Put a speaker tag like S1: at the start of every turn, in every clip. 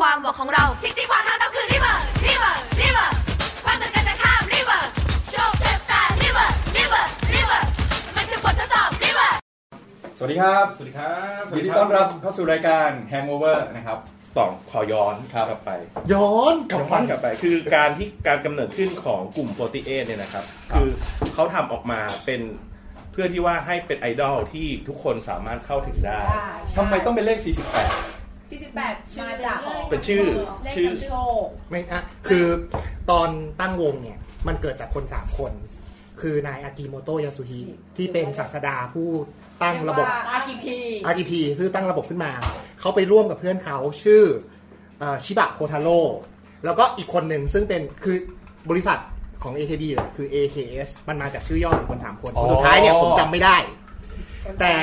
S1: ความหวังของเราสิ่งที่ขวางทางเราคือริเวอร์ริเวอร์ริเวอร์ความต้องการจะข้ามริเวอร์โชคเจ็บตาริเวอร์ริเวอร์ริเวอร์มันคือบททดสอบริเวอร์
S2: สวัสดีครับ
S3: สวัสดีครับ
S2: ยินดีต้อนรับเข้าสู่รายการ Hangover นะครับ
S3: ต่อขอย้อนกลับไป
S4: ย้อนกลับ
S3: ย้อ
S4: มัน น
S3: กลับไป คือการที่การกำเนิดขึ้นของกลุ่มโปรตีเอเนี่ยนะครับ คือเขาทำออกมาเป็นเพื่อที่ว่าให้เป็นไอดอลที่ทุกคนสามารถเข้าถึงได้
S2: ทำไมต้องเป็นเลข
S5: 48 มาจาก
S3: เป็นชื่อชื่อ
S5: โชค
S4: ไม่อะคือตอนตั้งวงเนี่ย มันเกิดจากคนสามคน คือนายอากิโมโตะยาสุฮิที่เป็นศาสดาผู้ตั้งระบบ
S5: อากิพี
S4: RTP ซึ่งตั้งระบบขึ้นมา เขาไปร่วมกับเพื่อนเขาชื่อชิบะโคทาโร่แล้วก็อีกคนหนึ่งซึ่งเป็นคือบริษัทของ AKB เนี่ยคือ AKS มันมาจากชื่อย่อของคนสามคน
S2: อ๋อ
S4: คนสุดท้ายเนี่ยผมจำไม่ได้ แต่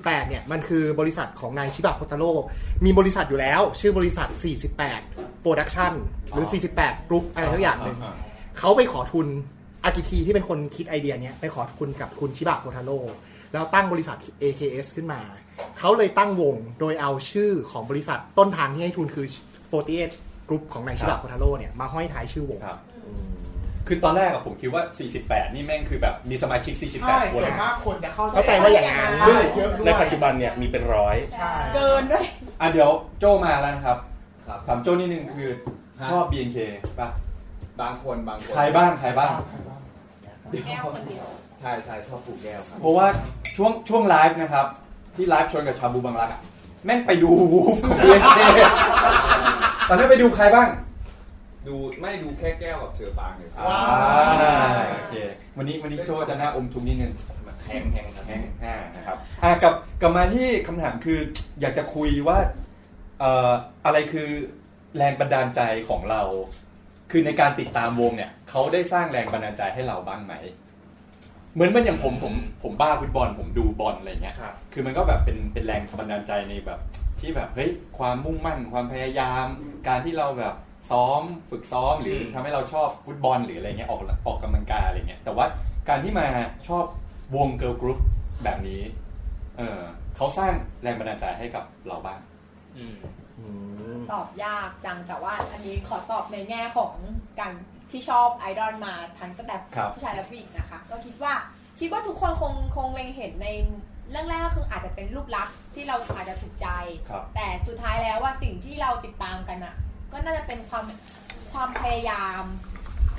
S4: 48 เนี่ย มันคือบริษัทของนายชิบะโคทาโร่มีบริษัทอยู่แล้ว ชื่อบริษัท 48 Production หรือ 48 Group อะไรทั้งอย่างหนึ่ง เขาไปขอทุนอาจิทีที่เป็นคนคิดไอเดียเนี้ยไปขอทุนกับคุณชิบะโคทาโร่แล้วตั้งบริษัท AKS ขึ้นมา เขาเลยตั้งวงโดยเอาชื่อของบริษัทต้นทางที่ให้ทุนคือ 48 กรุ๊ปของนายชิบะโคทาโร่เนี่ย มาห้อยท้ายชื่อวง
S2: 48 ครับ คือตอนแรกอะผมคิดว่า 48 นี่แม่งคือแบบมีสมาชิก 48 คน
S6: ส่วนมากคนจะเข้า
S4: เข้าใจว่าอย่างนั้น
S6: ใช่เยอะด้วย
S3: ในปัจจุบันเนี่ยมีเป็นร้อย
S6: ใช่
S5: เกินด้วย
S2: อ่ะเดี๋ยวโจมาแล้วนะครับ ถามโจนิดนึงคือชอบ BNK ป่ะ
S7: บางคนบางคน
S2: ใครบ้าง ใครบ้าง
S5: แก้วคนเดียว
S7: ใช่ใช่ชอบปลูกแก้วครับ
S2: เพราะว่าช่วงช่วงไลฟ์นะครับ ที่ไลฟ์ชวนกับชาบูบางรักอะแม่งไปดูวูฟของ BNK ตอนนั้นไปดูใครบ้าง
S7: ดูไม่ดูแค่แก้วกับเสือปางเฉยๆ
S2: อ่าโอเควันนี้วันนี้โจจะหน้าอมทุกนิดนึง
S7: แห้งแห้งครับ
S2: แห้งห้านะครับอ่ากลับกลับมาที่คำถามคืออยากจะคุยว่าเอ่ออะไรคือแรงบันดาลใจของเรา คือในการติดตามวงเนี่ยเขาได้สร้างแรงบันดาลใจให้เราบ้างไหม เหมือนมันอย่างผมผมผมบ้าฟุตบอลผมดูบอลอะไรเงี้ย
S3: ครับ
S2: คือมันก็แบบเป็นเป็นแรงบันดาลใจในแบบ ที่แบบเฮ้ยความมุ่งมั่นความพยายาม การที่เราแบบซ้อมฝึกซ้อมหรืออ
S3: ม
S2: ทำให้เราชอบฟุตบอลหรืออะไรเงี้ยออกออกกำลังกายอะไรเงี้ยแต่ว่าการที่มาชอบวงเกิร์ลกรุ๊ปแบบนี้เออเขาสร้างแรงบันดาลใจให้กับเราบ้าง
S5: ตอบยากจังแต่ว่า อันนี้ขอตอบในแง่ของการที่ชอบไอดอลมาทั้งตั้งแต่
S2: ครับ
S5: ผู้ชายและผู้หญิงนะคะ ก็คิดว่าคิดว่าทุกคนคงคงเล็งเห็นในเรื่องแรกก็คืออาจจะเป็นรูปลักษณ์ที่เราอาจจะถูกใจ
S2: ครับ
S5: แต่สุดท้ายแล้วว่าสิ่งที่เราติดตามกันอ่ะ ก็น่าจะเป็นความความพยายาม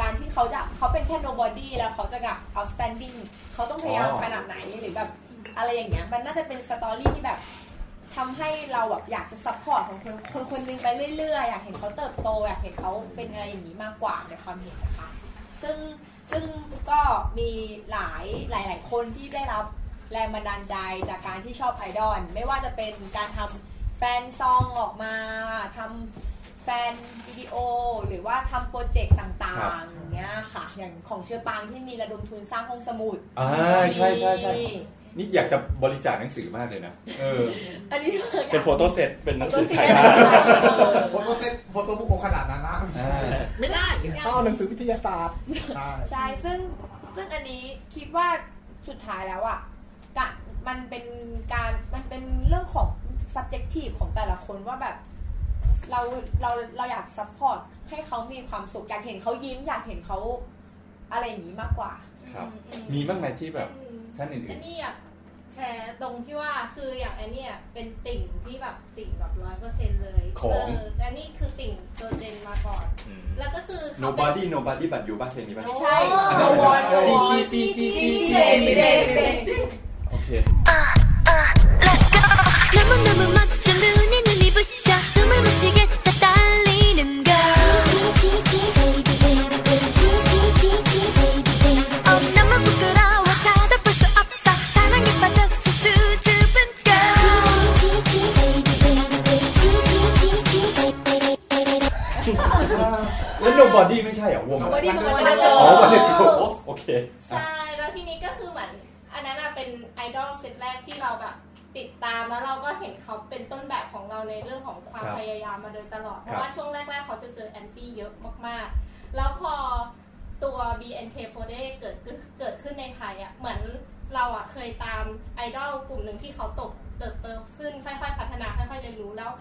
S5: การที่เขาจะเขาเป็นแค่ nobody แล้วเขาจะแบบ outstanding เขาต้องพยายาม
S2: อ๋อ
S5: ขนาดไหนหรือแบบอะไรอย่างเงี้ยมันน่าจะเป็นสตอรี่ที่แบบทำให้เราแบบอยากจะ support ของคนคนคนหนึงไปเรื่อยๆอยากเห็นเขาเติบโต อยากเห็นเขาเป็นอะไรอย่างนี้มากกว่าในความเห็นนะคะ ซึ่งซึ่งก็มีหลายหลายหลายคนที่ได้รับแรงบันดาลใจจากการที่ชอบไอดอลไม่ว่าจะเป็นการทำแฟนซองออกมาทำแฟนวิดีโอ หรือว่าทำโปรเจกต์ต่า
S2: ครั
S5: ง
S2: บ
S5: ๆอย่างเงี้ยค่ะ อย่างของเชื้อปางที่มีระดมทุนสร้างห้องสมุด
S2: อ่าใช่ใช่ใช่
S5: มี
S2: นี่อยากจะบริจาคหนังสือมากเลยนะเออ
S5: อันนี้คือ
S3: เป็นโฟโต้เซตเป็นหนัง
S5: ตั
S3: สื
S5: ว
S3: อ
S5: สี
S3: ไทย
S5: แดง
S6: โฟโต้เซตโฟโต้บุ๊กของขนาดนั้นนะ
S2: อ่า
S4: ไม่ได้ต้องเอาหนังสือวิทยาศาสตร์
S6: ใช่
S5: ใช่ซึ่งซึ่งอันนี้คิดว่าสุดท้ายแล้วอ่ะกะมันเป็นการมันเป็นเรื่องของ subjective ของแต่ละคนว่าแบบ เราเราเราอยาก support ให้เขามีความสุขอยากเห็นเขายิ้ม อยากเห็นเขาอะไรอย่างนี้มากกว่า
S2: ครับ
S5: อืม
S2: มีบ้างไหมที่แบบท่านอื่
S8: อั
S2: น
S8: นนี้อยากแชร์ตรงที่ว่าคืออย่างอันเนี้ยเป็นติ่งที่แบบติ่งแบบร้อยเปอร์เซ็นต์เลย
S2: ของ
S8: เอันนี้คือติ่งโัวเจนมาก่อน แล้วก็คือ
S2: ๆ
S8: เขาเป็น
S2: nobody nobody but you ป่ะเพลงนี้ป่ะ
S5: ไม่ใช่
S8: อ๋อ
S5: โนวอนโนวอน
S4: จีจีจีจี
S5: จี
S4: จี
S5: เจนเจนเจน
S2: โอเค
S9: 너무너무 멋져 눈에 눈이 부셔 숨을 못 쉬겠어 떨리는 걸 어, 너무 부끄러워 찾아볼 수 없어 사랑에 빠졌어 수줍은 걸
S2: แล้ว nobody ไม่ใช่เหร
S9: 어,
S2: อวงอะไร
S5: Nobody มันคนละเกิ
S2: อ๋อวันเด็ก
S5: ล
S2: โอ้โหโอเคอ่ะ
S8: ใช่แล้วทีนี้ก็คือเหมือนอันนั้นอะเป็นไอดอลเซตแรกที่เราแบบติดตามแล้วเราก็เห็นเขาเป็นต้นแบบของเราในเรื่องของความ
S2: ครับ
S8: พยายามมาโดยตลอด เพ
S2: ครับ
S8: ราะว่าช่วงแรก ๆ เขาจะเจอแอนตี้เยอะมากๆ แล้วพอตัว BNK48 เกิดขึ้นเกิดขึ้นในไทยอะเหมือนเราอะเคยตามไอดอลกลุ่มหนึ่งที่เขาตก เติบโตขึ้นค่อยๆ พัฒนาค่อยๆเรียนรู้แล้ว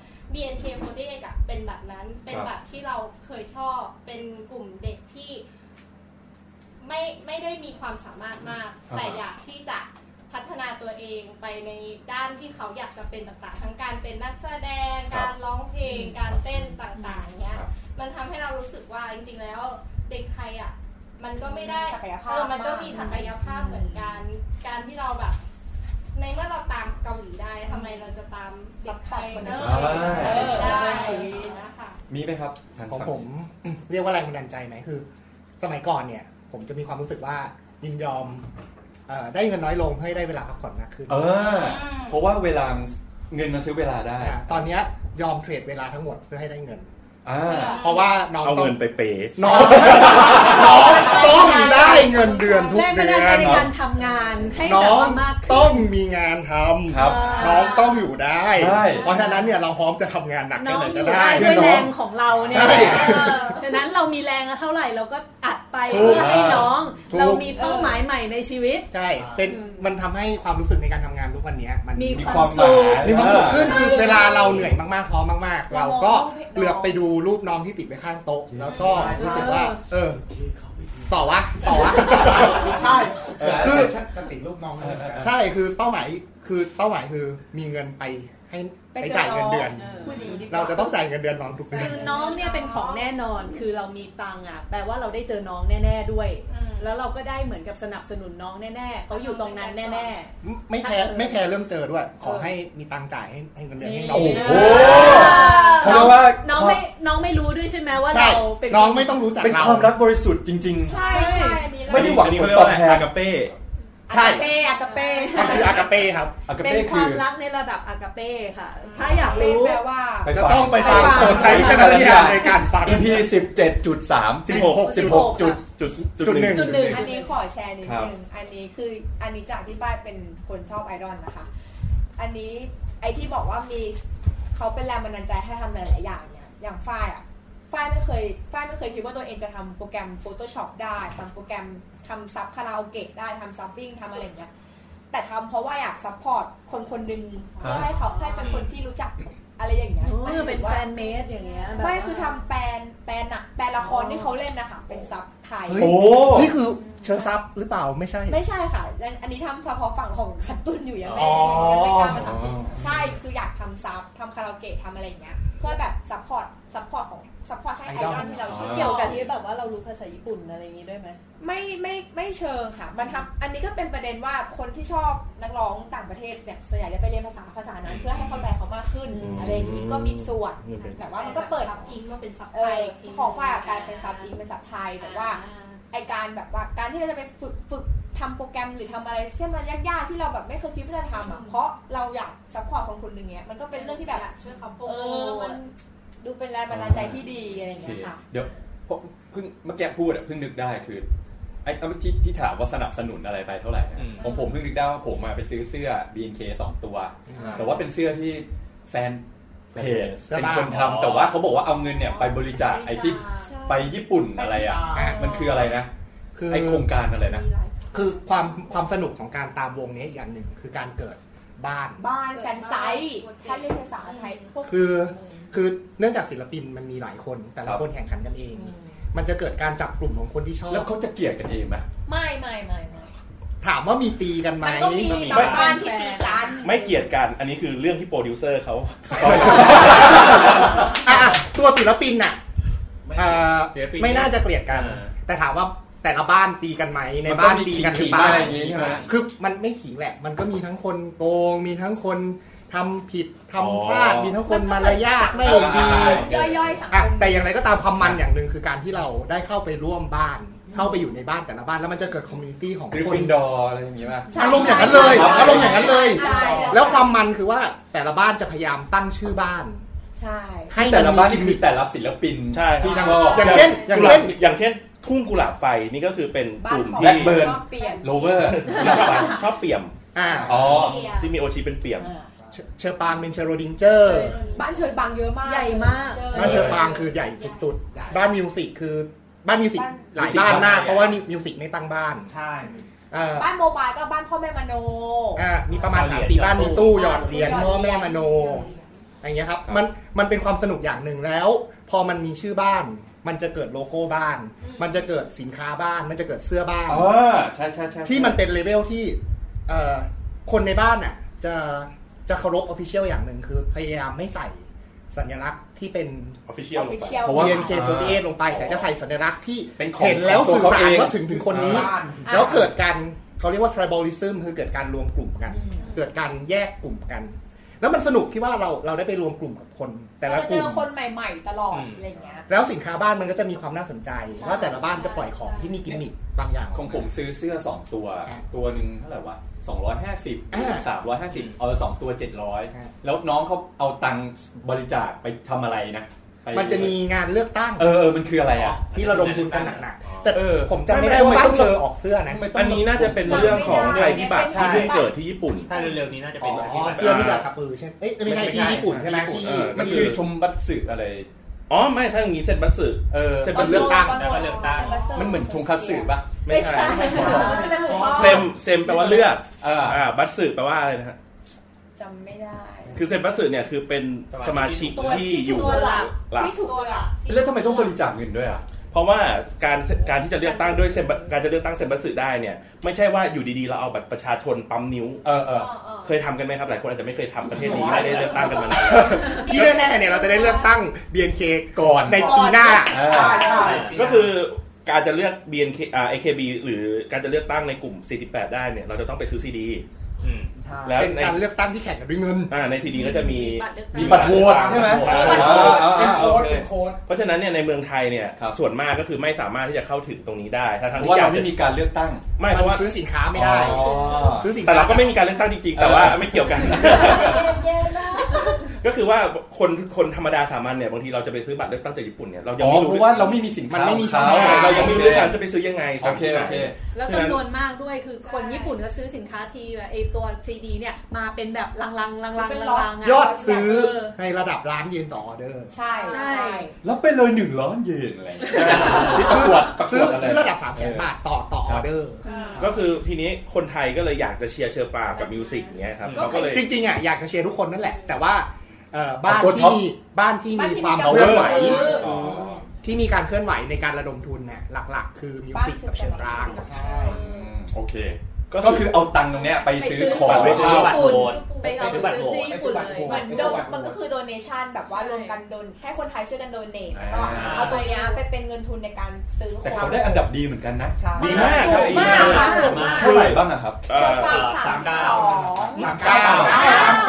S8: BNK48 อะเป็นแบบนั้นเป็นแบบที่เราเคยชอบเป็นกลุ่มเด็กที่ ไม่ไม่ได้มีความสามารถมาก
S2: อ่าฮะ
S8: แต่อยากที่จะพัฒนาตัวเองไปในด้านที่เขาอยากจะเป็นต่างๆ ทั้งการเป็นนักแสดง การร้องเพลง การเต้นต่างๆเนี้ย มันทำให้เรารู้สึกว่าจริงๆแล้วเด็กไทยอ่ะ มันก็ไม่ได้
S5: ศักยภาพ
S8: เออมันก็มีศักยภาพเหมือนกัน การที่เราแบบ ในเมื่อเราตามเกาหลีได้ทำไมเราจะตามเด็กไทยเนอะเออได้อะไรอย่างเงี้ยค่ะ
S2: มีไหมครับทาง
S4: ของ
S2: ฝั่
S4: ผม เรียกว่าแรงบันดาลใจไหมคือ สมัยก่อนเนี่ย ผมจะมีความรู้สึกว่ายินยอมเอ่อได้เงินน้อยลงให้ได้เวลาพักผ่อนมากขึ้น
S2: เออ เพราะว่าเวลาเงินมาซื้อเวลาได้
S4: อ่ะตอนเนี้ยยอมเทรดเวลาทั้งหมดเพื่อให้ได้เงิน
S2: อ่า
S4: เพราะว่าน้อง
S3: เอา
S4: ต้อ
S3: เงิ
S4: ง
S3: นไปเปย์
S4: น้อง น้องต้องได้เงินเดือนทุก
S10: แรงบั
S4: เดื
S10: นดาล
S4: อ
S10: ใจ
S4: น
S10: ในการทำงานให้แบบ
S4: น้อง
S10: ว่ามากขึ้
S4: ต้อน งมีงานทำ
S2: ครับ
S4: น้องต้องอยู่ได้
S2: ใช่
S4: เพราะฉะนั้นเนี่ยเราพร้อมจะทำงานหนัก
S10: น้
S4: แค่
S10: อง
S4: ไหน
S10: อ
S4: ก็
S10: ยู่
S4: ได้
S10: ได้
S2: เพื่
S10: ด้วยแร
S2: อนน้อง
S10: งของเราเนี่ย
S4: ใช่
S10: เออฉะนั้นเรามีแรงเท่าไหร่เราก็อัดไป
S4: ถูก
S10: เพื่อให้น้อง
S4: ถูก
S10: เรามีเป้าหมายใหม่ในชีวิต
S4: ใช่เป็นมันทำให้ความรู้สึกในการทำงานทุกวันเนี้ยมัน
S10: มี
S2: มี
S10: ควา
S2: ค
S10: ม
S2: วามห
S10: สุ
S2: มาย
S10: ข
S4: มีความสุขขึ้นคือเวลาเราเหนื่อยมากๆท้อมากๆ เราก็เหลือบไปดูรูปน้องที่ติดไว้ข้างโต๊ะ แล้วก็รู้สึกว่า เออ ต่อวะต่อวะ
S6: ใช่
S4: คื
S6: คือ อฉันจะติดรูปน้องเลย
S4: ใช่คือเป้าหมายคือเป้าหมายคือมีเงินไปให้ไปจ่ายเงินเดือน เราจะต้องจ่ายเงินเดือนน้องทุกเดือน
S10: คือน้องเนี่ยเป็นของแน่นอน คือเรามีตังค์อ่ะ แปลว่าเราได้เจอน้องแน่ ๆด้วย
S8: อืม
S10: แล้วเราก็ได้เหมือนกับสนับสนุนน้องแน่ๆเขาอยู่ตรงนั้นแน่ๆ
S4: ไม่ไม่แคร์ไม่แคร์เริ่มเจอด้วย ขอให้มีตังค์จ่ายให้ให้เงินเดือนให้น้อง
S2: โอ้
S10: เ
S2: โห เขาเรียกว่า
S10: น้องไม่ น้องไม่รู้ด้วยใช่ไหมว่า
S4: ใช่
S10: เราเป็น
S4: น้องไม่ต้องรู้จัก
S2: เป็น
S4: เรา
S2: ความรักบริสุทธิ์จริง
S8: ใช่ใช่อันนี้เรา
S2: ไม่ได้หวังผลตอบแทน
S3: อากาเป้
S4: ใช่
S5: เป้อากาเป้ใช่
S4: มันคืออากาเป้ครับ
S2: ๆอากา
S10: เป็น
S2: เป้
S10: ค
S2: คื
S10: วา
S2: อ
S10: มรักในระดับอากาเป้ค่ะ ถ้าอยาก
S5: เป้
S10: รู้
S5: แปลว่า
S2: ไป
S4: จะ
S2: ฟัง
S4: ต้องไปฟัง
S10: ไปฟัง
S4: โปรดใช้วิจารณญาณในการฟัง
S2: EP สิบเจ็ดจุดสาม
S3: สิบหก
S4: สิบหก
S10: จุด
S3: จุด
S4: จุดหนึ่ง
S10: จุดหนึ่ง
S5: อันนี้ขอแชร์นิดนึง อันนี้คืออันนี้จากที่ฝ้ายเป็นคนชอบไอดอลนะคะ อันนี้ไอที่บอกว่ามีเขาเป็นแรงบันดาลใจให้ทำหลาย ๆ อย่างเนี่ย อย่างฝ้ายอ่ะ ฝ้ายไม่เคย ฝ้ายไม่เคยคิดว่าตัวเองจะทำโปรแกรม Photoshop ได้ทำโปรแกรมทำซับคาราโอเกะได้ทำซับวิ่งทำอะไรอย่างเงี้ย แต่ทำเพราะว่าอยากซัพพอร์ตคนคนหนึ่งเพื่อให้เขาให้เป็นคนที่รู้จักอะไรอย่างเงี้ย
S10: เออเป็นแฟนเมดอย่างเงี้ยแบบ
S5: ไม่คือทำแปลนแปลนหนักแปลนละครที่เขาเล่นนะคะเป็นซับไทย
S4: เฮ้ย
S2: โอ้
S4: นี่คือเชิญซับหรือเปล่าไม่ใช่
S5: ไม่ใช่ค่ะอันอันนี้ทำเฉพาะฝั่งของคันตุนอยู่ยังไม่
S4: อ๋อ
S5: ยังไม่กล้ามาทำใช่คืออยากทำซับทำคาราโอเกะทำอะไรอย่างเงี้ยเพื่อแบบซัพพอร์ตซัพพอร์ตของซัพพอร์ตให้ไอดอลที่เราชื่นช
S10: เกี่ย
S5: อ
S10: ว
S5: บ
S10: กับที่แบบว่าเรารู้ภาษาญี่ปุ่นอะไรอย่างงี้ด้วยไหม
S5: ไม่ไม่ไม่เชิงค่ะ มันทำอันนี้ก็เป็นประเด็นว่าคนที่ชอบนักร้องต่างประเทศเนี่ยส่วนใหญ่จะไปเรียนภาษาภาษานั้น เพื่อให้เข้าใจเขามากขึ้นอะไรอย่าง
S9: 음. 어,
S5: นี้ก็มีส่วนแต่ว่ามันก็เปิด
S8: ซับอิงมาเป็นซับ
S5: เอ
S8: ไทย
S5: อของฝ่ายกลารเป็นซับอิงเป็นซับไทยแต่ว่า ไอการแบบว่าการที่เราจะไปฝึกฝึกทำโปรแกรมหรือทำอะไรที่มันยากๆที่เราแบบไม่เคยคิดว่าจะทำอ่ะเพราะเราอยากซัพพอร์ตคนคนหนึ่งเนี้ยมันก็เป็นเรื่องที่แบบ
S8: ช่วยเขาโปร
S5: เอ
S8: โม
S5: อ
S8: ท
S5: มันดูเป็นแรงบันดาลใจที่ดีอะไรอ
S2: โอย่าง เค
S5: เงี้ยค่ะ
S2: เดี๋ยวเพราะเพิ่งเมื่อกี้พูดอะเพิ่งนึกได้คือไอ้เมื่อที่ที่ถามว่าสนับสนุนอะไรไปเท่าไหร่นะ
S3: อืม
S2: ผมผมเพิ่งนึกได้ว่าผมมาไปซื้อเสื้อ BNK สองตัว
S3: อ่า
S2: แต่ว่าเป็นเสื้อที่แฟนเพจ
S4: เสื้อ
S2: เป็น
S4: บ้า
S2: คนทำแต่ว่าเขาบอกว่าเอาเงินเนี่ยไปบริจาคไอ้ที่ไปญี่ปุ่นอะไรอ่ะ
S6: อ่า
S2: มันคืออะไรนะ
S4: คือ
S2: ไอ้โครงการอะไรนะ
S4: คือความความสนุกของการตามวงนี้อีกอย่างหนึ่งคือการเกิดบ้าน
S5: บ้านแฟนไซต์ถ้าเรียกภาษาไทยพวก
S4: คือคือเนื่องจากศิลปินมันมีหลายคน แต่ละ
S2: ครับ
S4: คนแข่งขันกันเอง มันจะเกิดการจับกลุ่มของคนที่ชอบ
S2: แล้วเขาจะเกลียดกันเองไหม
S5: ไม่ไม่ไม่ไม่
S4: ถามว่ามีตีกันไหม
S5: มันก็มีบางบ้านที่ตีกัน
S3: ไม่เกลียดกัน อันนี้คือเรื่องที่โปรดิวเซอร์เขา
S4: อ่ะอ่ะตัวศิลปินน่ะเอ่อ
S3: ศิลปิน
S4: ไม่น่าจะเกลียดกัน
S3: อ่า
S4: แต่ถามว่าแต่ละบ้านตีกันไหมในบ้านตีกันหรือเปล่า
S2: มันก็มีขิงๆอะไรอย่างงี้ใช่ไหม
S4: คือมันไม่ขิงแหละ มันก็มีทั้งคนโกง มีทั้งคนทำผิดทำพลาด
S3: อ๋อ
S4: มีทั้งคนมารยาทไม่ดี
S5: ย่อยๆสัง
S4: อ่ะ
S5: คม
S4: แต่อย่างไรก็ตามความมันอย่างหนึ่งคือการที่เราได้เข้าไปร่วมบ้าน เข้าไปอยู่ในบ้านแต่ละบ้านแล้วมันจะเกิดคอมมูนิตี้ของ
S2: หรือ
S4: คน
S2: ฟินดอร์อะไรอย่างงี้ป่ะ
S4: อารมณ์อย่างนั้นเลย
S2: ใช่
S4: อารมณ์อย่างนั้นเลย
S5: ใช่
S4: แล้วความมันคือว่าแต่ละบ้านจะพยายามตั้งชื่อบ้าน
S5: ใช่
S4: ให้มั
S2: แต่ละบ้าน
S4: มี
S2: นี่คือแต่ละศิลปิน
S3: ใช่
S2: ที่ชอบ
S4: อย่างเช่น อย่างเช่น
S3: กุหลาบอย่างเช่น ทุ่งกุหลาบไฟนี่ก็คือเป็น
S5: บ้าก น
S3: ลุ่ม
S5: ของ
S2: แบ
S3: ที่
S2: ล็คเบิร์น
S5: ชอบเปลี่ยน
S2: โลเวอร์
S3: ชอบเปี่ยม
S4: อ่า
S2: อ๋อ
S3: ที่มีโอชิเป็นเปี่ยม
S5: อ่า
S4: เชเชอปางเป็นเชอโรดิงเจอร์
S5: บ้านเชยบางเยอะมาก
S10: ใหญ่มาก
S4: บ้านเชอปางคือใหญ่สุดๆ บ้านมิวสิกคือบ้านมิวสิก
S5: บ้าน
S4: หลายบ้านมากเพราะว่ามิวสิกไม่ตั้งบ้าน
S6: ใช่
S4: เออ
S5: บ้านโมบายก็บ้านพ่อแม่มโน
S4: อ่ามีประมาณสามสี่บ้านมีตู้หยอดเหรียญพ่อแม่มโนอะไรเงี้ยครับมันมันเป็นความสนุกอย่างหนึ่งแล้ว พอมันมีชื่อบ้าน มันจะเกิดโลโก้บ้าน มันจะเกิดสินค้าบ้าน มันจะเกิดเสื้อบ้าน
S2: เออใช่ใช่ใช่
S4: ที่มันเป็นเลเวลที่เอ่อคนในบ้านน่ะจะจะเคารพออฟฟิเชียลอย่างหนึ่งคือพยายามไม่ใส่สัญลักษณ์ที่เป็น
S3: Official ลงไป
S5: Official
S4: เพราะว่า BNK48 ลงไป แต่จะใส่สัญลักษณ์ที่
S2: เป็นของ
S4: เห็นแล้ว
S2: ของ
S4: สื่อ
S2: ตัว
S4: สาร
S2: เขาเอง
S4: ว่าถึงถึงคนนี้
S6: อ่า
S4: แล้วเกิดการเขาเรียกว่า tribalism คือเกิดการรวมกลุ่มกัน เกิดการแยกกลุ่มกัน แล้วมันสนุกที่ว่าเราเราได้ไปรวมกลุ่มกับคน แต่ละ
S5: เรา
S4: ก
S5: เจ
S4: ลุ่
S5: อ
S4: ม
S5: คนใหม่ๆตลอดอะไรอย่างเงี้ย
S4: แล้วสินค้าบ้านมันก็จะมีความน่าสนใจ
S5: ใช่
S4: ว่าแต่ละบ้านจะปล่อยของที่มีกิมมิคบางอย่าง
S2: ของผมซื้อเสื้อ 2 ตัว ตัวหนึ่งเท่าไหร่วะ250 350 เอาสองตัว 700 แล้วน้องเขาเอาตังค์บริจาคไปทำอะไรนะไป
S4: มันจะมีงานเลือกตั้ง
S2: เออเออมันคืออะไรอ่ะ
S4: ที่ระดมทุนกันหนักๆแต่
S2: เออ
S4: ผมจำไม่ได้
S2: ไม่
S4: ว่า
S2: ไม่
S4: บ้า
S2: ต้
S4: น
S2: อง
S4: เชอออกเสื้อนะ
S3: อันนี้น่าจะเป็นเรื่องของภัยพิบัติที่เพิ่งเกิดที่ญี่ปุ่น
S11: ถ้าเร็วๆนี้น่าจะ
S4: อ๋
S11: เป็นแบบนี้
S4: อเสื้อที่แบบกระปือใช่ไหมเอ้ยไม่ใช่ที่ญี่ปุ่นใช่ไหมที่
S2: เออมันคือชมบัตสึอะไร
S3: อ๋อไม่ถ้าอย่างนี้เซ็นบัตสึ
S2: เออ
S3: เซ็นบัตสึ
S11: แต่ว่าเลือกตั้ง
S2: มันเหมือนทงคัตสึปะ
S3: ไม่ใช่
S5: มันจะถูกต้อง
S3: เซมเซมแปลว่าเลือกอ่าบัตสึแปลว่าอะไรนะฮะ
S5: จำไม่ได้
S3: คือเซ็นบัตสึเนี่ยคือเป็นสมาชิก
S5: ตัว
S3: ที่
S5: ที่
S3: อ
S5: ถูก
S3: ยู่
S5: ตัวหลัก
S3: หลัก
S5: ที่ถูกตัวหลัก
S2: แล้วทำไมต้องบริจาคเงินด้วยอ่ะ
S3: เพราะว่าการการที่จะเลือกตั้งด้วยเซนบัตการจะเลือกตั้งเซนบัตสึได้เนี่ยไม่ใช่ว่าอยู่ดีๆเราเอาบัตรประชาชนปั๊มนิ้ว
S2: เออเออ
S3: เคยทำกันไหมครับหลายคนอาจจะไม่เคยทำประเทศนี้ไม่ได้เลือกตั้งกันมานาน
S4: ที่แน่ๆเนี่ยเราจะได้เลือกตั้ง BNK
S2: ก่อน
S4: ในปีหน้า
S2: เออ
S3: ก็คือการจะเลือก BNK อ่า AKB หรือการจะเลือกตั้งในกลุ่ม 48 ได้เนี่ยเราจะต้องไปซื้อซีดี
S11: อืม
S3: แล้ว
S4: เป็น
S3: ใน
S4: การเลือกตั้งที่แข่งกันด้วยเงิน
S3: อ่าในซีดีก็จะมี
S2: มีบัตรโหวตใช่ไหม
S3: บัตรโหวต
S2: เออเออเออ
S6: เป็นโค้ดเป็นโค้ด
S3: เพราะฉะนั้นเนี่ยในเมืองไทยเนี่ย
S2: ครับ
S3: ส่วนมากก็คือไม่สามารถที่จะเข้าถึงตรงนี้ได้ทั้ง
S2: เพราะ
S3: ทที่
S2: ว่า
S3: อยา
S2: เรา
S3: กจะ
S2: ไม่มีการเลือกตั้ง
S3: ไม่เพ
S4: มัน
S3: ราะว่า
S4: ซื้อสินค้าไม่ได้
S2: อ๋อ
S4: ซื้อสินค้า
S3: แต่เราก็ไม่มีการเลือกตั้งจริงๆ แต่ว่าไม่เกี่ยวกัน
S5: เย็นๆนะ
S3: ก็คือว่าคนคนธรรมดาสามัญเนี่ยบางทีเราจะไปซื้อบัตรเลือกตั้งจากญี่ปุ่นเนี่ยเรายัง
S2: อ๋อ
S3: ไม่
S2: เพ
S3: รู้
S2: ราะว่าเราไม่มีสินค้า
S4: มันไม่มี
S2: ของ
S4: ช่องทาง
S3: เรายังไม่รู้ด้วย
S2: โอ
S3: กัน
S2: เค
S3: จะไปซื้อยังไง
S2: โอเคโอเค
S10: แล้วจำนวนมากด้วยคือคนญี่ปุ่นก็ซื้อสินค้าทีแบบไอตัวซีดีเนี่ยมาเป็นแบบลังๆลังๆลังๆลั
S5: เป็น
S10: ง
S5: ล็อต
S10: ๆะ
S4: ยอดซื้อ
S10: เอ
S4: ในระดับล้านเยนต่อออเดอร์
S5: ใช่
S10: ใช่
S5: ใช่
S2: แล้วเป็นเลยหนึ่งล้านเยนอะไรอย่างเงี้ยที่ประ
S4: ซื้อก
S2: วดประก
S4: ซื้อ
S2: วดอะไร
S4: ซื้อระดับ3ามแสนบาทต่อต่อออเดอร์
S3: ก็คือทีนี้คนไทยก็เลยอยากจะเชียร์เชอร์ปางกับมิวสิกอย่างเงี้ยครับ
S5: ก็
S3: เขาก็เลย
S4: จริงๆอ่ะอยากจะเชียร์ทุกคนนั่นแหละ แต่ว่าเอ่อบ้าน
S2: กดท็
S4: ที่
S2: อป
S4: มีบ้านที่
S5: บ้าน
S4: มี
S5: ที่มี
S4: ความ
S5: การ
S4: เคลื่อนไหว
S5: เคลื่อนไหว
S2: อ๋อ
S4: ที่มีการเคลื่อนไหวในการระดมทุนน่ะหลักๆ คือมิวสิกกับเชียงราง
S2: อืมโอเค ก็คือเอาตังค์ตรงเนี้ยไปซื้อของ
S11: ไปซื้อ
S2: เข้า
S10: ญี่ปุ่น
S11: ไป
S10: ไป
S11: เอา
S10: เอา
S11: ซื้
S10: ซื้อ
S11: อบัตรโหวต
S10: ที่ญี่ปุ่นเลย
S5: เหมือนโดนมันก็คือโดเนชันแบบว่ารวมกันโดนให้คนไทยช่วยกันโดเนท
S2: อ่า
S5: ก็เอาตัวเนี้ยไปเป็นเงินทุนในการซื้อ
S2: แต่เขาได้อันดับ ดีเหมือนกันนะ
S6: ใช่
S3: ดีมาก
S5: สู
S3: ค
S5: งมาก
S3: รับ
S5: ค่ะสูงมาก
S2: เท่าไหร่บ้างอะครับ
S3: เอ่อ
S5: สาม
S11: สามเก้า
S5: สอง
S4: สาม
S3: เก้า
S4: เก้า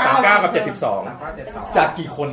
S3: สามเก้ากับเจ็ดสิบสอง
S6: สามเก้าเจ็ดสอง
S2: จากกี่คน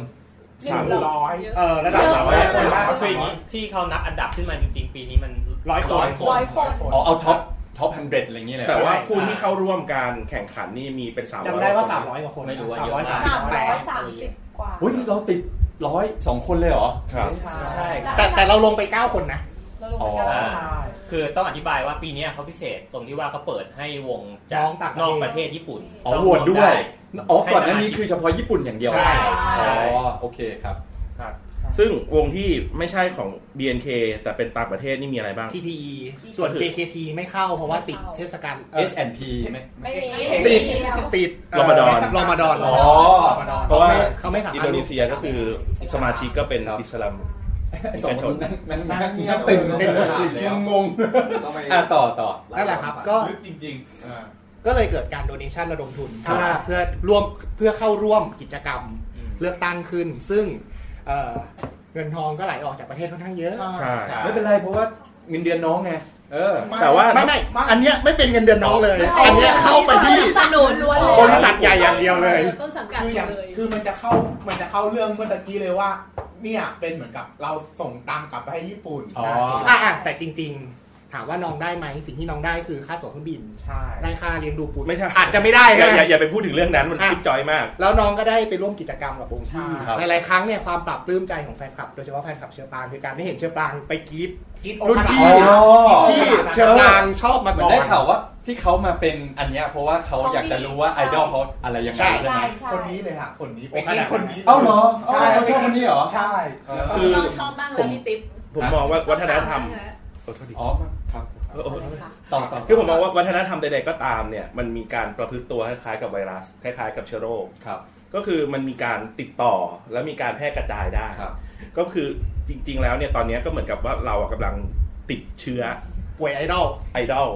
S5: หนึ่ง
S6: หนึ่ง
S5: ร้อย
S6: ร้อย
S4: เออระดับ
S11: เยอะ
S4: สามร้อยคนละ
S11: คืออย่างนี้ที่เขานับอันดับขึ้นมาจริงๆ ปีนี้มัน
S4: ร้อยคน
S5: ร้อยคน
S2: อ๋อ เอาท็อปท็อปฮันเดรดอะไรอย่างเงี้ยเลย
S3: แต่ว่า
S4: ใช่
S3: คู่ที่เข้าร่วมการแข่งขันนี่มีเป็นสาม
S4: จำได้ว่า
S3: คน
S4: 300 กว่าคน
S11: ไม่รู้ว่า
S4: สาม
S11: เย
S4: ร้อยสาม
S11: อะาม ก
S5: สาม
S4: แป
S5: ร้อ
S4: ด
S5: ยสามสิบกว่า
S2: เฮ้ย เราติดร้อยสองคนเลยเหรอ
S3: ครับ
S11: ใช่
S4: แต่แต่เราลงไป 9 คนนะ
S5: เราลงไปเก้า
S2: อ๋อ
S5: คน
S11: คือต้องอธิบายว่าปีเนี้ยเขาพิเศษตรงที่ว่าเขาเปิดให้วง
S4: น้
S11: จาก
S4: องต่างประเทศ
S11: นอกประเทศญี่ปุ่น
S2: อ๋อโหวตด้วย
S11: ได้
S2: อ๋อ ก่อนหน้านี้คือเฉพาะญี่ปุ่นอย่างเดียว
S11: ใช่
S2: อ๋อ โอเคครับ
S3: ซึ่งวงที่ไม่ใช่ของ BNK แต่เป็นต่างประเทศนี่มีอะไรบ้าง
S4: TPE ส่วน JKT ไม่เข้าเพราะว่าติดเทศกาลเอ่อ
S2: S&P ไหม
S5: ไม่มี
S4: ติดติดเ
S3: รอมฎอน
S4: รอมฎอน
S2: อ๋อ
S4: รอมฎอน
S3: เพราะว่า
S4: เขาไม่สามารถ
S3: อินโดนีเซียก็คือสมาชิกก็เป็นอิสลาม
S2: สองคนนั่งนั่งนั่งนั่ง
S4: เป็
S2: ตึ
S4: น
S2: ง
S4: เป็นมุสลิม
S2: งงอ่ะต่อต่อ
S4: นั่นแหละครับก็
S7: ลึกจริงๆอ่า
S4: ก็เลยเกิดการโดเนชั่นระดมทุน
S2: ครับ
S4: เพื่อเพื่อร่วมเพื่อเข้าร่วมกิจกรรมเลือกตั้งขึ้น ซึ่งเอ่อเงินทองก็ไหลออกจากประเทศค่อนข้างเยอะ
S3: ใช่
S11: ครับ
S2: ไม่เป็นไรเพราะว่าเงินเดือนน้องไง เออ
S3: แต่ว่า
S4: ไม่ไม่อันเนี้ยไม่เป็นเงินเดือนน้องเลย อันเนี้ยเข้าไปที่
S10: สนุนล้วนเลย
S4: บริษัทใหญ่อย่างเดียวเลย
S10: ต้นสังกัด
S6: คืออย่าง
S10: เลย
S6: คือมันจะเข้ามันจะเข้าเรื่องเมื่อตะกี้เลยว่า เนี่ยเป็นเหมือนกับเราส่งตังกลับไปให้ญี่ปุ่น
S2: อ๋อ
S4: อ่ะอ่ะแต่จริง ๆ ถามว่าน้องได้ไหมสิ่งที่น้องได้คือค่าตั๋วเครื่องบิน
S6: ใช่
S4: ได้ค่าเลี้ยงดูปุตร
S3: ไม่ใช่
S4: อาจจะไม่ได้
S3: อย่าอย่า
S4: นะ
S3: อย่าไปพูดถึงเรื่องนั้นมัน
S4: อ่ะ
S3: คลิปจอยมาก
S4: แล้วน้องก็ได้ไปร่วมกิจกรรมกับวงที่
S2: ครับ
S4: หลายๆครั้งเนี่ยความปรับปลื้มใจของแฟนคลับ โดยเฉพาะแฟนคลับเชอปรางคือการได้เห็นเชอปรางไปกรีด
S6: กิน
S4: รุ่นพี่
S2: อ๋อ
S4: ที่เชอปรางชอบมา
S2: เหมือ
S4: ก่อน
S2: ได้ข่าน วว่าที่เขามาเป็นอันเนี้ยเพราะว่าเขาอยากจะรู้ว่าไอดอลเขาอะไรยังไง
S4: ใช่
S2: ใช่ไห
S5: ใช่
S2: ม
S5: ใช่
S6: คนนี้เลยฮะคนนี้
S3: โอ้ขนาดนั้น
S6: คนนี้
S2: เอ้าเหรอเอ้า
S6: ใช่
S2: เขาชอบคนนี้เหรอ
S6: ใช่แล้วก็
S3: คือ
S10: น้องชอบบ้างแล้วมีติ๊บ
S3: ผมมองว่าวัฒนธรรม
S2: อ๋อครับ
S9: 어,
S2: ต่อต่อ
S3: คือผมมองว่าวัฒนธรรมใดๆก็ตามเนี่ยมันมีการประพฤติตัวคล้ายๆกับไวรัสคล้ายๆกับเชื้อโรคก็คือมันมีการติดต่อและมีการแพร่กระจายได้ก็คือจริง ๆ แล้วเนี่ยตอนเนี้ยก็เหมือนกับว่าเราอะกำลังติดเชื้อ
S4: ป่วยไอดอล
S3: ไอดอล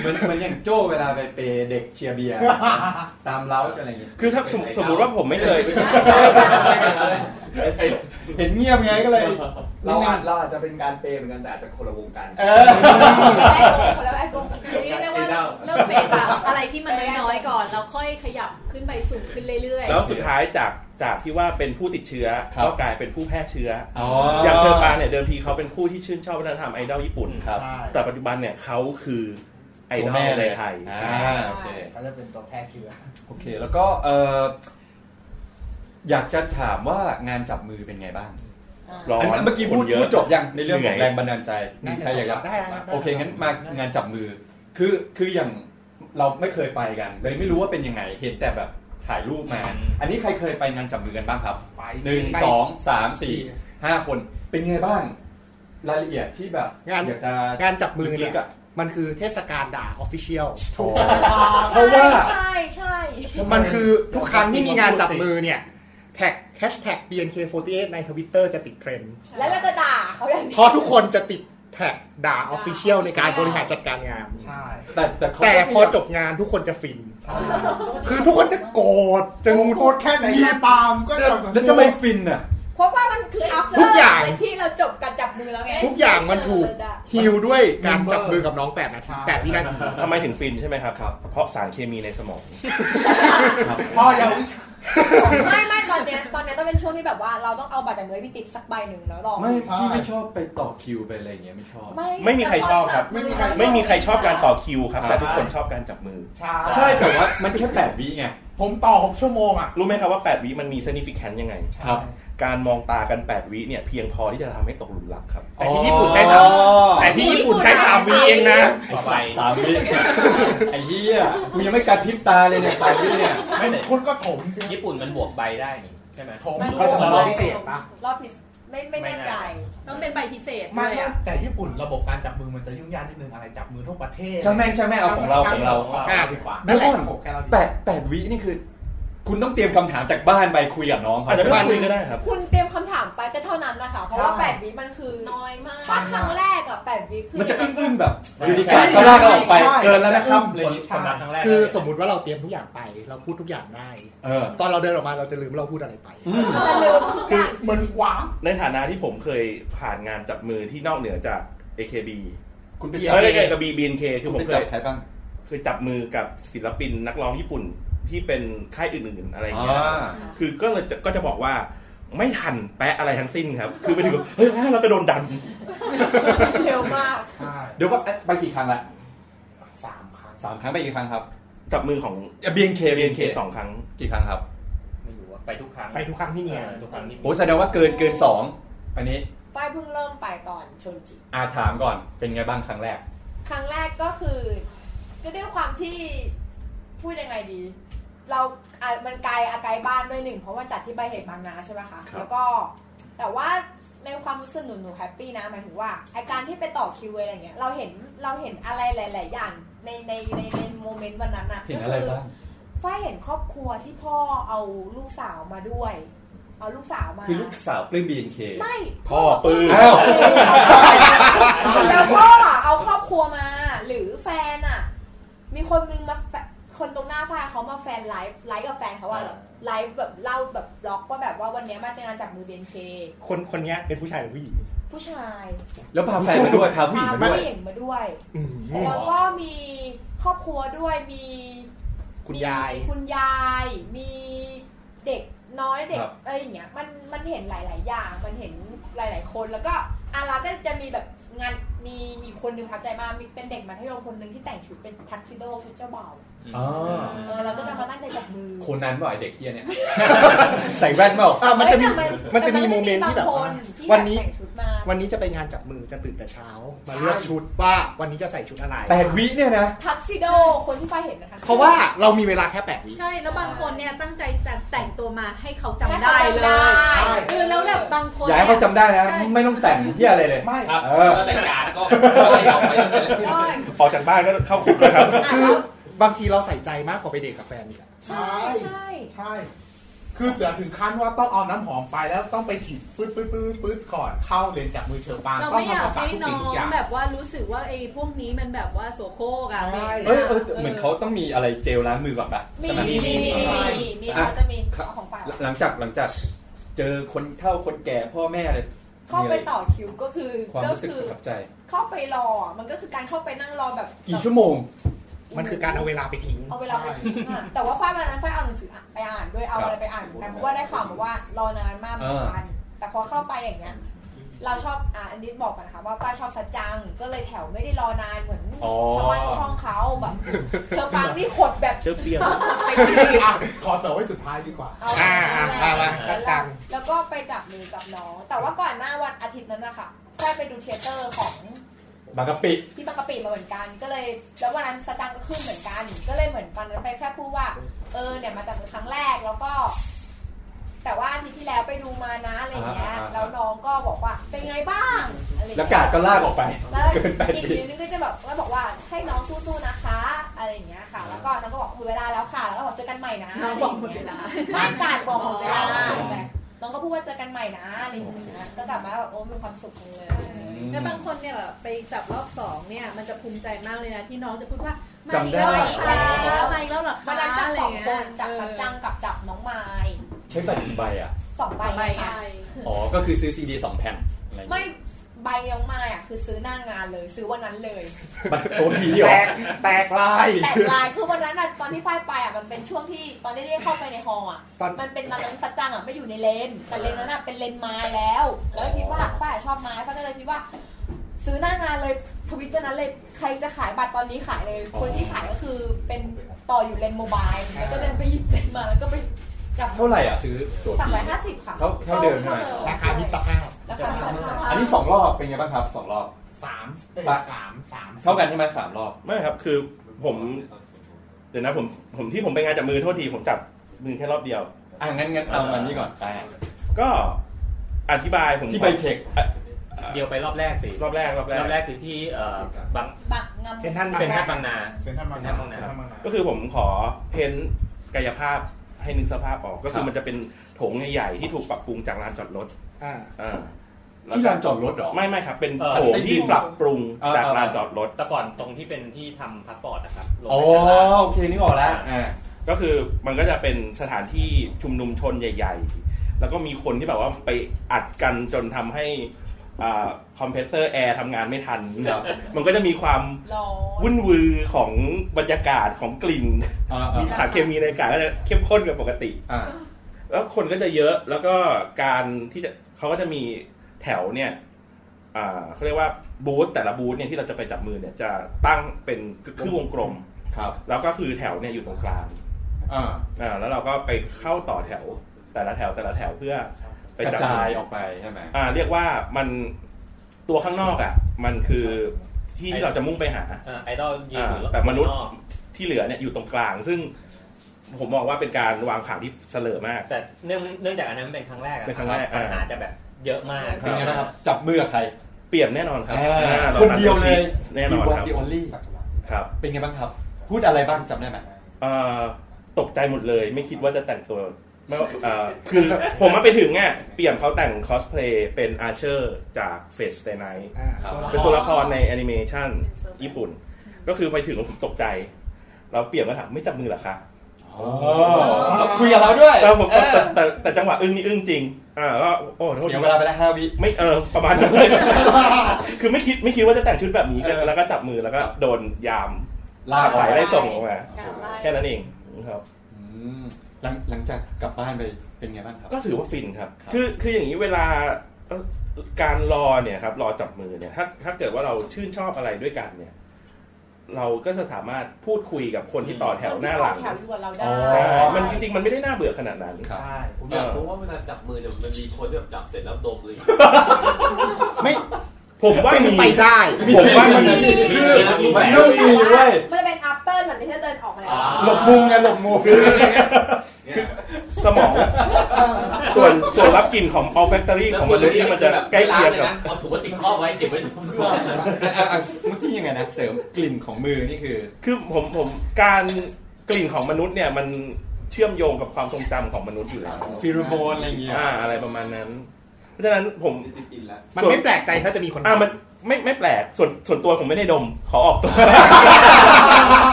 S2: เหมือนเหมือนอย่างโจ้เวลาไปเปย์เด็กเชียร์เบี ยร์ ตามเล้าอะไรอย่างเงี้ย
S3: คือถ้าสมสมมุติว่าผมไม่เคย
S2: เห็นเงียบไงก็เลย
S7: เราอาจเราอาจจะเป็นการเปรย์เหมือนกันแต่อาจจะคนละวงการ
S2: เออ
S5: แล้วไอ้พวก
S10: ทีนี้เรียกว่าเริ่มเริ่มเฟสจากอะไรที่มันน้อยๆก่อน แล้วค่อยขยับขึ้นไปสูงขึ้นเรื่อยๆ
S3: แล้วสุดท้ายจากจากที่ว่าเป็นผู้ติดเชื้อก็กลายเป็นผู้แพร่เชื้ออ
S2: อ
S3: อ
S2: อ
S3: ย่างเชอร์ปางเนี่ยเดิมทีเขาเป็นผู้ที่ชื่นชอบวัฒนธรรมไอดอลญี่ปุ่นครับ แต่ปัจจุบันเนี่ยเขาคือไอดอลในไทยใช่
S2: อ่าโอเค
S6: ก็จะเป็นตัวแพร่เชื้อ
S2: โอเค แล้วก็เอออยากจะถามว่างานจับมือเป็นไงบ้าง
S3: ร้อน
S2: อันเมื่อกี้พูด
S3: คนเยอะ
S2: พูดจบยังในเรื่อง
S3: เหนื่
S2: ขอ
S3: อ
S2: ย งแรงบันดาลใจมีใครอยากจะ
S6: ได้ครับได้ครับ
S2: โอเคงั้นมางานจับมือ คือคืออย่างเราไม่เคยไปกัน เลยไม่รู้ว่าเป็นยังไง เห็นแต่แบบถ่ายรูปมา อันนี้ใครเคยไปงานจับมือกันบ้างครับหนึ่งสองสามสี่ห้าคนเป็นไงบ้าง รายละเอียดที่แบบ
S4: งาน
S2: อยากจะ
S4: งานจับมือเนี่ยมันคือเทศกาลด่าออฟฟิเชียล
S2: เพราะว่า
S5: ใช่ใช่ใช่
S4: มันคือทุกครั้งที่มีงานจับมือเนี่ยแท็กแฮชแท็ก BNK48 ในทวิตเตอร์จะติดเทรนด์
S5: แล้วเราจะด่าเขาอย่าง
S4: เพราะทุกคนจะติดแท็กด่าออฟฟิเชียลในการบริหารจัดการงาน
S6: ใช่
S2: แต่แต่เขา
S4: แต่พอจบงานทุกคนจะฟิน คือทุกคนจะโกรธจะงุน
S6: โกรธแค่ไหนก็ตามก็จะ
S2: แล้วทำไมฟินอ่ะ
S5: เพราะว่ามันคือ after
S4: ทุกอย่าง
S5: ที่เราจบการจับมือแล้วไง
S4: ทุกอย่างมันถูกฮิวด้วยการจับมือกับน้องแปดนาทีแปดวินาที
S3: ทำไมถึงฟินใช่ไหมครับ เพราะสารเคมีในสมอง
S6: พ่อเดียว
S5: ไม่ไม่ตอนเนี้ยตอนเนี้ยต้องเป็นช่วงที่แบบว่าเราต้องเอาบัตรจับมือให้พี่ติ๊บสักใบหนึ่งแล้วลอง
S2: ไม่พี่ไม่ชอบไปต่อคิวไปอะไรอย่างเงี้ยไม่ชอบ
S3: ไม่มีใครชอบครับ
S5: ไม่มี
S3: ไม่มีใครชอบการต่อคิวครับ แต่ทุกคนชอบการจับมือ
S2: ใช่แต่ว่ามันแค่แปดวิไง
S6: ผมต่อหกชั่วโมงอ่ะ
S3: รู้ไหมครับว่า 8 วิมันมี significant ยังไง
S2: ครับ
S3: การมองตากัน 8 วิเนี่ยเพียงพอที่จะทำให้ตกหลุมรักครับ
S4: แต่ที่ญี่ปุ่นใช้สามแต่ที่ญี่ปุ่นใช้สามวิเองนะ
S2: ไอ้สามสามวิไอ้เหี้ยกูยังไม่กัดพริบตาเลยเนี่ยสามวิเนี่ย
S11: ไม่แต่
S6: คุณก็ถม
S11: ญี่ปุ่นมันบวกใบได้นี่ใช่ไหม
S6: ถม
S5: มัน
S11: บว
S5: ร
S11: กใบ
S5: อบพิเศษปะรอบพิเศษไม่ไม่แน่ใจ
S10: ต้องเป็นใบพิเศษ
S6: ไม
S10: ด้วย
S6: ไม่
S10: อะ
S6: แต่ญี่ปุ่นระบบการจับมือมันจะยุ่งยากนิดนึงอะไรจับมือทั่วประเทศ
S2: ช่างแม่งช่างแม่งเอาของเราของเรา
S6: อ่ดีกว่า
S2: นั่นแหละ
S6: แค่เราดี
S2: แปดแปดวินี่คือ คุณต้องเตรียมคำถามจากบ้านไปคุยกับน้องเขา
S3: อาจจะไม่ต้องคุยก็ได้ครับ
S5: คุณเตรียมคำถามไปก็เท่านั้นนะคะเพราะว่า8วิมันคือ
S8: น้อยมาก
S5: ถ้าครั้งแรกอะ8วิคือ
S2: มันจะอึ้งอึ้งๆแบบอยู่ดีๆก็ลากเราออกไป เกินแล้วนะครับอะไรอย่างงี้
S4: คือสมมติว่าเราเตรียมทุกอย่างไป เราพูดทุกอย่างได้
S2: เออ
S4: ตอนเราเดินออกมาเราจะลืมว่าเราพูดอะไรไป
S5: จะลืมทุกอย่าง
S6: เหมือนหวาง
S3: ในฐานะที่ผมเคยผ่านงานจับมือที่นอกเหนือจาก AKB
S2: คุณไป
S3: ไม่
S2: จับ
S3: ได้เกี่ยวกับ BNK คือผม
S2: ไป
S3: เค
S2: จับ
S3: ย
S2: ใครบ้าง
S3: เคยจับมือกับศิลปินนักร้องญี่ปุ่นที่เป็นค่ายอื่นๆอะไรอย่างเงี้ย
S2: อ่า
S3: คือก็เลยจะก็จะบอกว่าไม่ทันแปะอะไรทั้งสิ้นครับ คือไปถึงก็เฮ้ยเราจะโดนดัน
S5: เร็วมาก
S6: ใช่
S2: เดี๋ยวว่าไปกี่ครั้งละ
S6: สามครั้ง
S2: สามครั้งไปกี่ครั้งครับ
S3: จับมือของ
S2: BNK
S3: BNK สองครั้ง
S2: กี่ครั้งครับ
S11: ไม่รู้ว่าไปทุกครั้ง
S4: ไปทุกครั้งที่เนี่ย
S11: เออทุกครั้งที่
S2: โอ้แสดงว่าเกินเกินสองอันนี้
S5: ป้ายเพิ่งเริ่มไปตอนชนจิ
S2: อาถามก่อนเป็นไงบ้างครั้งแรก
S5: ครั้งแรกก็คือก็ด้วยความที่พูดยังไงดี เราอ่ะมันไกลอาไกลบ้านด้วยหนึ่งเพราะว่าจัดที่ใบเหตุบางนาใช่ไหมคะ
S2: ครับ
S5: แล้วก็ แต่ว่าในความรู้สึกหนูหนูแฮปปี้นะหมายถึงว่าไอการที่ไปต่อคิวอะไรอย่างเงี้ยเราเห็นเราเห็นอะไรหลาย ๆ อย่างในในในในโมเมนต์วันนั้นอะ
S2: เห็นอะไร
S5: ก็คื
S2: บ้าง
S5: ฝ้ายเห็นครอบครัวที่พ่อเอาลูกสาวมาด้วย เอาลูกสาวมา
S2: คือลูกสาวปลื้ม BNK
S5: ไม่
S3: พ่อปื้ม
S2: อ้าว
S5: แล้วพ่ออ่ะเอาครอบครัวมา หรือแฟนอ่ะ มีคนนึงมาแฟคนตรงหน้าฟ้าเขามาแฟนไลฟ์ไลฟ์กับแฟนเขาว่าไลฟ์แบบเล่าแบบบล็อกว่าแบบว่าวันเนี้ยมาจะงานจับมือเบนเค
S4: คนคนเนี้ยเป็นผู้ชายหรือผู้หญิง
S5: ผู้ชาย
S2: แล้วพาแฟนมาด้วยพาผู้หญิง
S5: พา
S2: มา
S5: ผู้
S2: ด้วย
S5: หญิงมาด้วย
S4: อืม
S5: แล้วก็มีครอบครัวด้วยมี
S4: คุณยาย
S5: มีคุณยาย มีเด็กน้อยเด็ก
S2: ครับ
S5: อะไรอย่างเงี้ยมันมันเห็นหลาย ๆ อย่าง มันเห็นหลาย ๆ คนแล้วก็อาราก็จะมีแบบงานมีมีคนหนึงประทับใจมากมีเป็นเด็กมัธยมคนหนึงที่แต่งชุดเป็นทักซิโดชุดเจ้าบ่าว
S2: อ๋อ
S5: เออแล้วก็จะมาตั้งใจจับมือ
S2: คนนั้นเปล่าไอเด็กเฮียเนี่ย ใส่แว่นเปล่า
S4: อ่ะมันจะมี
S5: เอ้ยแต่
S4: มันจะมีโมเมนต์ที่แบบว่าวันนี้
S5: มา
S4: วันนี้จะไปงานจับมือจะตื่นแต่เช้า มาเลือกชุดว่าวันนี้จะใส่ชุดอะไร
S2: แปดวิเนี่ยนะ
S5: ทักซิโดคนที่ไฟเห็นนะคะ
S4: เพราะว่าเรามีเวลาแค่แปดวิ
S10: ใช่แล้วบางคนเนี่ยตั้งใจแต่งแต่งตัวมาให้เขาจำ
S5: ให้เขา
S10: ได้เล
S5: จำได้
S10: ยเออแล้วแบบบางคน
S2: อย่าให้เขาจำได้นะ ไม่ต้องแต่งที่อะไร เลย
S6: ไม่
S2: ครับเออ
S11: แต่งกาแล้วก็
S3: ออกจากบ้านก็เข้าคุกนะครับ
S4: คือบางทีเราใส่ใจมากกว่าไปเดทกับแฟนอีกอะ
S6: ใช่ใช่ใช่ คือเสือถึงขั้นว่าต้องเอาน้ำหอมไปแล้วต้องไปฉีดปื๊ดปื๊ดปื๊ดปื๊ดก่อนเข้าเรียนจากมือเชอปาง
S10: เรา
S6: ต้อง
S10: ไม่อยา
S6: ทำ
S10: ก
S6: ความสะอาด
S10: ให้
S6: ทุก
S10: น้
S6: สิ่
S10: อง
S6: ทุ
S10: ง
S6: กอย่าง
S10: แบบว่ารู้สึกว่าไอ้พวกนี้มันแบบว่าโสโครกอะ
S6: ใช่
S2: เอ้ยเออแต่เหมือนเขาต้องมีอะไรเจลล้างมือก่อนปะ
S5: มี
S2: ใช่ไห
S5: มีมีมีมี
S2: อ่ะ
S5: เขาจะมีเอาของฝาก
S2: หลังจากหลังจากเจอคนเฒ่าคนแก่พ่อแม่เลย
S5: เข้าไปต่อคิวก็คือ
S2: ความ
S5: ก็
S2: รู้สึก
S5: คือ
S2: ประทับใจ
S5: เข้าไปรออ่ะมันก็คือการเข้าไปนั่งรอแบบ
S2: กี่ชั่วโมง
S4: มันคือการเอาเวลาไปทิ้ง
S5: เอาเวลาไปทิ้งอะแต่ว่าฝ้ายวันนั้นฝ้ายเอาหนังสืออ่ะไปอ่านด้วยเอาอะไรไปอ่านกันเพราะว่าได้ข่าวมาว่ารอนานมากเหมือนกันแต่พอเข้าไปอย่างเงี้ย เราชอบอ่ะอันนี้บอกก่อนนะคะว่าป้าชอบสัจจังก็เลยแถวไม่ได้รอนานเหมือน
S2: อ๋อ
S5: ชาวบ้านช่องเขาแบบเชอปางนี่ขดแบบ
S3: เจอเปรี้ยว
S5: ขดไปเลย
S6: อ่ะขอเสริมไว้สุดท้ายดีกว่า
S5: เอา
S4: อ่าอ่าอ่ามา
S5: แล้ว
S4: จั
S5: เรา
S4: ง
S5: แล้วก็ไปจับมือกับน้อง แต่ว่าก่อนหน้าวันอาทิตย์นั้นนะคะฝ้ายไปดูเทยเตอร์ของ
S2: บางกะปิ
S5: ที่บางกะปิมาเหมือนกัน ก็เลยแล้ววันนั้นสตังค์ก็ขึ้นเหมือนกัน ก็เลยเหมือนตอนนั้นไปแค่พูดว่า เออเนี่ยมาจากมือครั้งแรกแล้วก็ แต่ว่าอาทิตย์ที่แล้วไปดูมานะอะไรเงี้ย
S2: อ่าอ่าอ่า
S5: แล้วน้องก็บอกว่าเป็นไงบ้างอะไร
S2: แล้
S5: เงี้
S2: วย กาดก็ลากออกไป
S5: แล้ว
S2: เกินแปด
S5: อีก
S2: ปี
S5: ทีนึงก็จะแบบก็บอกว่าให้น้องสู้ๆนะคะ อะไรอย่างเงี้ยค่ะ แล้วก็น้องก็บอกหมดเวลาแล้วค่ะ แล้วก็บอกเจอกันใหม่นะ
S10: น้องบอกหมดเวลา
S5: ไม่กาดบอกหมดเวลาแต่น้องก็พูดว่าเจอกันใหม่นะอะไรอย่างเงี้ยก็กลับมาแบบโอ้มีความสุขจังเลย
S10: แล้วบางคนเนี่ยแบบไปจับรอบสองเนี่ยมันจะภูมิใจมากเลยนะที่น้องจะพูดว่า
S2: จำได้
S10: มาอีกแล้วมาอีกแล้วเหรอ
S5: วันนั้นจับสองคนจับ
S10: เอ
S5: สั
S10: อ
S5: จจังกับจับน้องไม้
S2: ใช้บัตรกี่ใบอ่ะ
S5: สองใบ
S10: สองใบ
S5: ค่ะ
S2: อ๋อ ก็คือซื้อซีดีสองแผ่นอะไรอย่าง
S5: ไม่
S2: เงี้ย
S5: ใบน้องไม้อ่ะคือซื้อหน้างงานเลย ซื้อวันนั้นเลย
S2: บัตรโอ้ผีเหรอ
S4: แตกแตกลาย
S5: แต่ลายคือวันนั้นอ่ะตอนที่ฝ้ายไปอ่ะมันเป็นช่วงที่ตอนที่ได้เข้าไปในฮอลล์อ่ะ
S4: ตอน
S5: มันเป็นตอนนั้นสัจจังอ่ะไม่อยู่ในเลนแต่เลนนั้นอ่ะเป็นเลนไม้แล้วแล้วคิดว่าฝ้ายอ่ะชอบไม้ฝ้ายก็เลยคิดว่า ซื้อหน้างานเลยทวิตตัวนั้นเลยใครจะขายบัตรตอนนี้ขายเลย คนที่ขายก็คือเป็นต่ออยู่เลนโมบายแล้วก็เดินไปหยิบเลนมาแล้วก็ไปจับ
S2: เท่าไหร่อ่ะซื้อตั๋ว
S5: สาม
S2: ผี
S5: ร้อยห้าสิบค่ะ
S2: เท่าเท่าเดิมใช่
S5: เท่า
S2: ไหม
S5: เดิม
S4: ราคามิตรภาพ
S5: ราคาเท่าเดิม
S2: อันนี้สองรอบเป็นไงบ้างครับสองรอบ
S6: สามเอ้ย
S2: สาม
S6: สามสาม
S2: เท่ากันใช่ไหมสามรอบ
S3: ไม่ครับคือผม เดี๋ยวนะผมผมที่ผมไปงานจับมือโทษทีผมจับมือแค่รอบเดียว
S2: อ่ะงั้นงั้นเอามันนี้ก่อนอ่ะ
S3: ก็อธิบายผม
S2: ที่ไบเทค
S11: เดียวไปรอบแรกสิ
S3: รอบแรกรอบแร
S11: ร
S3: ก
S11: อบแรกคือที่เอ่อบาง
S5: บักงำ
S4: เป็นท่านมา
S11: เป็นท่าบางนา
S6: เซ็นทรัลบางนา
S11: เซ็
S6: เซ็นทรัลบา
S11: นทรัลบาง ง
S6: นา
S11: นา
S3: ก็คือผมขอเพ้นท์กายภาพให้นึกสภาพออก ก็คือมันจะเป็นโถงใหญ่ๆที่ถูกปรับปรุงจากลานจอดรถ
S4: อ่า
S3: อ่า
S2: ที่ลานจอดรถเหรอ
S3: ไม่ไม่ครับ เป็น
S11: เอ่อ
S3: โถงที่ปรับปรุงจากลานจอดรถ
S11: แต่ก่อนตรงที่เป็นที่ทำพาสปอร์ตนะครับลง
S2: อ๋อ
S11: ไปชั้นล่าง
S2: โอเคนึกออกแล้วอ่า
S3: ก็คือมันก็จะเป็นสถานที่ชุมนุมชนใหญ่ ๆ แล้วก็มีคนที่แบบว่าไปอัดกันจนทำให้อ่าคอมเพรสเซอร์แอร์ทำงานไม่ทัน
S2: ครับ
S3: มันก็จะมีความ
S5: ร้อน
S3: วุ่นวือของบรรยากาศของกลิ่น
S2: อ่า
S3: มีสารเคมีในอากาศก็จะเข้มข้นกว่าปกติ
S2: อ่า
S3: แล้วคนก็จะเยอะแล้วก็การที่จะเขาก็จะมีแถวเนี่ยอ่าเขาเรียกว่าบูธแต่ละบูธเนี่ยที่เราจะไปจับมือเนี่ยจะตั้งเป็นครึ่งวงกลม
S2: ครับ
S3: แล้วก็คือแถวเนี่ยอยู่ตรงกลาง
S2: อ่า
S3: อ่าแล้วเราก็ไปเข้าต่อแถวแต่ละแถวแต่ละแถวเพื่อไป
S2: กระ
S3: บ
S2: จายออกไปใช่ไหม
S3: อ่า เรียกว่ามันตัวข้างนอกอ่ะ มันคือที่ที่เราจะมุ่งไปหา
S11: เอ่อไอดอลยืน
S3: อ่า
S11: อยู่รอบ
S3: แต่มนุษย์
S11: ข้างนอก
S3: ที่เหลือเนี่ยอยู่ตรงกลาง ซึ่งผมมองว่าเป็นการวางผังที่เสลอมาก
S11: แต่เนื่องเนื่องจากอันนั้นมันเป็นครั้งแรกอะ
S3: เป็นครั้งแรกอ่า
S11: ปัญหาจะแบบเยอะมาก
S2: เป็นไงบ้างครับ จับมือกับใคร
S3: เปรียบแน่นอนครับ
S2: อ่า
S3: อ่ารา
S2: คนเดียวเลย
S3: แน่นอนครับ
S2: ดีออนลี่
S3: ครับ
S2: เป็นไงบ้างครับ พูดอะไรบ้างจำได้ไหม
S3: เอ่อตกใจหมดเลย ไม่คิดว่าจะแต่งตัวไม่ว่าเอ่อคือผมมาไปถึงอ่ะเปรียมเขาแต่งคอสเพลย์เป็นอาเชอร์จากเฟสเตไนท์
S4: อ่า
S2: ครับ
S4: ตัวละค
S3: เป็น
S4: ร
S3: ตัวละครในแอนิเมชันญี่ปุ่น ก็คือไปถึงผมตกใจ เราเปลี่ยนมาถามไม่จับมือเหรอคะ
S2: อ๋อคุยกับเราด้วย
S3: แล้วผม
S2: เอ
S3: ก็
S2: อ
S3: แต่แต่แต่จังหวะอึ้งนี่อึ้งจริง อ่าก็โอ้โทษ
S2: เสียเวลาไปแล้วห้าวิ
S3: ไม่เออประมาณนั้นเลย คือไม่คิดไม่คิดว่าจะแต่งชุดแบบนี้ก็
S2: เออ
S3: แล้วก็จับมือแล้วก็โดนยาม
S2: ลาก
S3: สายได้ส่งออกมา
S10: การไล่
S3: แค่นั้นเองครับ
S2: อืมหลังหลังจากกลับบ้านไปเป็นไงบ้างครับ
S3: ก็ถือว่าฟินครับ
S2: ครับ
S3: คือคืออย่างนี้เวลาเอ่อการรอเนี่ยครับรอจับมือเนี่ย ถ้าถ้าเกิดว่าเราชื่นชอบอะไรด้วยกันเนี่ย เราก็จะสามารถพูดคุยกับคนที่ต่อแถวหน้าหลัง
S5: คนที่ต่อแถวอยู่กับเราได้
S3: ใช่มันจริงๆมันไม่ได้น่าเบื่อขนาดนั้น
S2: ใช่
S12: ผมอยากรู้ว่าเวลาจับมือเนี่ยมันมีคนที่แบบจับเสร็จแล้วดมเลย
S3: ผมว่า
S12: เป็น
S3: มี
S12: ไปได้
S3: ผมว่ามัน
S12: คือ
S2: มันก็อยู่เว้ย
S5: มันจะเป็น after หลังจากที่เดินออกมาแล้ว
S2: หลบมุมไงหลบมุม
S3: สมองส่วนส่วนรับกลิ่นของ olfactory ของมนุษย์เนี่ยมันจะใกล้เคียงกับ
S12: เอาถุงพลาสติกครอบไว้เก็บไว้ทุก
S2: เมื่อกี้ยังไงนะเสริมกลิ่นของมือนี่คือ
S3: คือผมผมการกลิ่นของมนุษย์เนี่ยมันเชื่อมโยงกับความทรงจำของมนุษย์อยู่แล้ว
S2: ฟีโรโมนอะไรอย่างเงี้ย
S3: อ่าอะไรประมาณนั้น เพราะฉะนั้นผม
S4: มันไม่แปลกใจถ้าจะมีคน
S3: อ่ามันไม่ไม่แปลกส่วนส่วนตัวผมไม่ได้ดม ขอออกตัว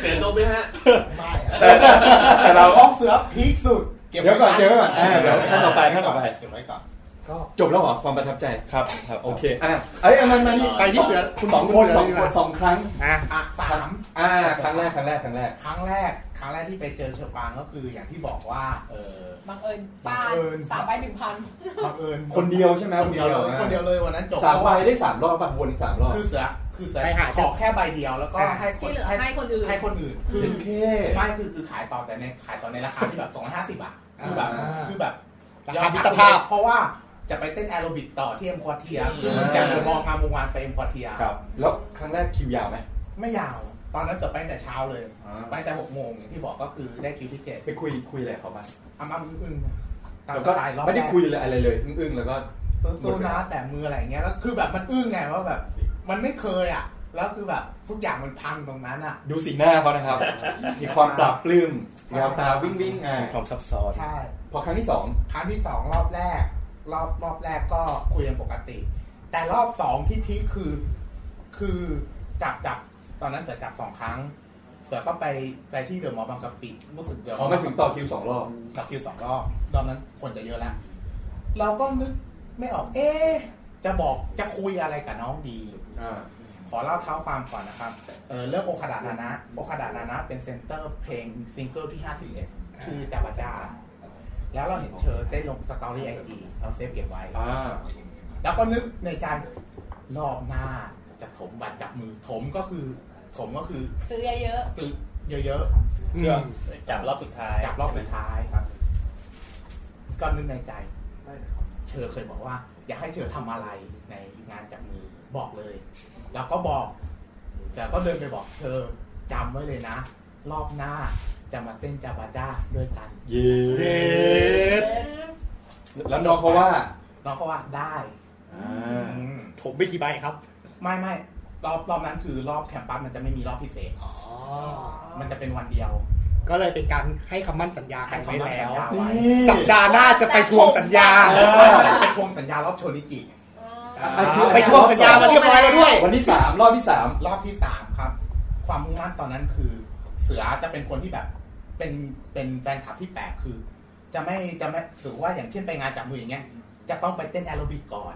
S12: เสียดมไหมฮะ
S3: แต่แต่เรา
S6: ของเสือพีคสุด
S2: เดี๋ยวก่อนเดี๋ยวก่อนอ่าเดี๋ยวท่านต่อไปท่านต่อไป
S6: เก็บไว้ก่อน
S2: ก็จบแล้วเหรอความประทับใจ
S3: ครับครับ
S2: โอเคอ่ะเอ้ยเอามันมานี่
S6: ไปที่เสือคุณ
S2: สองคน
S6: คุ
S2: สอ
S6: ณ
S2: ง
S6: เสือดีก
S2: คน
S6: ว่า
S2: สองครั้ง
S4: อ่ะ
S6: อ่ะสาม
S2: อ่าครั้งแรกครั้งแรกครั้งแรก
S6: ครั้งแรก ครั้งแรกที่ไปเจอเชอปางก็คืออย่างที่บอกว่า เออ
S5: บังเอิญป้า
S6: บังเอิญ
S5: สามใบหนึ่งพัน
S6: บังเอิญ
S2: คนเดียวใช่ไหม
S6: คนเดียวเลย
S2: อ่ะ
S6: คนเดียวเลยวันนั้นจบ
S2: สามใบได้สามรอบป่ะวนสามรอบ
S6: คือเสือคือเสือ
S2: ไปหา
S6: ขอแค่ใบเดียวแล้วก็
S2: อ่ะ
S6: ให้ค
S10: ที่
S6: น
S10: เหลือให้คนอื่น
S6: ให้คนอื่นคือ
S2: โอเค
S6: ไม่คือคือขายต่อแต่ในขายต่อในราคาที่แบบสองร้อยห้าสิบ250 บาทคือแบบ
S2: อ่า
S6: คือแบบ
S4: ราคามิตรภาพ
S6: เพราะว่าจะไปเต้นแอโรบิกต่อที่เอ็มควอเทียคือมันจะ
S2: อืม
S6: มองงามวงวานไปเอ็มควอเทีย
S2: ครับแล้วครั้งแรกคิวยาวไหม
S6: ไม่ยาว ตอนนั้นเสือไปตั้งแต่เช้าเลย
S2: อ่า
S6: ไปตั้งแต่หกโมงอย่างที่บอกก็คือได้คิวที่เจ็ด
S2: ไปคุยคุยอะไรกับเขาบ้าง
S6: อ้ำอ้ำอึ้งๆตาม
S2: แล้ว
S6: ส
S2: ก็
S6: ไตล์รอบแรก
S2: ไม่ได้คุยเลยอะไรเลยอึ้งๆแล้วก็
S6: โซนาแต่มืออะไรอย่างเงี้ยแล้วคือแบบมันอึ้งไงว่าแบบ มันไม่เคยอ่ะ แล้วคือแบบทุกอย่างมันพังตรงนั้นอ่ะ
S2: ดูสีหน้าเขานะครับ มีความปรับปลื้มแววตาวิ่งวิ่งๆอ่า
S3: ความซับซ้อน
S6: ใช่
S2: พอครั้งที่สอง
S6: ครั้งที่สองรอบแรก รอบรอบแรกก็คุยกันปกติ แต่รอบสองที่พีคคือ คือจับจับตอนนั้นเสือจับสองครั้ง เสือก็ไปไปที่เดอะมอลล์บางกะปิรู้สึกเดอะ
S2: อ๋อไม่ถึงต่อคิวสองรอบ
S6: กับคิวสองรอบรอบนั้นคนจะเยอะแล้ว เราก็นึกไม่ออก เอ๊ะจะบอกจะคุยอะไรกับน้องดี ขอเล่าเท้าความก่อนนะครับ เออเรื่องโอคาดานานะ โอคาดานานะ เป็นเซนเตอร์เพลงซิงเกิลที่ 51 ชื่อจาวาจา แล้วเราเห็นเธอได้ลงสตอรี่ไอจีเราเซฟเก็บไว้
S2: อ่า
S6: แล้วก็นึกในใจรอบหน้าจะถมบัตรจับมือ ถมก็คือ ถมก็คือ
S5: ซื้อเยอะ
S6: ตึกเยอะๆ
S11: จับรอบสุดท้าย
S6: จับรอบสุดท้ายครับก็นึกในใจ เธอเคยบอกว่า อยากให้เธอทำอะไรในงานจับมือบอกเลย แล้วก็บอก แต่ก็เดินไปบอกเธอจำไว้เลยนะ รอบหน้าจะมาเต้นจาบาจ้าด้วยกัน
S2: เย้
S6: เย้
S2: แล้วน้องเขาว่า
S6: น้องก็ว่าได้อืม
S4: ผมไม่กี่ใบครับ
S6: ไม่ไม่รอบรอบนั้นคือรอบแคมปัสมันจะไม่มีรอบพิเศษมันจะเป็นวันเดียว
S4: ก็เลยเป็นการให้คำมั่นสัญญากันไว้แล้ว
S6: ให้คำมั่นสัญญาไว้
S4: สัปดาห์หน้าจะไปทวงสัญญา
S6: เออไปทวงสัญญารอบโชนิจิ
S4: ไปทวงสัญญามาเรียบร้อยแล้วด้วย
S2: วันที่สามรอบที่สาม
S6: รอบที่สามครับ ความมุ่งมั่นตอนนั้นคือ เสือจะเป็นคนที่แบบ เป็นเป็นแฟนคลับที่แปลกคือ จะไม่จะไม่ถือว่าอย่างเช่นไปงานจับมืออย่างเงี้ยจะต้องไปเต้นแอโรบิกก่อน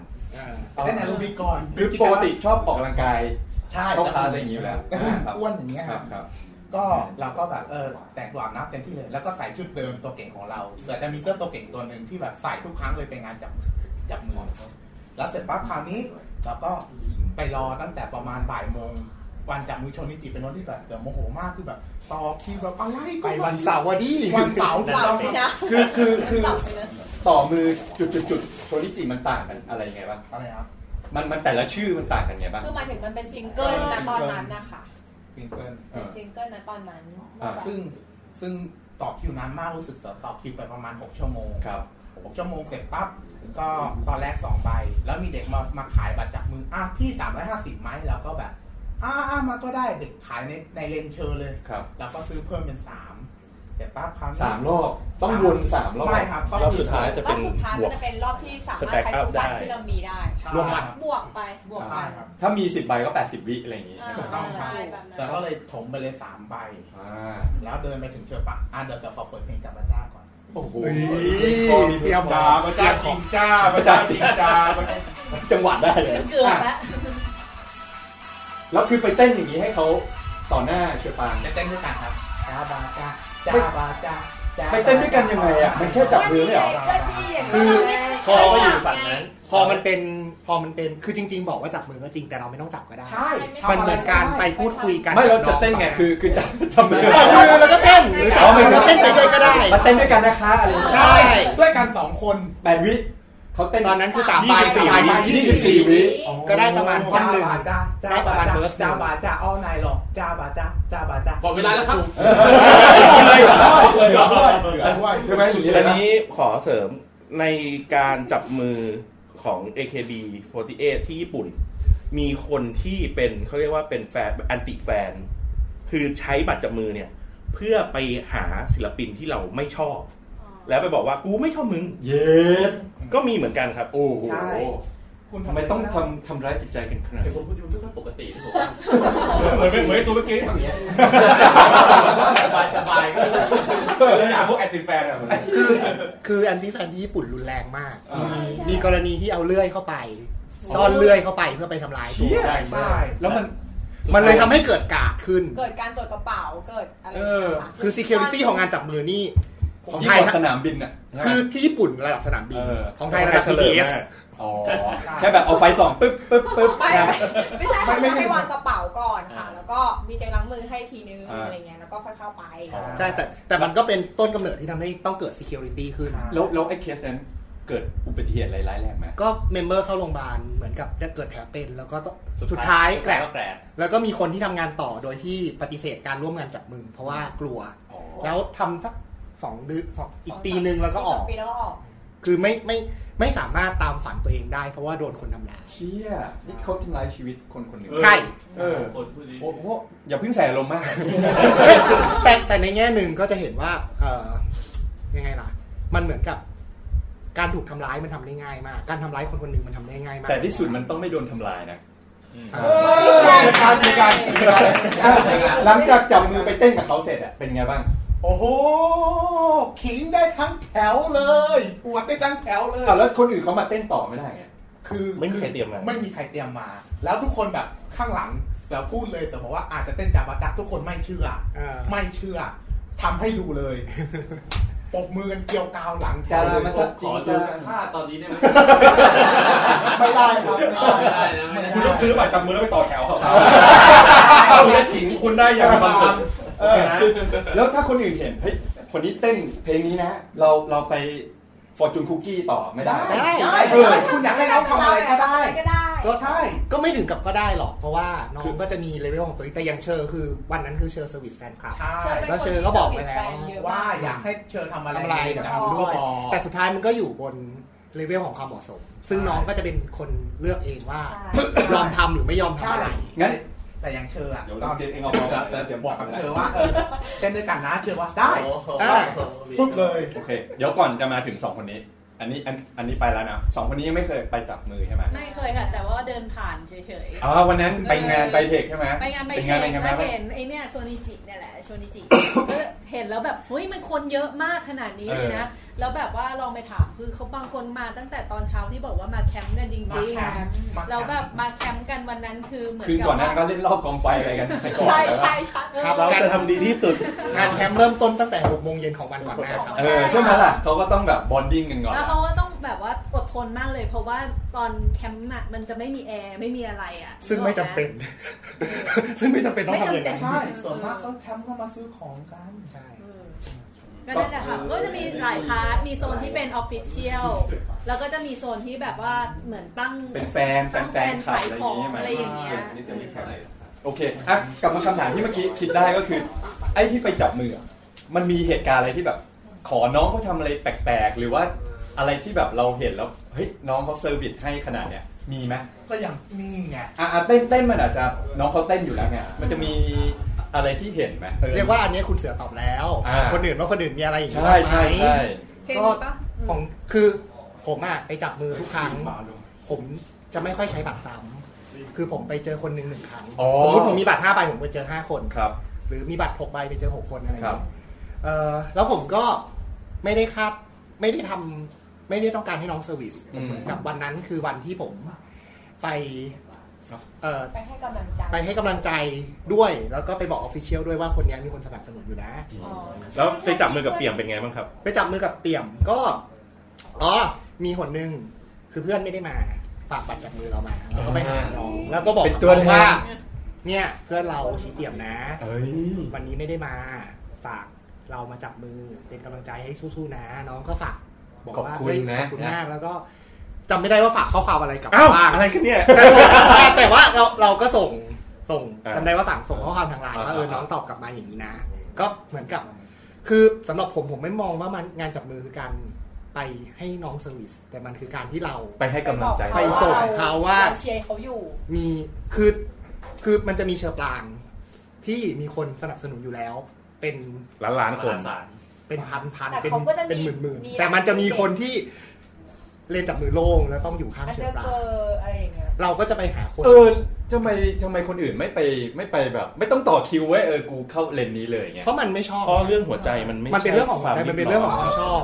S6: ไปเต้นแอโรบิกก่อน
S2: คือปกติชอบออกกำลังกาย
S6: ใช่
S2: เข้าคลาสอะไรอย่างนี้อยู่แล้ว
S6: ต่
S2: อ่าครับ
S6: อ้วนอย่างเงี้ย
S2: ค
S6: ค
S2: รั
S6: รั
S2: บบ ครับ
S6: ก็เราก็แบบเออแต่งตัวอาบน้ำเต็มที่เลยแล้วก็ใส่ชุดเดิมตัวเก่งของเราเสือจะมีเสื้อตัวเก่งตัวหนึ่งที่แบบใส่ทุกครั้งเลยไปงานจับจับมือแล้วเสร็จปั๊บคราวนี้เราก็ไปรอตั้งแต่ประมาณบ่ายโมงวันจับมือชนนิติเป็นวันที่แบบเสือโมโหมากคือแบบต่อคิวแบบอะไรก็
S4: ไปวันเสาร์วะดิ
S6: วันเสาร์เรา
S5: ๆไม่นะ
S2: คือคือคือ
S5: จับไปเลย
S2: ต่อมือจุดจุดจุดโชนิจิมันต่างกันอะไรยังไงบ้าง
S6: อะไรครับ
S2: มันมันแต่ละชื่อมันต่างกันไงบ้าง
S5: คือหมายถึงมันเป็นซิงเกิลนะตอนนั้นนะคะ
S6: ซิงเกิล
S2: เออ
S5: ซิงเกิลนะตอนนั้น
S2: อ่า
S6: ซึ่งซึ่งต่อคิวนานมากรู้สึกเสือต่อคิวไปประมาณหกชั่วโมง
S2: ครับ
S6: หกชั่วโมงเสร็จปั๊บก็ตอนแรกสองใบ แล้วมีเด็กมามาขายบัตรจับมืออ่ะพี่สามร้อยห้าสิบไหมเราก็แบบอ่าอ่ามาก็ได้เด็กขายในในเลนเชอร์เลย
S2: ครับ
S6: เราก็ซื้อเพิ่มเป็นสามเสร็จปั๊บครั้งนี้
S2: สามรอบต้องวนสามรอบ
S6: ไม่ครับก็
S2: รอบสุดท้าย
S3: จะ
S5: ร
S3: เป็
S5: อบ
S3: น
S5: สุดท้าย
S3: บ
S5: มั
S3: วน ก
S5: จะเป็นรอบที่สามารถ
S3: Stack
S5: ใช้
S3: up
S5: ทุกวัน
S3: ได้
S5: ที่เรามีได้
S6: ใช่
S4: รวมบัตร
S5: บวกไปบวกไป
S6: ใช่ครับ
S2: ถ้ามีสิบใบก็แปดสิบวิอะไรอย่างงี้
S5: อ่า
S6: ถูกต้องครับ
S5: ใช่แบบนั้น
S6: แต่ก็เลยถมไปเลยสามใบ
S2: อ่า
S6: แล้วเดินไปถึงเชอร์ปั๊บอ่ะเดี๋ยวจะขอเปิดเพลงจับบัตรจ้าก่อน
S2: โอ้โห
S4: เตรียม
S2: จ้า
S4: มา
S2: จ้า
S4: จ้า
S2: จริง
S6: จ้า
S2: ประจ้าจริงจ้าจังหวะได้เลย
S10: เกือบแล้
S2: อ่ะ
S10: ว
S2: แล้วคือไปเต้นอย่างนี้ให้เขาต่อหน้าเชอปาง
S6: จะเต้นด้วยกันครับจ้าบาจ้าจ้าบาจ้าจ้า
S2: ไปเต้นด้วยกันยังไงอ่ะ มันแค่จับมือไม่เหรอ
S5: ก็ดีอย่าง
S4: คือ
S5: นี้
S4: พอ
S11: ก็อยู่ฝั่งนั้น
S4: พอมันเป็น พอมันเป็นคือจริง ๆ บอกว่าจับมือก็จริงแต่เราไม่ต้องจับก็ได้
S6: ใช่
S4: มันเหมือนการไปพูดคุยกัน
S2: ไม่เรา
S4: กับน้
S2: จะ
S4: อ
S2: เต้นไงคือคือจับจับมือ
S4: จับมือแล้วก็เต้นหรือจับมือแล้วเต้นไปด้วยก็ได้
S2: มาเต้นด้วยกันนะคะอะไรอย่างเงี้ย
S4: ใช่
S6: ด้วยกันสองคน
S2: แปดวิเขาเต้น
S4: ตอนนั้นคือสามใบ
S2: ยี่สิบสี่
S4: สามใบ
S2: วิยี่สิบสี่วิ
S4: ก็ได้ประมาณท่อนหนึ่ง
S6: จ้าจ้า
S4: ได้ประมาณ
S6: จ้
S4: เวิร์สหนึ่
S6: จ้าง บาจ้าอ้อนายหรอกจ้าบาจ้าจ้าบาจ้า
S12: หมดเวลาแล้วครับ
S6: เลยเหรอ
S2: ใช่ไหมหรืออะไรนะ
S3: อันนี้ขอเสริมในการจับมือของ AKB48 ที่ญี่ปุ่น มีคนที่เป็นเขาเรียกว่าเป็นแฟนอันติแฟน คือใช้บัตรจับมือเนี่ย เพื่อไปหาศิลปินที่เราไม่ชอบ แล้วไปบอกว่ากูไม่ชอบมึง
S2: เยส
S3: ก็มีเหมือนกันครับ
S2: โอ้โห
S6: ใช่ คุณ
S2: ทำไมต้องทำทำร้ายจิตใจกันขนาด
S12: แต่
S2: นี้
S12: ผมพูดมันไม่ค่อยปกตินะผมว่า
S3: เหมือนเหมือนตัวเมื่อกี้ที่ทำอย่างเงี้ย
S12: สบายสบายก็
S7: เลยอ่ะพวกแอนติแฟนอ่ะ
S4: คือคืออันที่แฟนที่ญี่ปุ่นรุนแรงมาก
S7: อ่า
S4: มีกรณีที่เอาเลื่อยเข้าไปซ่อนเลื่อยเข้าไปเพื่อไปทำลายตัว
S2: เชี่ย
S4: แฟนเบอร์
S6: ใช่
S2: แล้วมัน
S4: มันเลยทำให้เกิดกาดขึ้น
S5: เกิดการตรวจกระเป๋าเกิดอะไร
S2: เออ
S5: ะะ
S4: คือ security ของงานจับมือนี่ของ
S2: ยิ่ง
S4: ไทย
S2: กว่าสนามบินอ่ะ
S4: คือที่ญี่ปุ่นระดับสนามบิน
S2: เออ
S4: ของไทยระดับ
S3: ของไทย
S4: BTS
S3: เสลอมาก
S2: อ๋อแค่แบบเอาไฟส่องปึ๊บปึ๊บปึ๊บ
S5: ไม่
S2: นะ
S5: ไม่ใช่
S6: ไม่
S5: ค่ะ
S6: ไม่
S5: ให้วางกระเป๋าก่อนค่ะ
S2: อ่า
S5: แล้วก็มีเจลล้างมือให้ทีนึง
S2: อ่า
S5: อะไรเงี้ยแล้วก็ค่อยเข้าไป
S4: ใช่แต่แต่มันก็เป็นต้นกำเนิดที่ทำให้ต้องเกิด security ขึ้น
S2: แล้วแล้วไอ้เคสนั้นเกิดอุบัติเหตุอะไรร้ายแรงไหม
S4: ก็เมมเบอร์เข้าโรงพยาบาลเหมือนกับจะเกิดแผลเป็น แล้วก็ต้อง
S11: สุ
S4: สุ
S11: ด
S4: ด
S11: ท้า
S4: ท้าย ยแกรก
S11: ก็แกรก
S4: แล้วก็มีคนที่ทำงานต่อโดยที่ปฏิเสธการร่วมงานจับมือ เพราะว่ากลัว แล้วทำสักสองเดือนสองอีกปีหนึ่งแล้วก็ออก
S5: ปีแล้วก็ออก
S4: คือไม่ไม่ไม่สามารถตามฝันตัวเองได้ เพราะว่าโดนคนทำร้าย
S2: เชี่ยนี่เขาทำลายชีวิตคนคนหนึ่ง
S4: ใช่
S2: เออ
S12: คนพูดดี
S2: โอ้โหอย่าเพิ่งใส่อารมณ์มาก
S4: แต่แต่ในแง่หนึ่งก็จะเห็นว่า เออยังไงล่ะ มันเหมือนกับ การถูกทำร้ายมันทำได้ง่ายมาก การทำร้ายคนคนหนึ่งมันทำได้ง่ายมาก
S2: แต่ที่สุดมันต้องไม่โดนทำลายนะ
S4: อ่า
S2: การการหลังจากจับมือไปเต้นกับเขาเสร็จอะเป็นไงบ้าง
S6: โอ้โห ขิงได้ทั้งแถวเลยปวดได้ทั้งแถวเลย
S2: อ้าวแล้วคนอื่นเขามาเต้นต่อไม่ได้ไง
S6: คือ
S3: ไม่มีใครเตรียมมา
S6: ไม่มีใครเตรียมมา แล้วทุกคนแบบข้างหลังแบบพูดเลยแต่บอกว่าอาจจะเต้นจากบัตดักทุกคนไม่เชื่อ
S4: อ่า
S6: ไม่เชื่อทำให้ดูเลย ปกมือกันเกลียวกาวหลังแถวเลย
S2: จ้า
S12: ขอดูค่าตอนนี้ได้ไหม
S6: ไม่ได้ครับ
S12: ไม่ได้นะไม่ได้
S3: คุณต้องซื้อบัตรจับมือแล้วไปต่อแถวเขา
S2: เอาและถิงคุณได้อย่างความสุข
S4: โอเคนะ
S2: แล้วถ้าคนอื่นเห็นเฮ้ยคนนี้เต้นเพลงนี้นะ เราเราไปฟอร์จูนคุกกี้ต่อไม่ได้
S4: ได้
S6: ได้เออคุณอยากให้น้องทำอะไรก็ได้
S5: ก็ได้
S4: ก็
S6: ใช่
S4: ก็ไม่ถึงกับก็ได้หรอก เพราะว่าน้อ
S2: คื
S4: ง
S2: อ
S4: ก็จะมีเลเวลของตัวเองแต่อยังเชอร์คือวันนั้นคือเชอร์เซอร์วิสแฟนคลับ
S6: ใช่
S5: ใช่
S4: แล้วเชอร์ก็บอกไปแล้ว
S6: ว่าอยากให้เชิญทำอะไร
S4: ทำอะไรเดี๋ยว
S6: จะ
S4: ทำด้วย
S6: ก็บอก
S4: แต่สุดท้ายมันก็อยู่บนเลเวลของความเหมาะสม ซึ่งน้องก็จะเป็นคนเลือกเองว่า
S5: ใช่
S4: ยอมทำหรือไม่ยอมทำอะไร
S6: ใช่
S2: งั้น
S6: แต่ยังเชิญอะ
S7: เดี๋ยว
S6: ต
S7: ต
S6: อ
S7: อน น
S6: เด็
S7: เด็
S6: ก
S7: กเอง
S6: เอ
S7: งเอา
S6: เอา
S7: มา
S6: มาแบบ
S7: แล้วเดี๋ยวบบ อ
S6: อก ก
S7: กั
S6: กัน บ
S7: นะ
S6: เธอว่าเออเต้นด้วยกันนะเชื่อว่าได้
S12: โอ้โห
S4: อ่า
S6: ปุ๊บเลย
S2: โอเค เดี๋ยวก่อนจะมาถึงสองคนนี้ อันนี้อันอันนี้ไปแล้วนะสองคนนี้ยังไม่เคยไปจับมือใช่ไหม
S10: ไม่เคยค่ะ แต่ว่าเดินผ่านเฉย
S2: อ๋อวันนั้นไปงานไปเทคใช่ไหม
S10: ๆ ไปงานไป
S2: เป็
S10: เท
S2: งาน
S10: น
S2: ไปงาน
S10: ก็
S2: ไป
S10: เห็นไอเนี่ยโซนิจิเนี่ยแหละโซนิจิ ก็เห็นแล้วแบบเฮ้ยมันคนเยอะมากขนาดนี้เลยนะ แล้วแบบว่าลองไปถามคือเขาบางคนมาตั้งแต่ตอนเช้าที่บอกว่ามาแคมป์กันจ
S6: มา
S10: ริง
S6: แคมป์มา
S10: ๆเราแบบมาแคมป์กันวันนั้นคือเหมือน
S2: คืน
S10: กับ
S2: ก่อนหนั้า
S10: ว่า
S2: นก็เล่นรอบกองไฟอะไรกันไปก่อน
S5: ใช่
S2: แล้ว
S5: ใช่ใช่
S4: ครับ
S3: เราจะทำดีที่สุด
S4: งานแคมป์เริ่มต้นตั้งแต่6โมงเย็นของวันก่อนหน้าครับ
S2: เออใช่ไหมล่ะเขาก็ต้องแบบบอนดิ้งกันก่อน
S10: แล้วเขาก็ต้องแบบว่าอดทนมากเลย เพราะว่าตอนแคมป์อะมันจะไม่มีแอร์ไม่มีอะไรอ่ะ
S4: ซึ่งไม่จำเป็น ซึ่งไม่จำเป็นต้องทำอย่างนั้น
S6: ใช่ส่วนมากก็แคมป์ก็มาซื้อของกัน
S4: ใช่
S10: เออก็นั่นแหละค่ะก็จะมีหลายพาร์ทมีโซนที่เป็นออฟฟิเชียลแล้วก็จะมีโซนที่แบบว่าเหมือนตั้ง
S2: เป็นแฟนแฟนแฟนขับอะไรอย่างเงี้ยไหม
S10: อะไรอย่างเงี้ย
S2: นี่เต็มที่แค่ไหนโอเคอ่ะกลับมาคำถามที่เมื่อกี้คิดได้ก็คือ ไอ้ที่ไปจับมือ มันมีเหตุการณ์อะไรที่แบบ ขอน้องเขาทำอะไรแปลกๆ หรือว่าอะไรที่แบบเราเห็นแล้วเฮ้ยน้องเขาเซอร์วิสให้ขนาดเนี้ยมีไหม
S6: ก็อย่างนี่ไง
S2: อ่ะอ่ะเต้นเต้นมันอาจจะน้องเขาเต้นอยู่แล้วไงมันจะมีอะไรที่เห็นไหมออ
S4: เรียกว่าอันนี้คุณเสือตอบแล้ว
S2: อ่า
S4: คนอื่นว่าคนอื่นมีอะไรอย่างนี้
S2: ใช่ใช่
S4: บ้างไหม
S2: ใช่
S10: เคยมีปะ
S4: ของคือผมอะไปจับมือทุกครั้ง ผมจะไม่ค่อยใช้บัตรซ้ำคือผมไปเจอคนหนึ่งหนึ่งครั้ง
S2: อ๋อ
S4: สมมติผมมีบัตรห้าใบผมไปเจอห้าคน
S2: ครับ
S4: หรือมีบัตรหกใบไปเจอหกคนอะไรอย่าง
S2: ครั
S4: เงี้
S2: บ
S4: ยเอ่อแล้วผมก็ไม่ได้คาดไม่ได้ทำไม่ได้ต้องการให้น้องเซอร์วิสผมเหมือนกับวันนั้นคือวันที่ผมไปเอ่อ
S5: ไปให้กำลังใจ
S4: ไปให้กำลังใจด้วยแล้วก็ไปบอกออฟฟิเชียลด้วยว่าคนนี้มีคนสนับสนุนอยู่นะ
S5: อ๋อ
S3: แล้วไปจับมือกับเปี่ยมเป็นไงบ้างครับ
S4: ไปจับมือกับเปี่ยมก็ อ๋อ มีหนหนึ่งคือเพื่อนไม่ได้มา ฝากบัตรจับมือเรามาแล้วก็ไปหาน้องแล้วก็บอก
S2: เป็นตัวแทน
S4: ว่า เนี่ยเพื่อนเราชี้เอี่ยมนะวันนี้ไม่ได้มา ฝากเรามาจับมือเป็นกำลังใจให้สู้ๆนะ น้องก็ฝากบอกว่า
S2: ขอบคุณ
S4: เฮ้ยข
S2: นะ
S4: อบคุณมากแล้วก็จำไม่ได้ว่าฝากข้อความอะไรกลับ
S3: อ้าว
S4: บ้าง
S3: อะไรกันเนี่ย
S4: แต่ส่งแต่แต่ว่าเราเราก็ส่งส่งจำได้ว่าฝากส่งข้อความทางไลน์ว่าเออ
S2: อ่า
S4: น้องตอบกลับมาอย่างนี้นะ ก็เหมือนกับ คือสำหรับผมผมไม่มองว่ามันงานจับมือคือการไปให้น้องเซอร์วิสแต่มันคือการที่เรา
S2: ไปให้กำลังใจ
S4: ไปส่งเขาว่า
S5: เรเชียร์เขาอยู่
S4: มีคือคือมันจะมีเชอร์ปรางที่มีคนสนับสนุนอยู่แล้ว เป็น
S3: ล้านล้านๆคน
S4: เป็นพันพัน
S5: แต่
S4: เป็น
S5: เขาก็จะมี
S4: เป็นหมื่นหมื่น
S5: มี
S4: แต่มันจะมีคนที่เลนจับมือโล่งแล้วต้องอยู่ข้าง
S5: อัน
S4: เช
S5: เดอร์
S4: อร์ปราง
S5: เกอ
S9: Ờ,
S5: ร์อะไรอย่างเงี้ย
S4: เราก็จะไปหาคน
S2: เออทำไมทำไมคนอื่นไม่ไปไม่ไปแบบ ไม่ต้องต่อคิวไว้ยเออกูเข้าเลนนี้เลยเงี้ย
S4: เพราะมันไม่ชอบ
S3: เพราะเรื่องหัวใจมันไม่
S4: มันเป็น
S3: ใช่
S4: เรื่องของหัวใจ
S3: ควา
S4: มันเป็นเรื่องของความชอบ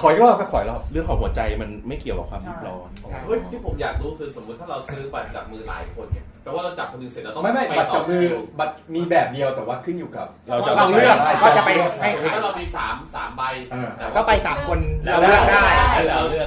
S2: ขอยรอบครับขอยรอบ
S3: เรื่องของหัวใจมันไม่เกี่ยวกับความรีบร้อน
S12: เฮ้ยที่ผมอยากรู้คือสมมติถ้าเราซื้อบัตรจับมือหลายคนเนี่ยแปลว่าเราจับคนหนึงเสร็จเราต้อง
S2: ไม่ไม่
S12: ป
S2: บัตร
S12: ต่
S2: จับมือ
S12: คิว
S2: บัตรมีแบบเดียวแต่ว่าขึ้นอยู่กับ
S4: เราเลือกว่าจะไปให้ใคร
S12: ถ้าเรามีสามสามใบแต่ว่
S4: ก็ไปสามคนเราเลือกได้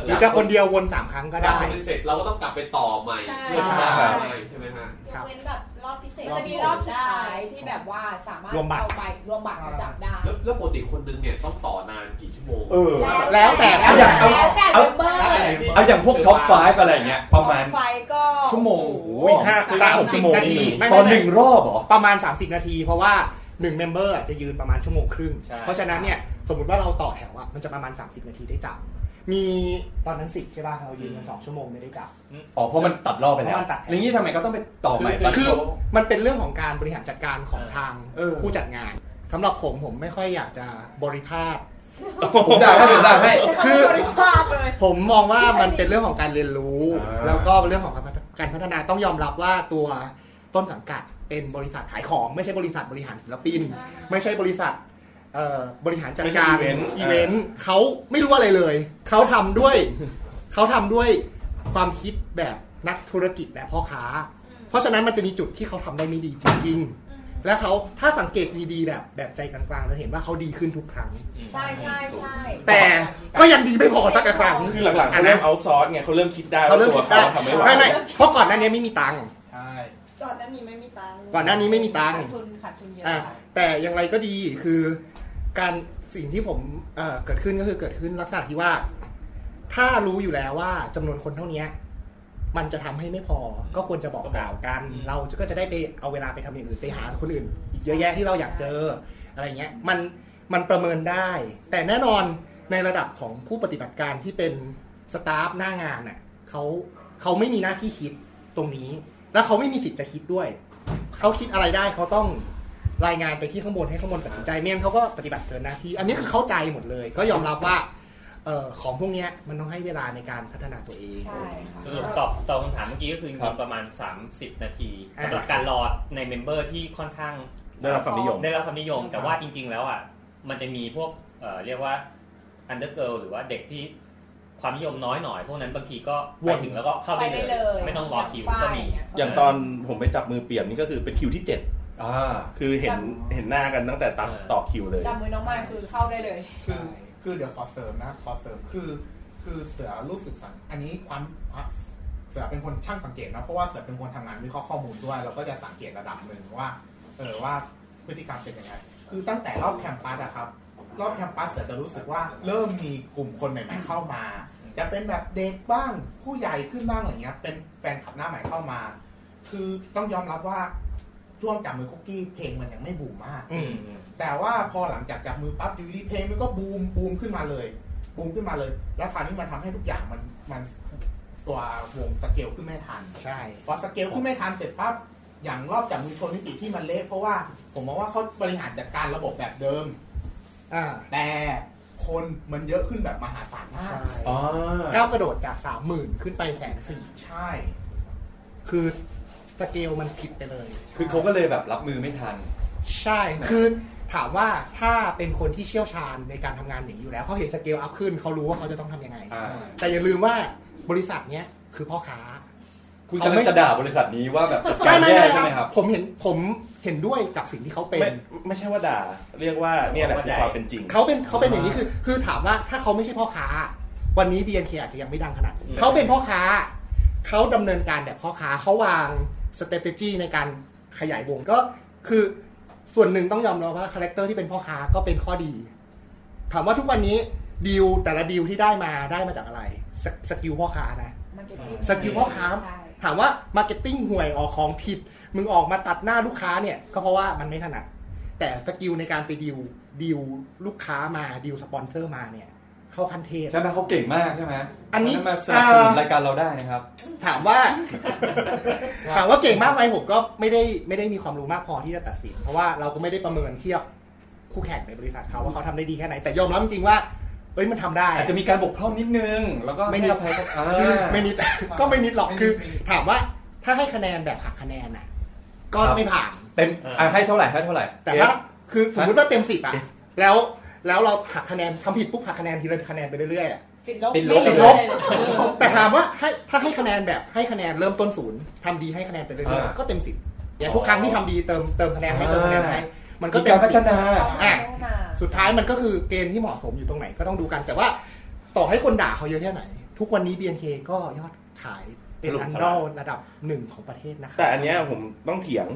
S4: หรือจะคนเดียววนสามครั้งก็
S12: จับค
S4: ได้
S12: นหนึงเสร็จเราก็ต้องกลับไปต่อใหม่
S5: ใช่
S12: เพื่อที่จะได้ใหม่ใช่ไหมฮะ
S8: ยกเว้นแบบรอบพิเศษ
S5: มันจะมีรอบสุดท้ายที่แบบว่าสามารถ
S12: รวมบัตร
S5: เอาไปรวมบัตรมาจับได้
S12: แล้วแล้วปกติคนหนึงเนี่ยต้องต่อนานกี่ชั่วโมง
S2: เออ
S5: แล้วแต่
S2: เอาอย่างเอา
S5: แล้วแต่
S2: เอา
S5: member
S2: เอาอย่างพวกท็อปไฟฟ์อะไรเงี้ยประมาณ
S5: ไฟก็
S2: ชั่วโมง
S4: ห้าสามสิบนาทีไม่
S2: ตอน
S4: ไม่
S2: หนึ่งรอบเหรอ
S4: ประมาณ 30 นาที เพราะว่าหนึ่งเมมเบอร์จะยืนประมาณชั่วโมงครึ่ง เพราะฉะนั้นเนี่ยสมมติว่าเราต่อแถวอ่ะมันจะประมาณ 30 นาทีได้จับ มีตอนนั้นสิใช่ป่ะเรายืนกันสองชั่วโมงไม่ได้จับ
S2: อ๋อเพราะมันตัดรอบไปแล้ว
S4: เพราะมันตัดแล้ว
S2: อย่างนี้ทำไมก็ต้องไปต่อใหม่บัตร
S4: คือมันเป็นเรื่องของการบริหารจัดการของทางผู้จัดงานสำหรับผมผมไม่ค่อยอยากจะบริภาค
S2: ผมด่าให้ผมด่าให้
S4: คือ
S5: ริภาพเลย
S4: ผมมองว่ามันเป็นเรื่องของการเรียนรู้ แล้วก็เรื่องของการพัฒนาต้องยอมรับว่าตัวต้นสังกัดเป็นบริษัทขายของ ไม่ใช่บริษัทบริหารศิลปิน ไม่ใช่บริษัทเอ่อบริหารจัดการ
S3: ไม่ใช่ event
S4: อีเวนต์เขาไม่รู้อะไรเลย เขาทำด้วย เขาทำด้วยความคิดแบบนักธุรกิจแบบพ่อค้า เพราะฉะนั้นมันจะมีจุดที่เขาทำได้ไม่ดีจริง ๆ และเขาถ้าสังเกตดีๆแบบแบบใจกลางๆจะเห็นว่าเขาดีขึ้นทุกครั้ง
S5: ใช่ใช่ใช่
S4: แต่ก็ยังดีไม่พอสักครั้ง
S3: คือหลังๆเขาเริ่มเอาซอสไงเขาเริ่มคิดได้
S4: เขาเริ่ม
S3: ว่
S4: คิดได้
S3: ตัวเขาทำไม่ไหว
S4: ไม่ไม่เพราะก่อนหน้านี้ไม่มีตังค์
S5: ก่อนหน้านี้ไม่มีตังค์
S4: ก่อนหน้านี้ไม่มีตังค์
S5: ขาดทุนขาดทุนเยอะ
S4: อ่ะแต่อย่างไรก็ดีคือการสิ่งที่ผมเอ่อเกิดขึ้นก็คือเกิดขึ้นลักษณะที่ว่า ถ้ารู้อยู่แล้วว่าจำนวนคนเท่าเนี้ย มันจะทำให้ไม่พอ ก็ควรจะบอกกล่าวกัน เราก็จะได้ไปเอาเวลาไปทำอย่างอื่นไปหาคนอื่น อีกเยอะแยะที่เราอยากเจออะไรเงี้ย มันมันประเมินได้ แต่แน่นอนในระดับของผู้ปฏิบัติการที่เป็นสตาฟหน้างานน่ะเขาเขาไม่มีหน้าที่คิดตรงนี้ แล้วเขาไม่มีสิทธิ์จะคิดด้วย เขาคิดอะไรได้เขาต้องรายงานไปที่ข้างบนให้ข้างบนตัดสินใจเมียนเขาก็ปฏิบัติเกินหน้าที่ อันนี้คือเข้าใจหมดเลย ก็ยอมรับว่าเออของพวกเนี้ยมันต้องให้เวลาในการพัฒนาตัวเอง
S11: สรุปตอบตอบคำถามเมื่อกี้ก็คือจริงๆประมาณ 30 นาที
S4: อ่า
S11: สำหรับการรอในเมมเบอร์ที่ค่อนข้าง
S3: ได้รับความนิยม
S11: ได้รับความนิยม แต่ว่าจริง ๆ แล้วอ่ะมันจะมีพวกเอ่อเรียกว่าอันเดอร์เกิลหรือว่าเด็กที่ความนิยมน้อยหน่อย พวกนั้นบางทีก็ไปถึงแล้วก็เข้าไป
S5: ไปได้
S11: เล
S5: เลย ย
S11: ไม่ต้องรอคิว
S5: ไฟล์
S11: ก็มี
S5: เนี่ย
S3: อย่างตอนผมไปจับมือเปี่ยมนี่ก็คือเป็นคิวที่เจ็ดคือเห็นเห็นหน้ากันตั้งแต่ตัดต่อคิวเลย
S5: จับมือน้องมายคือเข้าได้เลย
S6: คือคือเดี๋ยวขอเสริมนะขอเสริมคือ คือเสือรู้สึกสังอันนี้ความความเสือเป็นคนช่างสังเกตนะเพราะว่าเสือเป็นคนทำงานวิเคราะห์ข้อมูลด้วยเราก็จะสังเกตระดับหนึ่งว่า เออว่าพฤติกรรมเป็นยังไงคือตั้งแต่รอบแคมปัสอะครับรอบแคมปัสเสือจะรู้สึกว่าเริ่มมีกลุ่มคนใหม่ๆเข้ามา จะเป็นแบบเด็กบ้างผู้ใหญ่ขึ้นบ้างอะไรเงี้ย เป็นแฟนคลับหน้าใหม่เข้ามา คือต้องยอมรับว่าช่วงจับมือคุกกี้เพลงมันยังไม่บูมมาก
S4: อืม
S6: แต่ว่าพอหลังจากจับมือปั๊บอยู่ดีเพลงมันก็บูมบูมขึ้นมาเลย บูมขึ้นมาเลย แล้วคราวนี้มันทำให้ทุกอย่างมันมันตัววงสเกลขึ้นไม่ทัน
S4: ใช่
S6: พอสเกลขึ้นไม่ทันเสร็จปั๊บอย่างรอบจับมือโชนิติที่มันเละเพราะว่า ผมมองว่าเขาบริหารจัดการระบบแบบเดิม
S4: อ่า
S6: แต่คนมันเยอะขึ้นแบบมหาศาลมาก
S4: ใช่ก้าวกระโดดจากสามหมื่นขึ้นไปแสนสี่
S6: ใช่
S4: คือสเกลมันผิดไปเลย
S2: คือเขาก็เลยแบบรับมือไม่ทัน
S4: ใช่ คือถามว่าถ้าเป็นคนที่เชี่ยวชาญในการทำงานอย่างนี้อยู่แล้วเขาเห็นสเกลอัพขึ้นเขารู้ว่าเขาจะต้องทำยังไง
S2: อ่า
S4: แต่อย่าลืมว่าบริษัทเนี้ยคือพ่อค้า
S2: คุณกำลังจะด่าบริษัทนี้ว่าแบบจัดกา
S4: ไม่
S2: ร
S4: ไม่
S2: แย่
S4: ไม่
S2: ใช่ไหมครับ
S4: ผมเห็นผมเห็นด้วยกับสิ่งที่เขาเป็น
S3: ไม่ไม่ใช่ว่าด่า เรียกว่าเนี่ยแหละคือความเป็นจริง
S4: เขาเป็นเขาเป็นอย่างนี้คือ คือถามว่าถ้าเขาไม่ใช่พ่อค้า วันนี้ BNK อาจจะยังไม่ดังขนาดนี้
S3: อืม
S4: เขาเป็นพ่อค้า เขาดำเนินการแบบพ่อค้าเขาวางสเตตจี้ในการขยายวงก็คือส่วนหนึ่งต้องยอมรับว่าคาแรคเตอร์ที่เป็นพ่อค้าก็เป็นข้อดี ถามว่าทุกวันนี้ดีลแต่ละดีลที่ได้มาได้มาจากอะไรสสกิลพ่อค้านะ
S5: marketing
S4: สกิลพ่อค้าถามว่ามาร์เก็ตติ้งห่วยออกของผิด มึงออกมาตัดหน้าลูกค้าเนี่ย ก็เพราะว่ามันไม่ถนัด แต่สกิลในการไปดิวดิวลูกค้ามาดิวสปอนเซอร์มาเนี่ย เข้าคันเทพ
S2: ใช่ไหมเขาเก่งมากใช่ไหม
S4: อันนี้
S2: มาสนับสนุนรายการเราได้นะครับ
S4: ถาม ว่า ถามว่าเก่งมากไหมผมก็ไม่ได้ไม่ได้มีความรู้มากพอที่จะตัดสิน เพราะว่าเราก็ไม่ได้ประเมินเทียบคู่แข่งในบริษัทเขาว่าเขาทำได้ดีแค่ไหน แต่ยอมรับจริงๆว่าเอ้ยมันทำได้
S2: อาจจะมีการบกพร่องนิดนึง แล้วก็
S4: ไม่
S2: ให้
S4: นิด
S2: อภัยเขาอ่า
S4: ไม่นิด ก็ไม่นิดหรอกคือ ถามว่าถ้าให้คะแนนแบบหักคะแนนน่ะ ก็ไม่ผ่าน
S2: เต็มอ่ะให้เท่าไหร่ให้เท่าไหร่
S4: แต่ถ้าคือสมมติว่าเต็มสิบอ่ะ แล้วแล้วเราหักคะแนนทำผิดปุ๊บหักคะแนนทีละคะแนนไปเรื่อยๆอะ
S5: ติดลบ
S4: ติดลบ
S5: ไม่
S4: ติดลบ
S9: Ừ.
S4: แต่ถามว่าให้ถ้าให้คะแนนแบบให้คะแนนเริ่มต้นศูนย์ทำดีให้คะแนนไปเรื่อย
S2: อ่า
S4: ๆก็เต็มสิบอย่างทุกครั้งที่ทำดีเติมเติมคะแนนให้เติมคะแนนให้
S2: อ่า
S4: มันก็
S2: มีการพัฒนา
S4: อ่ะสุดท้ายมันก็คือเกณฑ์ที่เหมาะสมอยู่ตรงไหนก็ต้องดูกัน แต่ว่าต่อให้คนด่าเขาเยอะแค่ไหน ทุกวันนี้ BNK ก็ยอดขายเป็นอันดอลระดับหนึ่งของประเทศนะคะ
S3: แต่อันเนี้ยผมต้องเถียง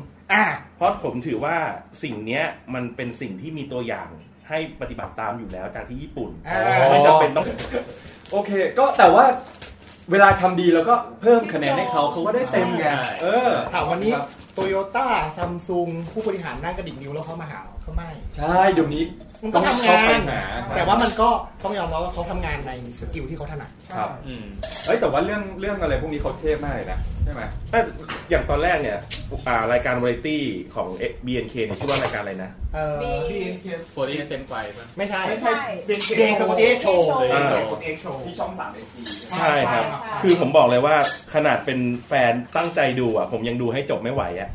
S3: เพราะผมถือว่าสิ่งเนี้ยมันเป็นสิ่งที่มีตัวอย่างให้ปฏิบัติตามอยู่แล้วจากที่ญี่ปุ่น
S2: อ่า
S3: ไม่จำเป็นต้อง
S2: โอเค ก็แต่ว่าเวลาทำดีแล้วก็เพิ่มคะแนนให้เขาเขาก็ได้เต็มไงเออ
S4: ถามวันนี้โตโยต้าซัมซุงผู้บริหารนั่งกระดิ่งนิ้วแล้วเขามาหาเราเขาไม่
S2: ใช่เดี๋ยวนี้
S4: มันก็ทำ
S2: เข้
S4: งา
S2: ไป
S4: น
S2: หครับ
S4: แต่ว่ามันก็ต้องยอมรับว่าเขาทำงานในสกิลที่เขาถนัด
S2: ครับเอ้ยแต่ว่าเรื่องเรื่องอะไรพวกนี้เขาเทพมากเลยนะใช่ไหม
S3: แต่อย่างตอนแรกเนี่ยอ่ารายการวาไรตี้ของ BNK เนี่ยชื่อว่ารายการอะไรนะ
S4: เออ
S11: โพลีเซนไกว
S4: ไม่ใช่
S6: ไม่ใช่เบนเก
S4: เบนเกเกโชว์
S6: เบนเก
S3: โชว์
S6: เกโชว์ที่ช่องสามเอที
S3: ใช่ครับ คือผมบอกเลยว่าขนาดเป็นแฟนตั้งใจดูอ่ะ ผมยังดูให้จบไม่ไหวอ่ะ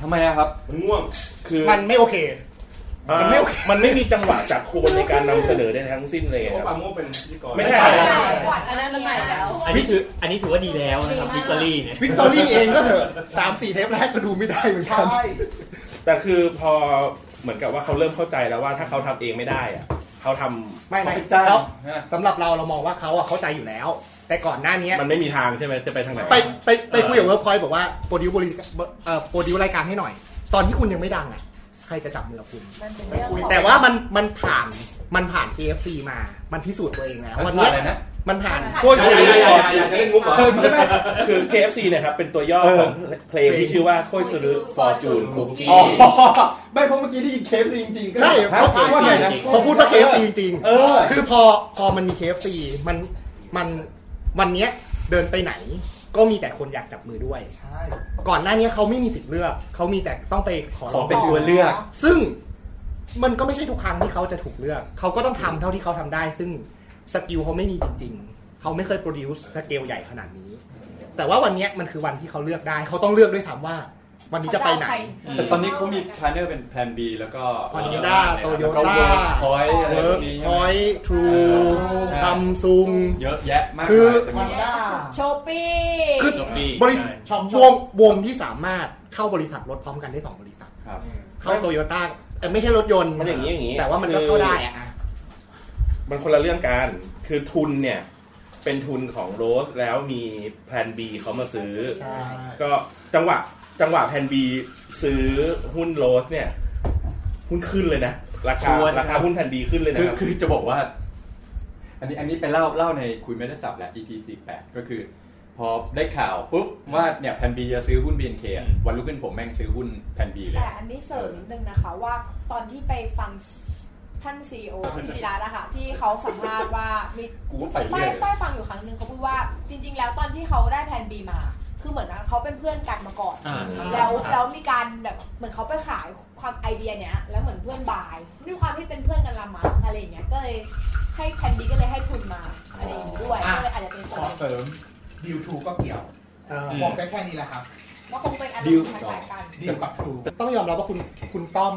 S2: ทำไมอะครับ
S3: ง่วงคือ
S4: มันไม่โอเค
S3: อ่า
S4: มันไม่โอเค
S3: มันไม่มีจังหวะจากโคนในการนำเสนอได้ทั้งสิ้นเลยครับ
S12: ปาโมเป็นพิธีกร
S3: ไม่ใช่
S10: อันนั้นมันใหม่แล้ว
S11: อันนี้ถืออันนี้ถือว่าดีแล้วนะครับวิกตอรี่เนี่ย
S4: วิกตอรี่เองก็เถอะสามสี่เทปแรกก็ดูไม่ได้เหมือนกัน
S3: แต่คือพอเหมือนกับว่าเขาเริ่มเข้าใจแล้วว่าถ้าเขาทำเองไม่ได้อ่ะเขาทำ
S4: ไม่ไม่
S3: จ้าง
S4: เขาสำหรับเราเรามองว่าเขาอะเข้าใจอยู่แล้ว แต่ก่อนหน้านี้
S3: มันไม่มีทางใช่ไหมจะไปทางไหน
S4: ไปไปไปคุยกับเวิร์คพอยต์บอกว่าโปรดิวบริเอ่อโปรดิวรายการให้หน่อย ตอนที่คุณยังไม่ดังอะใครจะจับมือกับคุณ
S5: มันเป็นเรื่องของ
S4: แต่ว่ามันมันผ่านมันผ่าน AFC มา มันพิสูจน์ตัวเองแล้ววันเนี้ย
S3: มันผ่านอะไรนะ
S4: มันผ่าน
S3: โอ้ยอย่าอย่าอย่าอย่าอย่า
S4: เล่
S3: เล่
S4: น
S3: น
S4: มุ
S3: มุ
S4: ก
S3: ก
S4: เห
S3: เห
S4: ร
S3: ร
S4: อ
S3: อคือ KFC เนี่ยครับเป็นตัวย่อของเพลงที่ชื่อว่าโคยสุรุฟอร์จูนคุกกี้
S2: อ๋อ ไม่เพราะเมื่อกี้ได้ยินเคฟจริงๆก็
S4: ใช่
S2: ฮะ
S4: เขาพูด
S2: ว่า
S4: ว่า
S2: ไงนะ
S4: เขาพูดว่า KFC จริง
S2: เออ
S4: ๆคือพอพอมันมี KFC มันมันวันเนี้ยเดินไปไหน ก็มีแต่คนอยากจับมือด้วย ก่อนหน้านี้เขาไม่มีสิทธิ์เลือก เขามีแต่ต้องไปขอ
S2: ขอเป็นตัวเลือก
S4: ซึ่งมันก็ไม่ใช่ทุกครั้งที่เขาจะถูกเลือก เขาก็ต้องทำเท่าที่เขาทำได้ ซึ่งสกิลเขาไม่มีจริงๆ เขาไม่เคยโปรดิวส์สเกลใหญ่ขนาดนี้ แต่ว่าวันเนี้ยมันคือวันที่เขาเลือกได้ เขาต้องเลือกด้วยซ้ำว่า วันนี้จะไปไหน
S2: แต่ตอนนี้เขามีพาร์เนอร์เป็นแพลน B แล้วก็
S4: Honda Toyota
S2: คอยอะไร
S4: เวิ
S2: พว
S4: ร์
S2: ก
S4: ก
S2: นี้
S4: พอยต์ทรู
S2: ใช่
S4: ซัมซุง
S2: เยอะแยะมาก
S4: คือ
S2: มายเต็มไปหมด
S5: โชปี้
S4: คือ
S11: จบดี
S4: บริษัท
S5: ใช่
S4: วงวงที่สามารถเข้าบริษัทรถพร้อมกันได้สองบริษัท
S2: ครับ
S4: เข้าโตโยต้าแต่ไม่ใช่รถยนต์
S3: มันอย่างนี้อย่างนี้
S4: แต่ว่ามันก็เข้าได้อะ
S3: มันคนละเรื่องกัน คือทุนเนี่ย เป็นทุนของโรสแล้วมีแพลน B เขามาซื้อ
S9: Ừ.
S4: ใช่
S3: ก็จังหวะจังหวะแพลน B ซื้อหุ้นโรสเนี่ย หุ้นขึ้นเลยนะ ราคา
S2: ชวน
S3: ราคาหุ้นแพลน B ขึ้นเลยนะ
S2: คือ
S3: ครับ
S2: คือจะบอกว่า อันนี้อันนี้ไปเล่าเล่าในคุยไม่ได้สับแหละ EP 48ก็คือ พอได้ข่าวปุ๊บว่าเนี่ยแพนบีจะซื้อหุ้น BNK อะวันรุ่งขึ้นผมแม่งซื้อหุ้นแพนบีเลย
S5: แต่อันนี้เสริมนิดนึงนะคะว่าตอนที่ไปฟังท่านซีโอพี่จิรานะคะที่เขาสัมภาษณ์ว่ามี
S2: กูก็ไปเรื่
S5: ไม่
S2: อย
S5: ไม่ฟังอยู่ครั้งหนึ่งเขาพูดว่าจริง ๆ แล้วตอนที่เขาได้แพลนบีมา คือเหมือนว่าเขาเป็นเพื่อนกันมาก่อน
S11: อ่า
S5: แล้วแล้วมีการแบบเหมือนเขาไปขายความไอเดียเนี้ยแล้วเหมือนเพื่อนบายด้วยความที่เป็นเพื่อนกันละมั้งอะไรอย่างเงี้ยก็เลยให้แพลนบีก็เลยให้ทุนมาอะไรอย่างงี้ด้วย
S6: อ่ะ
S5: ก็เลยอาจจะเป็น
S6: ขอเสริมดิวทูก็เกี่ยวบอกได้แค่นี้แหละครับ
S5: ว่าคงเป็นอัน
S6: ดิว
S5: คล้ายๆกัน
S6: ดิวกับทู
S4: ต้องยอมรับว่าคุณคุณต้อม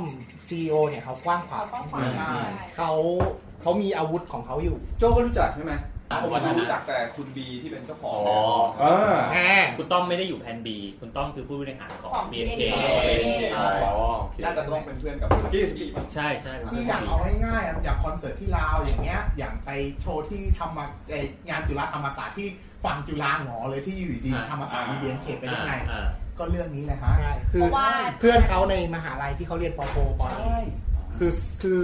S4: ซีอเนี่ยเขากว้างขวาง
S5: เขากว้างขวางใช่
S4: เขาเขามีอาวุธของเขาอยู่
S2: โจก็รู้จักใช่ไหม
S7: ผมรู้จักแต่คุณบีที่เป็นเจ้าของ
S11: อ๋อ
S7: เนี่ย
S11: คุณต้อมไม่ได้อยู่แพนบีคุณต้อมคือผู้บริหารของ
S7: ของ
S11: BNK
S7: BNK
S11: อ๋อโอเค
S7: น่าจะต้องเป็นเพื่อนกับกี้สกี
S11: ใช่ใช่
S6: คืออย่างเอาง่ายๆอะอย่างคอนเสิร์ตที่ลาวอย่างเงี้ย อย่างไปโชว์ที่ธรรมะเอ่องานจุฬาธรรมศาสตร์ที่ฝั่งจุฬาหงอเลยที่อยู่ดีๆธรรมศาสตร์มีเบียนเขตไปได้ไง ก็เรื่องนี้แหละฮะ
S4: คือ
S6: เพราะว่า
S4: เพื่อนเขาในมหาลัยที่เขาเรียนปโทปอเอกคือคือ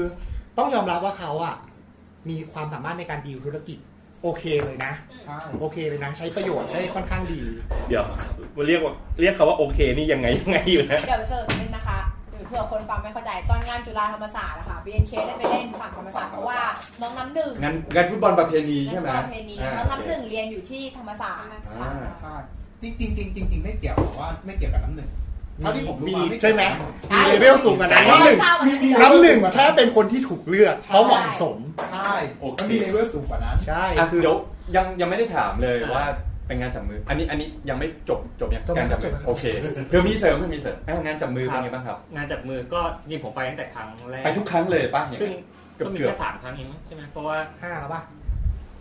S4: ต้องยอมรับว่าเขาอ่ะมีความสามารถในการดีลธุรกิจ โอเคเลยนะโอเคเลยนะ ใช้ประโยชน์ได้ค่อนข้างดี
S3: เดี๋ยวเรียกว่าเรียกเขาว่าโอเคนี่ยังไงยังไงอยู่นะ
S5: เดี๋ยวเสิร์ฟนิดนึงนะคะหรือเผื่อคนฟังไม่เข้าใจตอนงานจุฬาธรรมศาสตร์นะคะ BNK ได้ไปเล่นฝั่งธรรมศาสตร์เพราะว่าน้องน้ำหนึ่ง
S2: งั้นงานฟุตบอลประเพณีใช่ไหม
S5: น้องประเพณีน้องน้ำหนึ่งเรียนอยู่ที่ธรรมศาสตร์
S2: อ่า
S6: จริงจริงจริงจริงๆไม่เกี่ยวกับว่าไม่เกี่ยวกับน้ำหนึ่งเท่าที่ผมรู้
S4: มี
S6: มาเกี่ยว
S4: ใช่ไหม
S6: ใช่
S4: มีเลเวลสูงกว่านั้นน้ำหนึ่งน้ำหนึ่งแค่เป็นคนที่ถูกเลือกเขาเหมาะสม
S6: ใช่มันมีเลเวลสูงกว่านั้น
S4: ใช่
S2: อ่ะเดี๋ยวยังยังไม่ได้ถามเลยว่าเป็นงานจับมือ อันนี้อันนี้ยังไม่จบจบยัง
S4: จบ
S2: การจับ
S4: จ
S2: มื
S4: บ
S2: อ
S4: จบ
S2: โอเคเพื่อมีเสริมเพื่อมีเสริมอ่ะงานจับมือเป็นไงบ้างครับ
S11: งานจับมือก็นี่ผมไปตั้งแต่ครั้งแรก
S2: ไปทุกครั้งเลยป่ะอย่างนั้น
S11: ซึ่ง
S2: เกื
S11: ก็
S2: อบๆ
S11: มีแค่สามครั้งเองมั้งใช่ไหมเพราะว่า
S4: ห้าแล้วป่ะ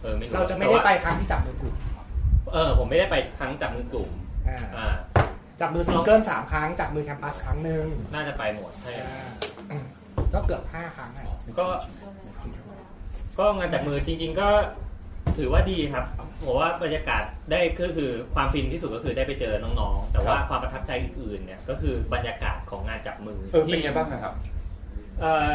S11: เออไม่รู้
S4: เราจะไม่
S11: แต่
S4: ได้
S11: ว่า
S4: ไปครั้งที่จับมือกลุ่ม
S11: เออผมไม่ได้ไปครั้งจับมือกลุ่ม
S4: อ่า
S11: อ่า
S4: จับมือซิงเกิลสามครั้ง จับมือแคมปัสครั้งหนึ่ง
S11: น่าจะไปหมดใช่
S4: ก็เกือบห้าครั้งอะ
S11: ก็ ก็งานจับมือจริง ๆ ก็ถือว่าดีครับผมว่าบรรยากาศได้ก็คือความฟินที่สุดก็คือได้ไปเจอน้องๆ แต่ว่าความประทับใจอื่นๆเนี่ยก็คือบรรยากาศของงานจับมือ
S2: เออเป็นไงบ้างนะครับ
S11: เอ่อ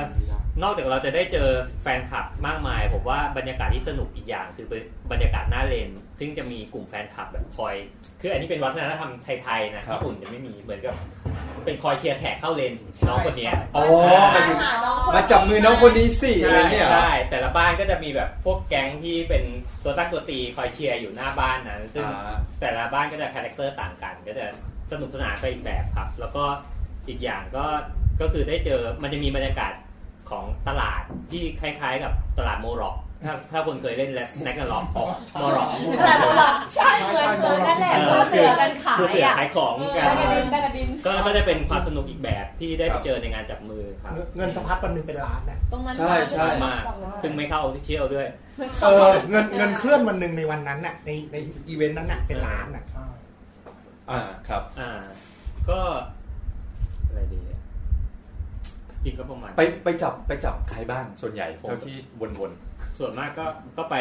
S11: นอกจากเราจะได้เจอแฟนคลับมากมายผมว่าบรรยากาศที่สนุกอีกอย่าง คือบรรยากาศหน้าเลน ซึ่งจะมีกลุ่มแฟนคลับแบบคอย คืออันนี้เป็นวัฒนธรรมไทยๆนะญี่ปุ่นจะไม่มีเหมือนกับเป็นคอยเชียร์แขกเข้าเลนน้องคนเนี้ย
S2: อ๋อไปดูมาจับมือน้องคนนี้สิอะไร
S11: ใช่
S2: เนี่ยเหรอ
S11: ใช่แต่ละบ้านก็จะมีแบบพวกแก๊งที่เป็นตัวตั้งตัวตีคอยเชียร์อยู่หน้าบ้านนั้นซึ่ง
S2: อ่า
S11: แต่ละบ้านก็จะคาแรคเตอร์ต่างกัน ก็จะสนุกสนานไปอีกแบบครับ แล้วก็อีกอย่างก็ก็คือได้เจอมันจะมีบรรยากาศของตลาดที่คล้ายๆ กับตลาดโมร็อกถ้าถ้าคนเคยเล่นแน็กนาล็อกออกโมร็อก
S5: ตลาดโบราณใช่เหมือนเหมือนนั่นแหละตัวเสือกันขาย
S11: ตัวเสือ
S5: อะ
S11: ขายของ
S5: เออ
S11: กั
S5: แบ
S11: น
S5: กระดินแบกระดิน
S11: ก็ก็จะเป็นความสนุกอีกแบบที่ได้ไปเจอในงานจับมือครับ
S4: เงินสะพัดวันหนึ่งเป็นล้านนะ
S5: ตรงนั้น
S11: ใช่ใช่มากซึ่งไม่เข้าออฟฟิเชียลด้วย
S4: เออเงินเงินเคลื่อนวันหนึ่งในวันนั้นน่ะในในอีเวนต์นั้นน่ะเป็นล้านน่ะ
S2: อ่าครับ
S11: อ่า ก็อะไรดีอะจริงก็ประมาณ
S2: ไปไปจับไปจับใครบ้างส่วนใหญ่เท่าที่วน
S11: ส่วนมากก็ก็ไป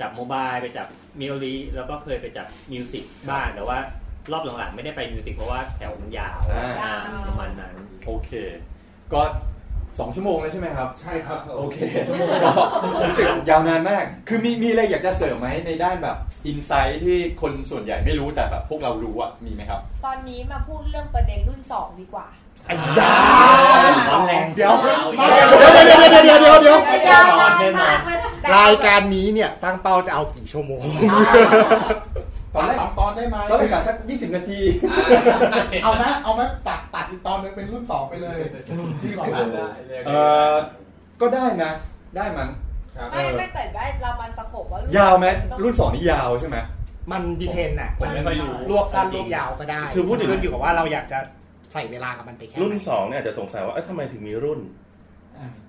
S11: จับโมบายไปจับมิวลีแล้วก็เคยไปจับมิวสิกบ้างแต่ว่ารอบหลังๆ ไม่ได้ไปมิวสิกเพราะว่าแถวมันยาว
S2: ๆอ่า
S11: อ่าประมาณนั้น
S2: โอเค ก็สองชั่วโมงแล้วใช่ไหมครับ ใช่ครับ โอเค
S11: ชั่วโมง
S2: ก็รู้สึกยาวนานมาก คือมีมีอะไรอยากจะเสริมไหมในด้านแบบอินไซต์ที่คนส่วนใหญ่ไม่รู้แต่แบบพวกเรารู้อ่ะมีไหมครับ
S5: ตอนนี้มาพูดเรื่องประเด็นรุ่นสองดีกว่า
S4: เดี๋ยวเดี๋ยวเดี๋ยวเดี๋ยวเดี๋ยวเดี๋ยวเดี๋ยวรายการนี้เนี่ยตั้งเป้าจะเอากี่ชั่วโมง
S2: ตอนแรก
S6: สองตอนได้ไหม
S2: ก็เป็นการสัก 20 นาที
S6: เอานะเอาไหมตัดตัดอีกตอนนึงเป็นรุ่นสองไปเลย ดีกว่าไหม
S2: เออก็ได้นะ ได้มั้งเอ
S5: ไม่
S2: อ
S5: ไม่แต่ได้เรามันสะกบว่ารุ่น
S2: ยาวไหมรุ่นสองนี่ยาวใช่ไหม
S4: มันดีเทนน่ะ
S11: ผมไม่ค่อยรู้
S4: รวบสั้นร
S11: จริ
S4: ว
S11: งๆ
S4: บยาวก็ได้
S3: คือพูดถึง
S4: ขึ้นอยู่กับว่าเราอยากจะใส่เวลากับมันไปแค่ไห
S3: รุ่น
S4: น
S3: สองเนี่ยอาจจะสงสัยว่าเอ้ยทำไมถึงมีรุ่น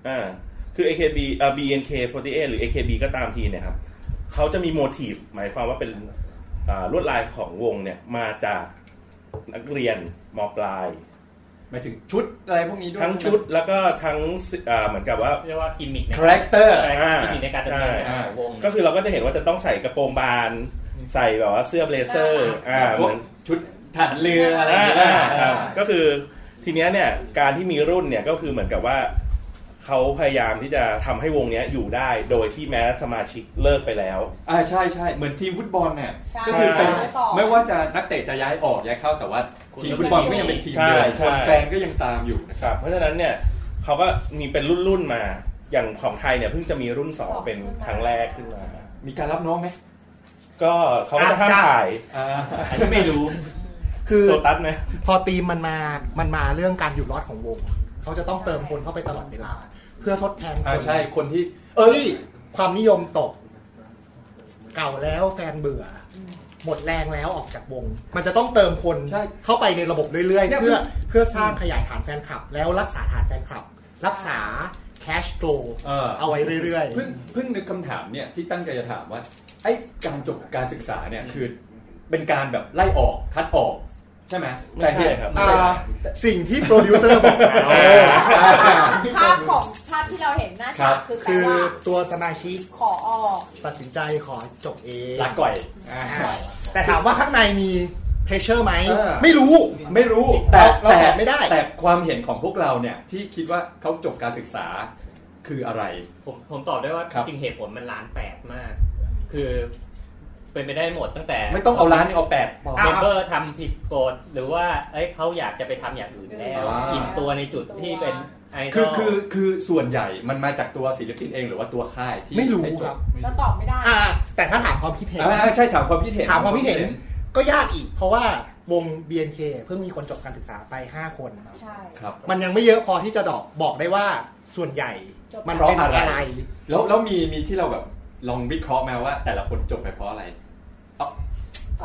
S3: อ่า คือ AKB อ่า BNK48 หรือ AKB ก็ตามทีเนี่ยครับ เขาจะมีโมทีฟหมายความว่าเป็นอ่าลวดลายของวงเนี่ยมาจากนักเรียนมปลาย
S2: หมายถึงชุดอะไรพวกนี้ด้วย
S3: ทั้งชุดแล้วก็ทั้งสิอ่าเหมือนกับว่า
S11: เรียกว่ากิมมิคใน
S2: Character
S3: อ่า
S11: กิมมิคในการดำเนินงานของวง
S3: ก็คือเราก็จะเห็นว่าจะต้องใส่กระโปรงบาน ใส่แบบว่าเสื้อเบลเซอร์ อ่าเหมือน
S2: ชุดทหารเรืออะไรอย่างเงี้ย
S3: อ่าครับก็คือทีเนี้ยเนี่ยการที่มีรุ่นเนี่ยก็คือเหมือนกับว่าเขาพยายามที่จะทำให้วงเนี้ยอยู่ได้โดยที่แม้สมาชิกเลิกไปแล้ว
S2: อ่าใช่ใช่เหมือนทีมฟุตบอลเนี่ย
S5: ใช่
S2: ก็คือเป็นไม่ว่าจะนักเตะจะย้ายออกย้ายเข้าแต่ว่าทีมฟุตบอลก็ยังเป็นทีมเดิมค
S3: ใช่
S2: น
S3: ใช่
S2: แฟนก็ยังตามอยู่นะครับ
S3: เพราะฉะนั้นเนี่ยเขาก็มีเป็นรุ่นรุ่นๆมาอย่างของไทยเนี่ยเพิ่งจะมีรุ่นสองเป็นครั้งแรกขึ้นมา
S2: มีการรับน้องไหม
S3: ก็เขาก็จะห้ามถ่าย
S2: อ่า
S3: อันนี้ไม่รู้
S4: คือ
S3: โซตัสไหม
S4: พอตีมมันมามันมาเรื่องการอยู่รอดของวง เขาจะต้องเติมคนเข้าไปตลอดเวลา เพื่อทดแทนค
S2: อ่านใช่คนที่
S4: เออที่ความนิยมตก เก่าแล้วแฟนเบื่อ หมดแรงแล้วออกจากวง มันจะต้องเติมคนเข้าไปในระบบเรื่อยๆ
S2: เนี่ย
S4: เพื่อเพื่อสร้างขยายฐานแฟนคลับ แล้วรักษาฐานแฟนคลับ รักษาแคชโตร
S2: เออ
S4: เอาไว้เรื่อยๆ
S2: เพิ่งเพิ่งนึกคำถามเนี่ยที่ตั้งใจจะถามว่า ไอ้การจบการศึกษาเนี่ยคือเป็นการแบบไล่ออกคัดออก ใช่ไหม
S3: ไม่ใช่ครับ
S2: แต่เนี่ย
S4: อ่าสิ่งที่โปรดิวเซอร์บอกนะ
S5: ภาพของภาพที่เราเห็นหน้าฉากคือแปล
S4: คือ
S5: ว่า
S4: ตัวสมาชิก
S5: ขอออก
S4: ตัดสินใจขอจบเอง
S2: ลาก่อย
S4: อ่าแต่ถามว่าข้างในมีเพชเชอร์ไหม
S2: เออ
S4: ไม่รู้
S2: ไม่รู้
S4: เราเราตอบไม่ได้
S2: แต่ความเห็นของพวกเราเนี่ยที่คิดว่าเขาจบการศึกษาคืออะไร
S11: ผมผมตอบได้ว่า
S2: ครับ
S11: จริงๆเหตุผลมันล้านแปดมาก คือเป็นไปได้หมดตั้งแต่
S2: ไม่ต้องเอาล้านนี่เอาแปดพอ
S11: เมมเบอร์ทำผิดกฎหรือว่าเอ้ยเขาอยากจะไปทำอย่างอื่นแล้ว
S2: อ่า
S11: อิ่มตัวในจุดที่เป็นไอด
S2: คือ
S11: อล
S2: คือคือส่วนใหญ่มันมาจากตัวศิลปินเองหรือว่าตัวค่ายที่
S4: ไม่รู้
S2: ให้จ
S4: ครับ
S5: เราตอบไม่ได้
S4: อ่า แต่ถ้าถามความคิดเห็น
S2: อ่าใช่ถามความคิดเห็น
S4: ถามความคิดเห็นก็ยากอีก เพราะว่าวง BNK เพิ่งมีคนจบการศึกษาไป 5 คน
S5: ใช่
S2: ครับ
S4: มันยังไม่เยอะพอที่จะดอกบอกได้ว่าส่วนใหญ่ มัน
S2: เพราะ
S4: เป็น
S2: อะ
S4: อะไร ไร
S2: แล้วแล้วมีมีที่เราแบบลองวิเคราะห์มาว่า แต่ละคนจบไปเพราะอะไรเอา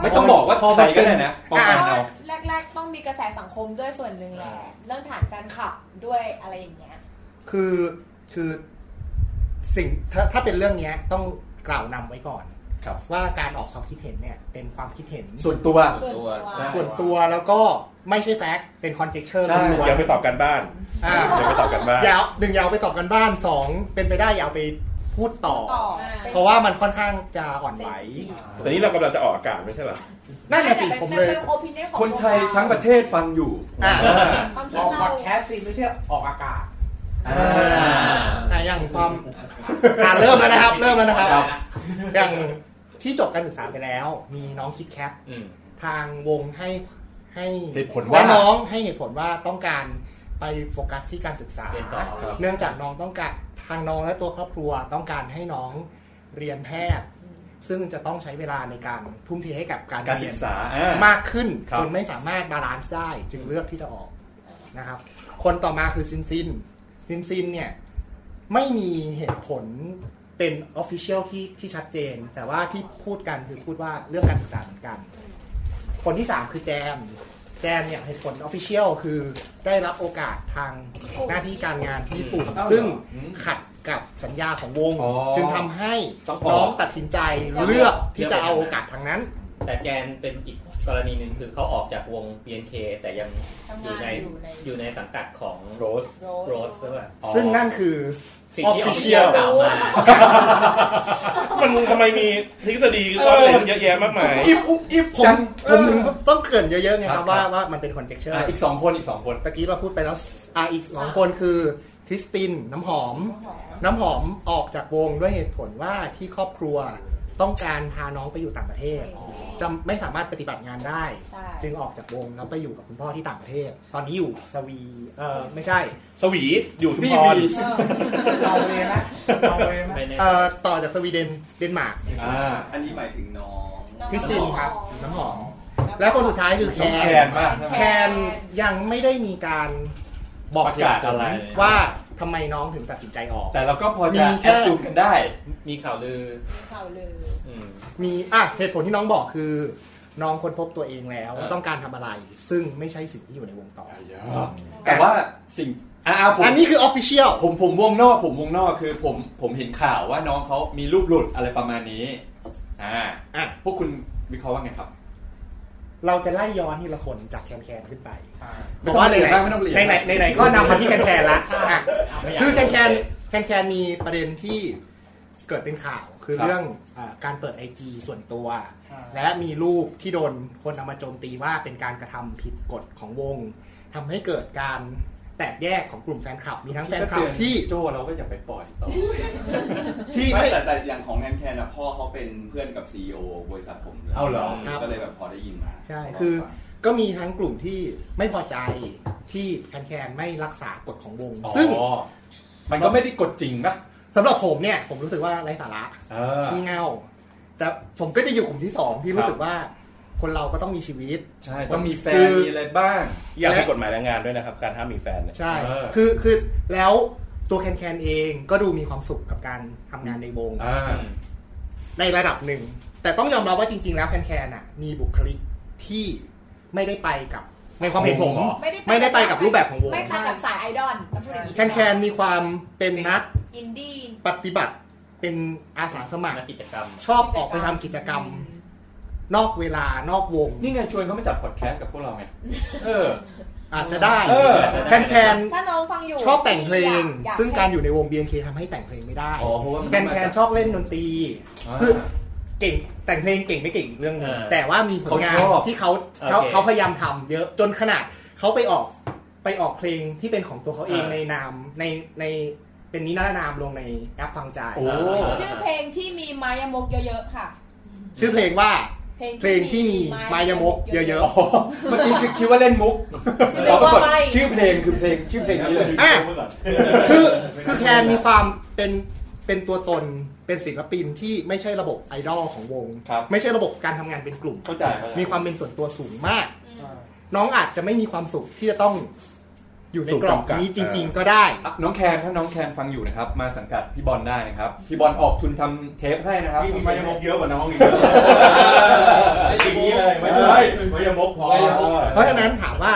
S2: ไม่ต้องบอกว่า
S4: พอ
S2: ใคร
S4: มัน
S2: ก็
S4: เป็น
S2: ได้นะประมาณเรา
S5: แรก ๆ ต้องมีกระแสสังคมด้วยส่วนหนึ่งแหละเรื่องฐานการขับด้วยอะไรอย่างเงี้ย
S4: คือคือสิ่งถ้าถ้าเป็นเรื่องเนี้ยต้องกล่าวนำไว้ก่อน
S2: ครับ
S4: ว่าการออกความคิดเห็นเนี่ย เป็นความคิดเห็น
S2: ส่วนตัว
S3: ส่วนตัว
S4: ส่วนตัวแล้วก็ไม่ใช่แฟกต์เป็นคอนเทกเชอร์
S3: ใช่
S4: ล้วน
S3: อย่าไปตอบกันบ้าน
S4: ๆอ่า
S3: อย่าไปตอบกันบ้าน
S4: ยาวหนึ่งอยาวไปตอบกันบ้านสองเป็นไปได้อยาวไปพูดต่อ
S5: ต่อ
S4: เพราะว่ามันค่อนข้างจะอ่อนไหว
S3: แต่นี้เรากำลังจะออกอากาศไม่ใช่เหรอ
S4: นั่นแหละสิผมเลย
S5: โอพินเน่ของ
S2: คนไทยทั้งประเทศฟังอยู่
S4: อ่า
S6: ออกพอดแคสต์สิไม่ใช่ออกอากาศ
S4: อ่ะอย่างความอ่าเริ่มแล้วนะครับ เริ่มแล้วนะครับอย่างที่จบการศึกษาไปแล้ว มีน้องคิดแคป
S11: อืม
S4: ทางวงให้ให้
S2: เหตุผลว่า
S4: และน้องให้เหตุผลว่าต้องการไปโฟกัสที่การศึกษา
S11: เรียนต่อครับ
S4: เนื่องจากน้องต้องการทางน้องและตัวครอบครัวต้องการให้น้องเรียนแพทย์ ซึ่งจะต้องใช้เวลาในการทุ่มเทให้กับการ
S2: การ
S4: เยน
S2: ศึกษาอ่าม
S4: ากขึ้น
S2: ครับ
S4: จนไม่สามารถบาลานซ์ได้จึงเลือกที่จะออกนะครับ คนต่อมาคือซินซินซินซินเนี่ย ไม่มีเหตุผลเป็นออฟฟิเชียลที่ที่ชัดเจน แต่ว่าที่พูดกันคือพูดว่าเรื่องการศึกษาเหมือนกัน คนที่สามคือแจม แจมเนี่ยเหตุผลออฟฟิเชียลคือได้รับโอกาสทางหน้าที่การงานที่ญี่ปุ่น
S2: เอ้าเหรอ
S4: ซึ่ง
S2: อืม
S4: ขัดกับสัญญาของวง
S2: อ๋อ
S4: จึงทำให้
S2: ต้องออก
S4: น้องตัดสินใจเลือกที่จะเอาโอกาสทางนั้น
S11: แต่แจนเป็นอีกกรณีหนึ่งคือเขาออกจากวง BNK แต่ยังอยู่ในอยู่ในสังกัดของโรสโรสใช่ป่ะ
S4: ซึ่งนั่นคือ
S11: สิ่ง
S4: ออฟ
S11: ที่ออ
S4: ฟิ
S11: ฟฟิ
S4: เชี
S11: เชี
S4: ย
S11: ย
S4: ล
S11: ลกล่าว มา
S3: มันทำไมมีทฤษฎีซ่อนเร้นเยอะแยะมากมาย
S2: อิบอุบอิบ
S4: ผม
S2: จัง
S4: ผมถึงต้องเกรินเยอะๆไง
S2: ค
S4: ค
S2: รั
S4: รั
S2: บบ
S4: ว่า
S2: ครับ
S4: ว่ามันเป็นคอนเทกเชอร์
S2: อ่ะอีกสองคนอีกสองคน
S4: ตะกี้เราพูดไปแล้วอ่ะอีกสองคนคือคริสตินน้ำหอม น้ำหอมออกจากวงด้วยเหตุผลว่าที่ครอบครัวต้องการพาน้องไปอยู่ต่างประเทศจะไม่สามารถปฏิบัติงานได้
S5: ใช่
S4: จึงออกจากวงแล้วไปอยู่กับคุณพ่อที่ต่างประเทศ ตอนนี้อยู่สวีเออไม่ใช่
S3: สวีอยู่ชุมพร
S4: วีวี
S6: เอาเลยนะเอาเลยนะ
S11: ไม่แน่
S4: เออต่อจากสวีเดนเดนมาร์ก
S2: อ่า
S7: อันนี้หมายถึงน้อง
S4: คริสตินครับน้ำหอม และคนสุดท้ายคือแค
S2: น้องแคน นมาก
S4: แคนยังไม่ได้มีการบอก
S2: ประกาศอะไร
S4: เหตุผลว่าทำไมน้องถึงตัดสินใจออก
S2: แต่เราก็พอจะ
S4: มี
S2: แอ
S4: แค่
S2: ดซูมกันได้
S11: มีข่าวลือ
S5: ข่าวลือ
S11: อืม
S4: มีอ่ะเหตุผลที่น้องบอกคือ น้องค้นพบตัวเองแล้ว
S11: เออ
S4: ต้องการทำอะไร ซึ่งไม่ใช่สิ่งที่อยู่ในวงต่อ
S2: แต่ว่าสิ่งอ่าผม
S4: อันนี้คือออฟฟิเชียล
S2: ผมผมวงนอกผมวงนอกคือผมผมเห็นข่าวว่าน้องเขามีรูปหลุดอะไรประมาณนี้ อ่า
S4: อ่ะ
S2: พวกคุณวิเคราะห์ว่าไงครับ
S4: เราจะไล่ย้อนทีละคนจากแคนแคนขึ้นไป
S2: ไม่ต้องเรียนมากไม่ต้องเรียน
S4: ในไหนในไหนๆก็นำมาที่แคนแคนละอ่ะ
S11: ไม่ยาก
S4: คือแคนแคนแคนแคนมีประเด็นที่เกิดเป็นข่าวคือ
S2: ครับ
S4: เรื่องอาการเปิดไอจีส่วนตัว และมีรูปที่โดนคนเอามาโจมตีว่าเป็นการกระทำผิดกฎของวงทำให้เกิดการแตกแยกของกลุ่มแฟนคลับ มีทั้งแฟนคลับที่
S2: โจเราก็อย่าไปปล่อยต่อ
S4: ที่
S7: ไม่
S4: ไม่
S7: แต่แต่อย่างของแอนแคนนะพ่อเขาเป็นเพื่อนกับซีอีโอบริษัทผมลย
S2: เอาเหรอ
S4: ครับ
S7: ก็เลยแบบพอได้ยินมา
S4: ใช่คือก็มีทั้งกลุ่มที่ไม่พอใจที่แคนแคนไม่รักษากฎของวง
S2: อ๋อ
S4: ซึ่ง
S2: มันก็ไม่ได้กดจริงนะ
S4: สำหรับผมเนี่ย ผมรู้สึกว่าไร้สาระ
S2: เออ
S4: มีเงา แต่ผมก็จะอยู่กลุ่มที่สองที่
S2: ครับ
S4: รู้สึกว่า คนเราก็ต้องมีชีวิต
S2: ใช่ต้องมีแฟน
S4: คือ
S2: มีอะไรบ้าง
S3: อยากให้กฎหมายแรงงานด้วยนะครับ การห้ามมีแฟนเนี่ย
S4: ใช่
S2: เออ
S4: คือคือแล้วตัวแคนแคนเองก็ดูมีความสุขกับการทำงานในวง
S2: อ่า
S4: ในระดับหนึ่ง แต่ต้องยอมรับว่าจริง ๆ แล้วแคนแคนอ่ะ มีบุคลิกที่ไม่ได้ไปกับในความเห็นผม
S2: วงเหรอ
S4: ไม่ได้ไปกับรูปแบบของวง
S5: ไม่ไปกับสายไอดอลแล้วพูดอย่างนี้
S4: แคนแคนมีความเป็นนัก
S5: อินดี้
S4: ปฏิบัติ เป็นอาสาสมัคร
S11: กิจกรรม
S4: ชอบออกไปทำกิจกรรม นอกเวลานอกวง
S2: นี่ไงชวนเขามาจัดพอดแคสต์กับพวกเราไง
S4: เออ อาจจะได้
S2: เออ
S4: แฟนๆ
S5: ถ้าน้องฟังอยู่
S4: ชอบแต่งเพลง
S5: อยาก
S4: ซึ่งการอยู่ในวง BNK ทำให้แต่งเพลงไม่ได้
S2: อ๋อเพราะว่ามัน
S4: แฟนๆชอบเล่นดนตรี
S2: อ่า
S4: คือเก่งแต่งเพลงเก่งไม่เก่งอีกเรื่องหนึง
S2: เออ
S4: แต่ว่ามีผลงาน
S2: เขาชอบ
S4: ที่เขาเขา
S2: โอเค
S4: เขาพยายามทำเยอะจนขนาดเขาไปออกไปออกเพลงที่เป็นของตัวเขาเอง
S2: เออ
S4: ในนามในในเป็นนิรนามลงในแอปฟังใจ
S2: โอ้
S5: ชื่อเพลงที่มีไมายามกเยอะๆค่ะ
S4: ชื่อเพลงว่า เพ
S5: เพ
S4: ล
S5: ล
S4: ง
S5: งที่
S4: ที่
S5: มี
S4: มีมา
S5: า
S4: มาย
S5: ยามม
S4: ก
S5: ก
S4: เยอะๆ
S2: เมื่อกี้คิดคิดว่าเล่นมุกเราปรากฏชื่อเพลงคือเพลงชื่อเพลงนี้เลย
S4: อ่ะ
S9: Ừ.
S4: คือคือแคนมีความเป็นเป็นตัวตนเป็นศิลปินที่ไม่ใช่ระบบไอดอลของวง ไม่ใช่ระบบการทำงานเป็นกลุ่ม
S2: เข้าใจเข้าใจ
S4: มีความเป็นส่วนตัวสูงมาก น้องอาจจะไม่มีความสุขที่จะต้องอยู่ในกรอบนี้จริง ๆ ก็ได้
S2: น้องแคนถ้าน้องแคนฟังอยู่นะครับ มาสังกัดพี่บอลได้นะครับ พี่บอลออกทุนทำเทปให้นะครับ
S12: พี่มีไม้ยมกเยอะกว่าน้องอีก
S2: ไม่อย่างนี้เลยไม่
S12: ได้
S2: ไม่ยมกพอ
S4: เพราะฉะนั้นถามว่า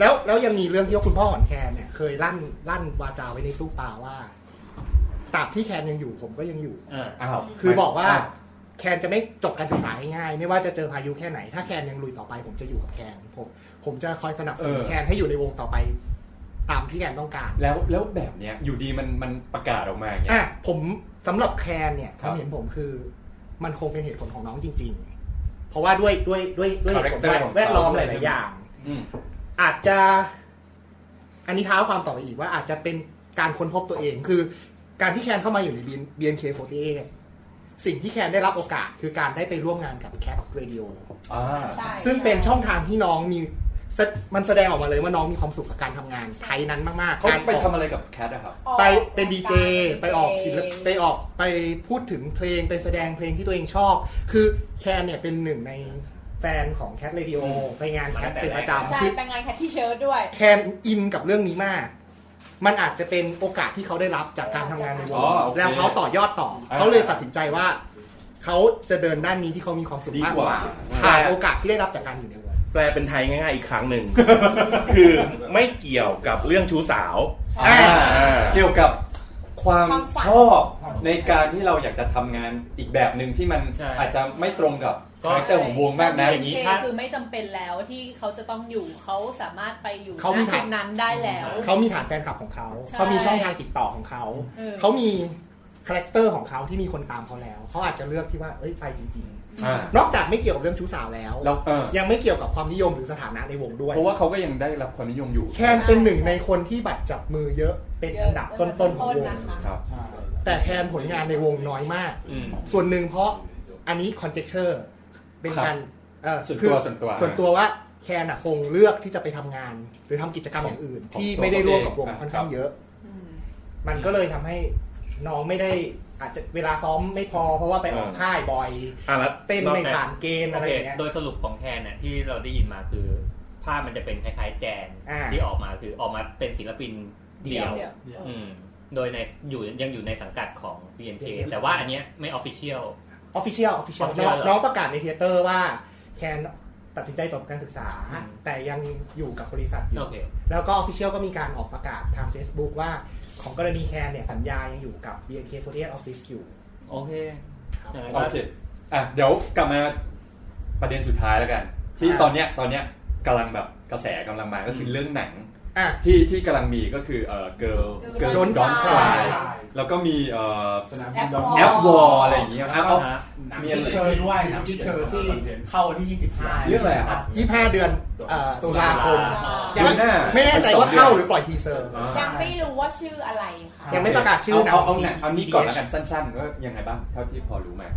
S4: แล้วแล้วยังมีเรื่องที่ว่าคุณพ่อของแคนเนี่ย เคยลั่นลั่นวาจาไว้ในตู้ปลาว่าตราบที่แคนยังอยู่ผมก็ยังอยู่
S2: อ้าว
S4: คือบอกว่าแคนจะไม่จบการศึกษาง่ายๆไม่ว่าจะเจอพายุแค่ไหน ถ้าแคนยังลุยต่อไป ผมจะอยู่กับแคนผมผมจะคอยสนับสนุน
S2: เออ
S4: แคนให้อยู่ในวงต่อไป ตามที่แคนต้องการ
S2: แล้วแล้วแบบเนี้ยอยู่ดีมันมันประกาศออกมาอย่างเงี้
S4: อ่ะ
S2: ย
S4: ผมสำหรับแคนเนี่ย
S2: ค
S4: ครับ วามเห็นผมคือ มันคงเป็นเหตุผลของน้องจริง ๆ เพราะว่าด้วยด้วยด้วยด้วยเหตุผล
S2: Character ของเขา
S4: แวดล้อมหลายๆอย่าง
S9: Ừ.
S2: อืม
S4: อาจจะ อันนี้เท้าความต่อไปอีกว่าอาจจะเป็นการค้นพบตัวเอง คือการที่แคนเข้ามาอยู่ใน BNK48 สิ่งที่แคนได้รับโอกาส คือการได้ไปร่วมงานกับ Cat Radio
S2: ใช่
S4: ซึ่งเป็นช่องทางที่น้องมีแสมันแสดงออกมาเลยว่าน้องมีความสุขกับการทำงานไทยนั้นมากๆ
S2: เขา
S4: การ
S2: ไป
S4: ออก
S2: ทำอะไรกับแคทอะครับ
S4: ไปเป็นดีเจไปออกศิลปไปออกไปพูดถึงเพลงไปแสดงเพลงที่ตัวเองชอบ คือแคนเนี่ยเป็นหนึ่งในแฟนของแคทเรดิโอไปงานแคทเป็นประจำ
S5: ใช่
S4: คือ
S5: ไปงานแคทที่เชิร์ตด้วย
S4: แคนอินกับเรื่องนี้มาก มันอาจจะเป็นโอกาสที่เขาได้รับจากการทำงานในว
S2: อ๋
S4: ง
S2: อโอเค
S4: แล้วเขาต่อยอดต่อ
S2: อ่า
S4: เขาเลยตัดสินใจว่า เขาจะเดินด้านนี้ที่เขามีความสุขมากกว่า
S2: ดีกว่า
S4: ผ่านโอกาสที่ได้รับจากการอยู่ในวง
S3: แปลเป็นไทยง่ายๆอีกครั้งหนึ่ง คือไม่เกี่ยวกับเรื่องชู้สาว
S2: อ่าเกี่ยวกับความชอบในการที่เราอยากจะทำงานอีกแบบหนึ่งที่มันอาจจะไม่ตรงกับคาแรคเตอร์ของวงมากนะอย่างนี้
S10: เคคือไม่จำเป็นแล้วที่เขาจะต้องอยู่เขาสามารถไปอยู่
S4: เขามี
S10: ณ
S4: ฐาน
S10: จุดนั้นได้แล้ว
S4: เขามีฐานแฟนคลับของเขา
S10: ใช่
S4: เขามีช่องทางติดต่อของเขา
S10: เออ
S4: เขามีคาแรคเตอร์ของเขาที่มีคนตามเขาแล้ว เขาอาจจะเลือกที่ว่าเอ้ยไปจริง
S2: อ่าน
S4: อกจากไม่เกี่ยวกับเรื่องชู้สาวแล้ว
S2: แล้วเออ
S4: ยังไม่เกี่ยวกับความนิยมหรือสถานะในวงด้วย
S2: เพราะว่าเขาก็ยังได้รับความนิยมอยู่
S4: แคนเป็นหนึ่งในคนที่บัตรจับมือเยอะเป็นอันดับต้นๆของวง
S2: ครับ
S4: แต่แทนผลงานในวงน้อยมาก ส่วนหนึ่งเพราะอันนี้คอนเจคเชอร์เป็นการเอ่อ
S2: ส่วนตัว
S4: คือ
S2: ส่วนตัว
S4: ส่วนตัวว่าแคนอะคงเลือกที่จะไปทำงาน หรือทำกิจกรรมอย่างอื่น
S2: ของ
S4: ที่
S2: ตัว
S4: ไม่ได้ร่วมกับวง
S2: เขาเอง
S4: ค่อนข้างเยอะ มันก็เลยทำให้น้องไม่ได้อาจจะเวลาซ้อมไม่พอ เพราะว่าไปออก
S11: อ่า
S4: ค่ายบ่อย
S3: อ่ะแล้ว
S4: เต้นไม่ผ่านเกณฑ์อะไรอย่างเงี้ย
S11: โคโดยสรุปของแคนเนี่ยที่เราได้ยินมาคือภาพมันจะเป็นคล้ายๆแจน
S4: อ่า
S11: ที่ออกมาคือออกมาเป็นศิลปินเดี่ยว
S4: เดี่ยวเดี่ยว
S11: อืมโดยในอยู่ยังอยู่ในสังกัดของ BNK
S4: เออ
S11: แต่ว่าอันเนี้ยไม่ออฟฟิเชียล
S4: ออฟฟิเชียลออฟฟิเชียล
S11: Official เหรอ
S4: น้องประกาศในเทเตอร์ว่า แคนตัดสินใจจบการศึกษา แต่ยังอยู่กับบริษัทอยู่
S11: โอเค
S4: แล้วก็ออฟฟิเชียลก็มีการออกประกาศทาง Facebook ว่าของกรณีแคนเนี่ยสัญญายังอยู่กับ BNK48 Office อยู่
S11: โอเค
S2: โอเคอ่ะเดี๋ยวกลับมาประเด็นสุดท้ายแล้วกัน ที่ตอนเนี้ยตอนเนี้ยกำลังแบบกระแสกำลังมาก็คือเรื่องหนัง
S4: อ่ะ
S2: ที่ที่กำลังมีก็คือเอ่อ girl girl
S4: Don't
S2: don't cry
S4: Cry
S2: แล้วก็มีเอ่อ
S6: แอป Wall
S2: แอปวอลอะไรอย่างเงี้ยแอปวอล
S6: หนัง
S2: มี
S6: ที่
S2: อะ
S6: เชิ
S2: ไร
S6: ญด้วยหนังที่เชิญที่เข้าวันที่ 25
S2: เรื่องอะไรอะครับ
S4: 25 เดือนเอ่อตุลาคม
S6: ตุลาคม
S4: ไม่ไม่แน่ใจว่าเข้าหรือปล่อยทีเซอร์
S5: ยังไม่รู้ว่าชื่ออะไรค่ะ
S4: ยังไม่ประกาศชื่อหนัง
S2: เาเอาหนัง
S4: GTH
S2: เอานี้ก่อนแล้วกันสั้นๆว่ายังไงบ้างเท่าที่พอรู้มา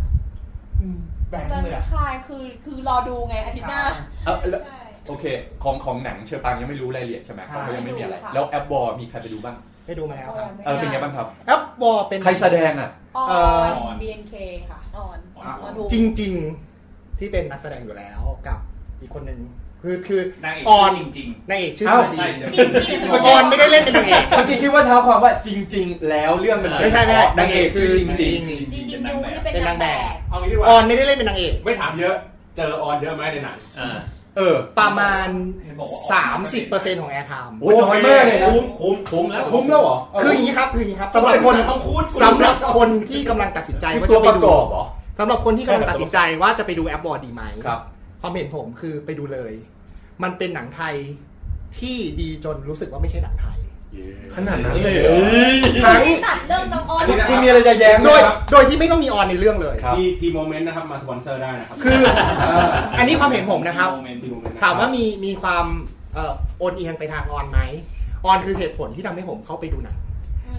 S5: ตอนนี้คายคือคือรอดูไงอาทิตย์หน้า
S2: เอ้าแล้วโอเคของของหนังเชอปังยังไม่รู้รายละเอียดใช่ไหม
S5: ใช่
S2: เพราะเขายังไม่มีอะไร
S5: ไม่รู้ค่ะ
S2: แล้วแอปวอลมีใครไปดูบ้าง
S4: ได้ดูมาแล้วครับ
S2: เออเป็นไงบ้างครับ
S4: แอปวอลเป็น
S2: ใครแสดงอ่ะ
S5: อ
S4: เอ่อ
S5: อน BNK ค่ะออนออนดู
S4: จริงๆที่เป็นนักแสดงอยู่แล้วกับอีกคนหนึ่งคือคือน
S13: างเอก
S4: ออน
S13: ชื่อจริง
S4: นางเอกชื่อ
S2: เอ้า
S4: จ
S2: ใช่
S4: ริง
S2: เดี๋ยว
S4: ออนไม่ได้เล่นเป็นนางเอก
S2: เมื่อกี้คิดว่าเท้าความว่าจริง ๆ แล้วเรื่องมัน
S4: ไม่ใช่ไม่ใช่
S2: นางเอกคือจ
S4: จริ
S2: ริง
S4: ง
S2: ๆ
S5: จริง
S2: เป็
S5: ๆ
S2: นนางแบบ
S5: เป็นนางแบบ
S12: เอางี้ดีกว่า
S4: ออนไม่ได้เล่นเป็นนางเอก
S12: ไม่ถามเยอะ เจอออนเยอะไหมในหนัง
S2: เออ
S4: ประมาณ
S2: เห็นบอกว่า
S4: 30%ของแอร์ไทม์
S2: โอ้ยน้อยมากเลยนะคุ้มคุ้มแล้วคุ้มแล้วเหรอ
S4: คืออย่างนี้ครับคืออย่างนี้ครับสำหรับคน
S2: ต้องพูด
S4: สำหรับคนที่กำลังตัดสินใจว่า
S2: คือ
S4: จะ
S2: ตัว
S4: ไป
S2: ประ
S4: ดู
S2: กอบเหรอ
S4: สำหรับคนที่กำลังตัดสินใจว่าจะไปดูแอปบอร์ดดีไหม
S2: ครับ
S4: ความเห็นผมคือไปดูเลย มันเป็นหนังไทยที่ดีจนรู้สึกว่าไม่ใช่หนังไทย
S3: ขนาดนั้นเลยเหรอ
S4: หนัง
S5: ตัดเรื่องน้องออน
S4: ที่มีอะไรจะแย้งโดยโดยที่ไม่ต้องมีออนในเรื่องเลย
S13: ที่ทีโมเมนต์นะครับมาสปอนเซอร์ได้นะครับ
S4: คือ อันนี้ความเห็นผมนะครับ
S13: T Moment
S4: ถามว่ามีมีความเอ่อโอนเอียงไปทางออนไหมออนคือเหตุผลที่ทำให้ผมเข้าไปดูหนัง